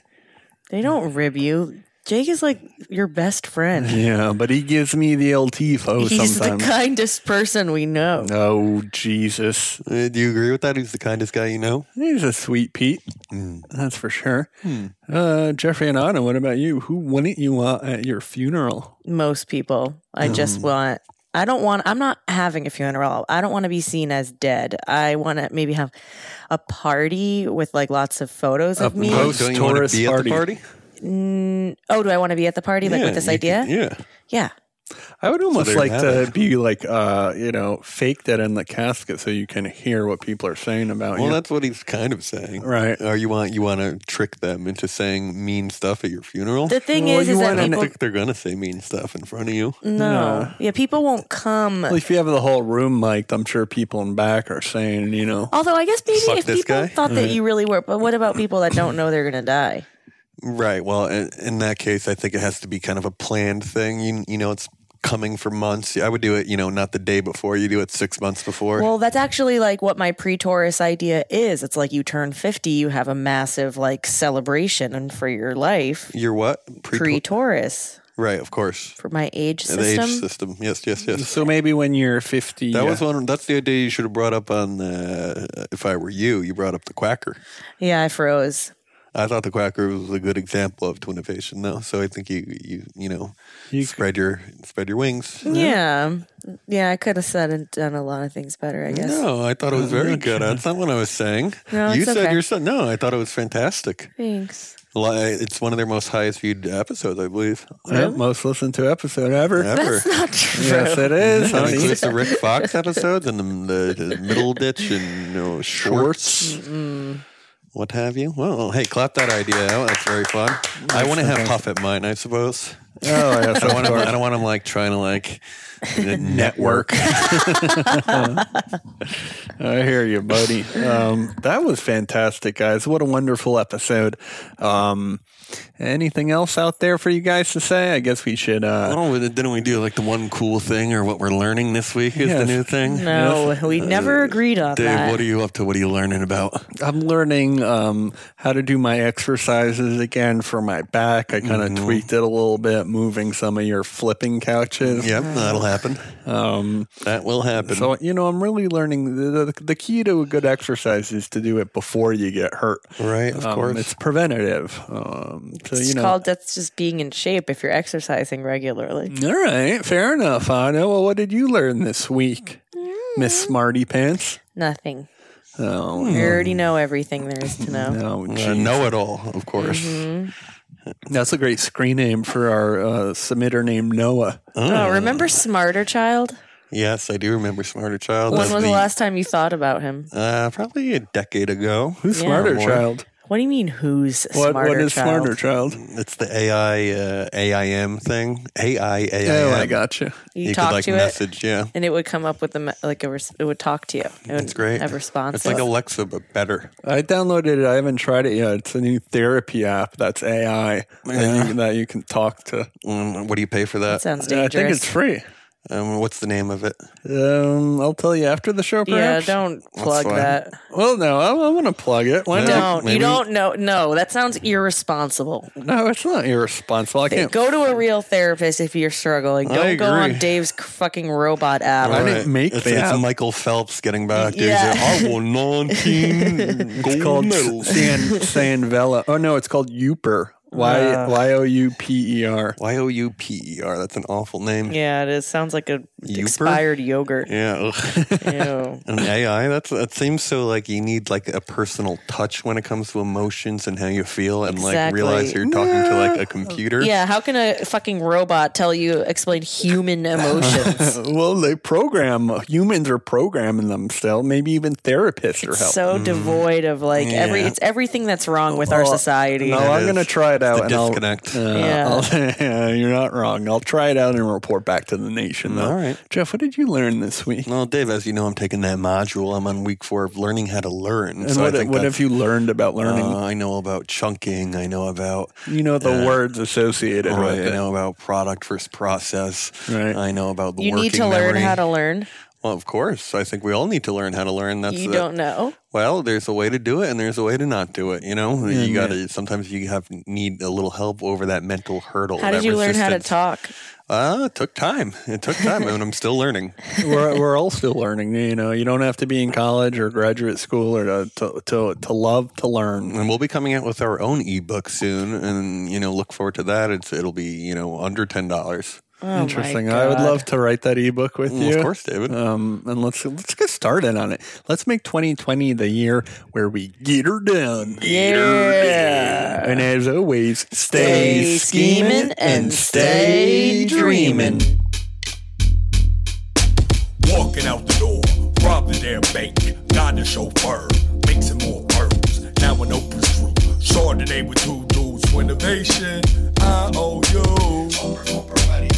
[SPEAKER 5] don't rib you. Jake is like your best friend.
[SPEAKER 3] Yeah, but he gives me the old TIFO
[SPEAKER 5] He's
[SPEAKER 3] sometimes.
[SPEAKER 5] the kindest person we know.
[SPEAKER 3] oh, Jesus.
[SPEAKER 4] Uh, do you agree with that? Who's the kindest guy you know?
[SPEAKER 3] He's a sweet Pete.
[SPEAKER 4] Hmm.
[SPEAKER 3] That's for sure. Uh, Jeffrey and Anna, what about you? Who wouldn't you want at your funeral?
[SPEAKER 5] most people. I just want. I don't want. I'm not having a funeral. I don't want to be seen as dead. I want to maybe have a party with like lots of photos of me.
[SPEAKER 3] post-
[SPEAKER 4] Don't you want
[SPEAKER 3] Post-tourist
[SPEAKER 4] to be at
[SPEAKER 3] party.
[SPEAKER 4] the party?
[SPEAKER 5] Mm, oh, do I want to be at the party? Like
[SPEAKER 4] Yeah,
[SPEAKER 5] with this
[SPEAKER 4] you
[SPEAKER 5] idea?
[SPEAKER 4] can- yeah.
[SPEAKER 5] yeah.
[SPEAKER 3] I would almost
[SPEAKER 4] there you
[SPEAKER 3] like
[SPEAKER 4] have
[SPEAKER 3] to
[SPEAKER 4] it.
[SPEAKER 3] be like, uh, you know, fake that in the casket so you can hear what people are saying about
[SPEAKER 4] Well,
[SPEAKER 3] you.
[SPEAKER 4] that's what he's kind of saying,
[SPEAKER 3] Right.
[SPEAKER 4] Or you want you want to trick them into saying mean stuff at your funeral?
[SPEAKER 5] The thing
[SPEAKER 3] Well,
[SPEAKER 5] is,
[SPEAKER 3] you
[SPEAKER 5] is that
[SPEAKER 3] wanna
[SPEAKER 4] I don't
[SPEAKER 5] people Mm.
[SPEAKER 4] think they're gonna say mean stuff in front of you.
[SPEAKER 5] no, yeah, people won't come.
[SPEAKER 3] Well, if you have the whole room mic'd, I'm sure people in back are saying, you know,
[SPEAKER 5] Although I guess maybe
[SPEAKER 4] Fuck
[SPEAKER 5] if
[SPEAKER 4] this
[SPEAKER 5] people
[SPEAKER 4] guy.
[SPEAKER 5] thought that you really were, but what about people that don't know they're gonna die?
[SPEAKER 4] Right. Well, in, in that case, I think it has to be kind of a planned thing. You you know, it's coming for months. I would do it. You know, not the day before. You do it six months before.
[SPEAKER 5] Well, that's actually like what my pre-Taurus idea is. It's like you turn fifty, you have a massive like celebration and for your life.
[SPEAKER 4] You're what?
[SPEAKER 5] Pre-Taurus
[SPEAKER 4] Right. Of course.
[SPEAKER 5] for my age
[SPEAKER 4] The age
[SPEAKER 5] system.
[SPEAKER 4] system. Yes. Yes. Yes.
[SPEAKER 3] so maybe when you're 50,
[SPEAKER 4] That
[SPEAKER 3] uh,
[SPEAKER 4] was one. That's the idea you should have brought up on. Uh, if I were you, you brought up the quacker.
[SPEAKER 5] Yeah, I froze.
[SPEAKER 4] I thought the quacker was a good example of twinnovation, though. So I think you you you know
[SPEAKER 3] You c-
[SPEAKER 4] spread your spread your wings.
[SPEAKER 5] Yeah, yeah, I could have said and done a lot of things better. I guess.
[SPEAKER 4] No, I thought it was very good. That's not what I was saying.
[SPEAKER 5] Oh, No,
[SPEAKER 4] you
[SPEAKER 5] it's
[SPEAKER 4] said
[SPEAKER 5] okay.
[SPEAKER 4] your son. No, I thought it was fantastic.
[SPEAKER 5] Thanks.
[SPEAKER 4] Li- It's one of their most highest viewed episodes, I believe.
[SPEAKER 3] yeah, most listened to episode ever.
[SPEAKER 4] Ever.
[SPEAKER 5] Not true.
[SPEAKER 3] Yes, it is.
[SPEAKER 4] That
[SPEAKER 3] honey.
[SPEAKER 4] includes the Rick Fox episodes and the, the, the middle ditch and you know, Schwartz. What have you? Well, hey, clap that idea out. That's very fun. I want to have Puff at mine, I suppose.
[SPEAKER 3] Oh, yes,
[SPEAKER 4] I,
[SPEAKER 3] of
[SPEAKER 4] want him,
[SPEAKER 3] course.
[SPEAKER 4] I don't want him like trying to like network.
[SPEAKER 3] I hear you, buddy. Um, that was fantastic, guys. What a wonderful episode. Um, anything else out there for you guys to say? I guess we should. Uh,
[SPEAKER 4] Oh, didn't we do like the one cool thing or what we're learning this week is the
[SPEAKER 3] Yes.
[SPEAKER 4] new thing?
[SPEAKER 5] No, we never agreed on
[SPEAKER 4] Dave,
[SPEAKER 5] that.
[SPEAKER 4] Uh, what are you up to? What are you learning about?
[SPEAKER 3] I'm learning um, how to do my exercises again for my back. I kind of tweaked it a little bit, moving some of your flipping couches.
[SPEAKER 4] Yep, that'll happen.
[SPEAKER 3] Um,
[SPEAKER 4] That will happen. Uh,
[SPEAKER 3] so you know, I'm really learning. The, the, the key to a good exercise is to do it before you get hurt.
[SPEAKER 4] right, of
[SPEAKER 3] Um,
[SPEAKER 4] course.
[SPEAKER 3] it's preventative. Um, so
[SPEAKER 5] it's
[SPEAKER 3] you know,
[SPEAKER 5] called that's just being in shape if you're exercising regularly.
[SPEAKER 3] All right, fair enough, Anna. Well, what did you learn this week,
[SPEAKER 5] Mm.
[SPEAKER 3] Miss Smarty Pants?
[SPEAKER 5] Nothing.
[SPEAKER 3] Oh,
[SPEAKER 5] You already know everything there is to know.
[SPEAKER 3] no,
[SPEAKER 4] uh,
[SPEAKER 3] geez.
[SPEAKER 4] know it all, of course.
[SPEAKER 5] Mm-hmm.
[SPEAKER 3] That's a great screen name for our uh, submitter named Noah.
[SPEAKER 5] Oh, remember Smarter Child?
[SPEAKER 4] Yes, I do remember Smarter Child.
[SPEAKER 5] When
[SPEAKER 4] That's
[SPEAKER 5] was the last time you thought about him?
[SPEAKER 4] Uh, probably a decade ago.
[SPEAKER 3] Who's
[SPEAKER 5] Yeah.
[SPEAKER 3] smarter
[SPEAKER 4] More.
[SPEAKER 3] child?
[SPEAKER 5] What do you mean, who's
[SPEAKER 3] What
[SPEAKER 5] Smarter
[SPEAKER 3] what is
[SPEAKER 5] Child?
[SPEAKER 3] smarter child?
[SPEAKER 4] It's the AI uh, AIM thing. AI
[SPEAKER 3] Oh,
[SPEAKER 4] AIM.
[SPEAKER 3] I gotcha.
[SPEAKER 5] You,
[SPEAKER 4] You
[SPEAKER 5] talk
[SPEAKER 4] could like
[SPEAKER 5] to it,
[SPEAKER 4] message, yeah.
[SPEAKER 5] and it would come up with a me- like a res- it would talk to you. It would
[SPEAKER 4] It's great.
[SPEAKER 5] Have responses.
[SPEAKER 4] It's like Alexa, but better.
[SPEAKER 3] I downloaded it. I haven't tried it yet. It's a new therapy app that's AI that, you, that you can talk to.
[SPEAKER 4] Mm, what do you pay for
[SPEAKER 5] That
[SPEAKER 4] that?
[SPEAKER 5] sounds
[SPEAKER 3] I
[SPEAKER 5] dangerous.
[SPEAKER 3] think it's free.
[SPEAKER 4] Um, what's the name of it?
[SPEAKER 3] Um, I'll tell you after the show,
[SPEAKER 5] yeah,
[SPEAKER 3] perhaps.
[SPEAKER 5] don't plug
[SPEAKER 4] fine.
[SPEAKER 5] that.
[SPEAKER 3] Well, no, I, I want to plug it. Why not?
[SPEAKER 5] Don't.
[SPEAKER 4] maybe-
[SPEAKER 5] You don't know. No, that sounds irresponsible.
[SPEAKER 3] No, it's not irresponsible. I can't.
[SPEAKER 5] Go to a real therapist if you're struggling. Don't go
[SPEAKER 4] agree.
[SPEAKER 5] on Dave's c- fucking robot app.
[SPEAKER 3] I didn't
[SPEAKER 4] Right.
[SPEAKER 3] make
[SPEAKER 4] it's,
[SPEAKER 3] the
[SPEAKER 4] it's
[SPEAKER 3] app.
[SPEAKER 4] Michael Phelps getting back. Dude.
[SPEAKER 5] Yeah.
[SPEAKER 4] He's like, I won 19
[SPEAKER 3] It's
[SPEAKER 4] gold
[SPEAKER 3] called
[SPEAKER 4] medals.
[SPEAKER 3] San Sanvella. Oh no, it's called Youper. Y Y O U P E R.
[SPEAKER 4] Y O U P E R. That's an awful name.
[SPEAKER 5] Yeah, it is. sounds like a
[SPEAKER 4] Youper?
[SPEAKER 5] expired yogurt.
[SPEAKER 4] Yeah. ugh.
[SPEAKER 5] Ew.
[SPEAKER 4] An AI. That's that seems so like you need like a personal touch when it comes to emotions and how you feel, and like
[SPEAKER 5] Exactly.
[SPEAKER 4] realize you're talking to like a computer.
[SPEAKER 5] Yeah, how can a fucking robot tell you explain human emotions?
[SPEAKER 3] Well, they program humans are programming them still. Maybe even therapists are helping.
[SPEAKER 4] Mm.
[SPEAKER 5] so devoid of like every it's everything that's wrong with our
[SPEAKER 3] Well,
[SPEAKER 5] society.
[SPEAKER 3] no,
[SPEAKER 4] It
[SPEAKER 3] I'm
[SPEAKER 4] is.
[SPEAKER 3] gonna try it out.
[SPEAKER 4] the
[SPEAKER 3] and I'll-
[SPEAKER 4] disconnect.
[SPEAKER 3] uh,
[SPEAKER 5] Yeah.
[SPEAKER 3] I'll- you're not wrong. I'll try it out and report back to the nation. Though.
[SPEAKER 4] All right.
[SPEAKER 3] Jeff, what did you learn this week?
[SPEAKER 4] Well, Dave, as you know, I'm taking that module. I'm on week four of learning how to learn.
[SPEAKER 3] And what, what have you learned about learning?
[SPEAKER 4] Uh, I know about chunking. I know about
[SPEAKER 3] you know the words associated
[SPEAKER 4] Right.
[SPEAKER 3] with
[SPEAKER 4] I
[SPEAKER 3] it.
[SPEAKER 4] know about product versus process.
[SPEAKER 3] Right.
[SPEAKER 4] I know about the
[SPEAKER 5] you
[SPEAKER 4] working
[SPEAKER 5] need to learn
[SPEAKER 4] memory.
[SPEAKER 5] how to learn.
[SPEAKER 4] Well, of course. I think we all need to learn how to learn. That's
[SPEAKER 5] you
[SPEAKER 4] the-
[SPEAKER 5] don't know.
[SPEAKER 4] Well, there's a way to do it, and there's a way to not do it. You know, you got to. Sometimes you have need a little help over that mental hurdle.
[SPEAKER 5] How did
[SPEAKER 4] that
[SPEAKER 5] you learn how to
[SPEAKER 4] resistance.
[SPEAKER 5] talk?
[SPEAKER 4] Uh, it took time. It took time, and I'm still learning.
[SPEAKER 3] we're, we're all still learning. You know, you don't have to be in college or graduate school or to to to, to love to learn.
[SPEAKER 4] And we'll be coming out with our own ebook soon, and you know, look forward to that. It's it'll be you know under ten dollars.
[SPEAKER 5] Oh
[SPEAKER 3] Interesting.
[SPEAKER 5] My
[SPEAKER 3] I would
[SPEAKER 5] God.
[SPEAKER 3] love to write that ebook with you.
[SPEAKER 4] Of course, David.
[SPEAKER 3] Um, and let's let's get started on it. Let's make 2020 the year where we get her done. Get her done. And as always, stay,
[SPEAKER 5] Stay scheming and stay dreaming.
[SPEAKER 2] walking out the door. Rob the damn bank, got the chauffeur, make some more pearls. Now an open screw. Chardonnay with two dudes for innovation. I owe you.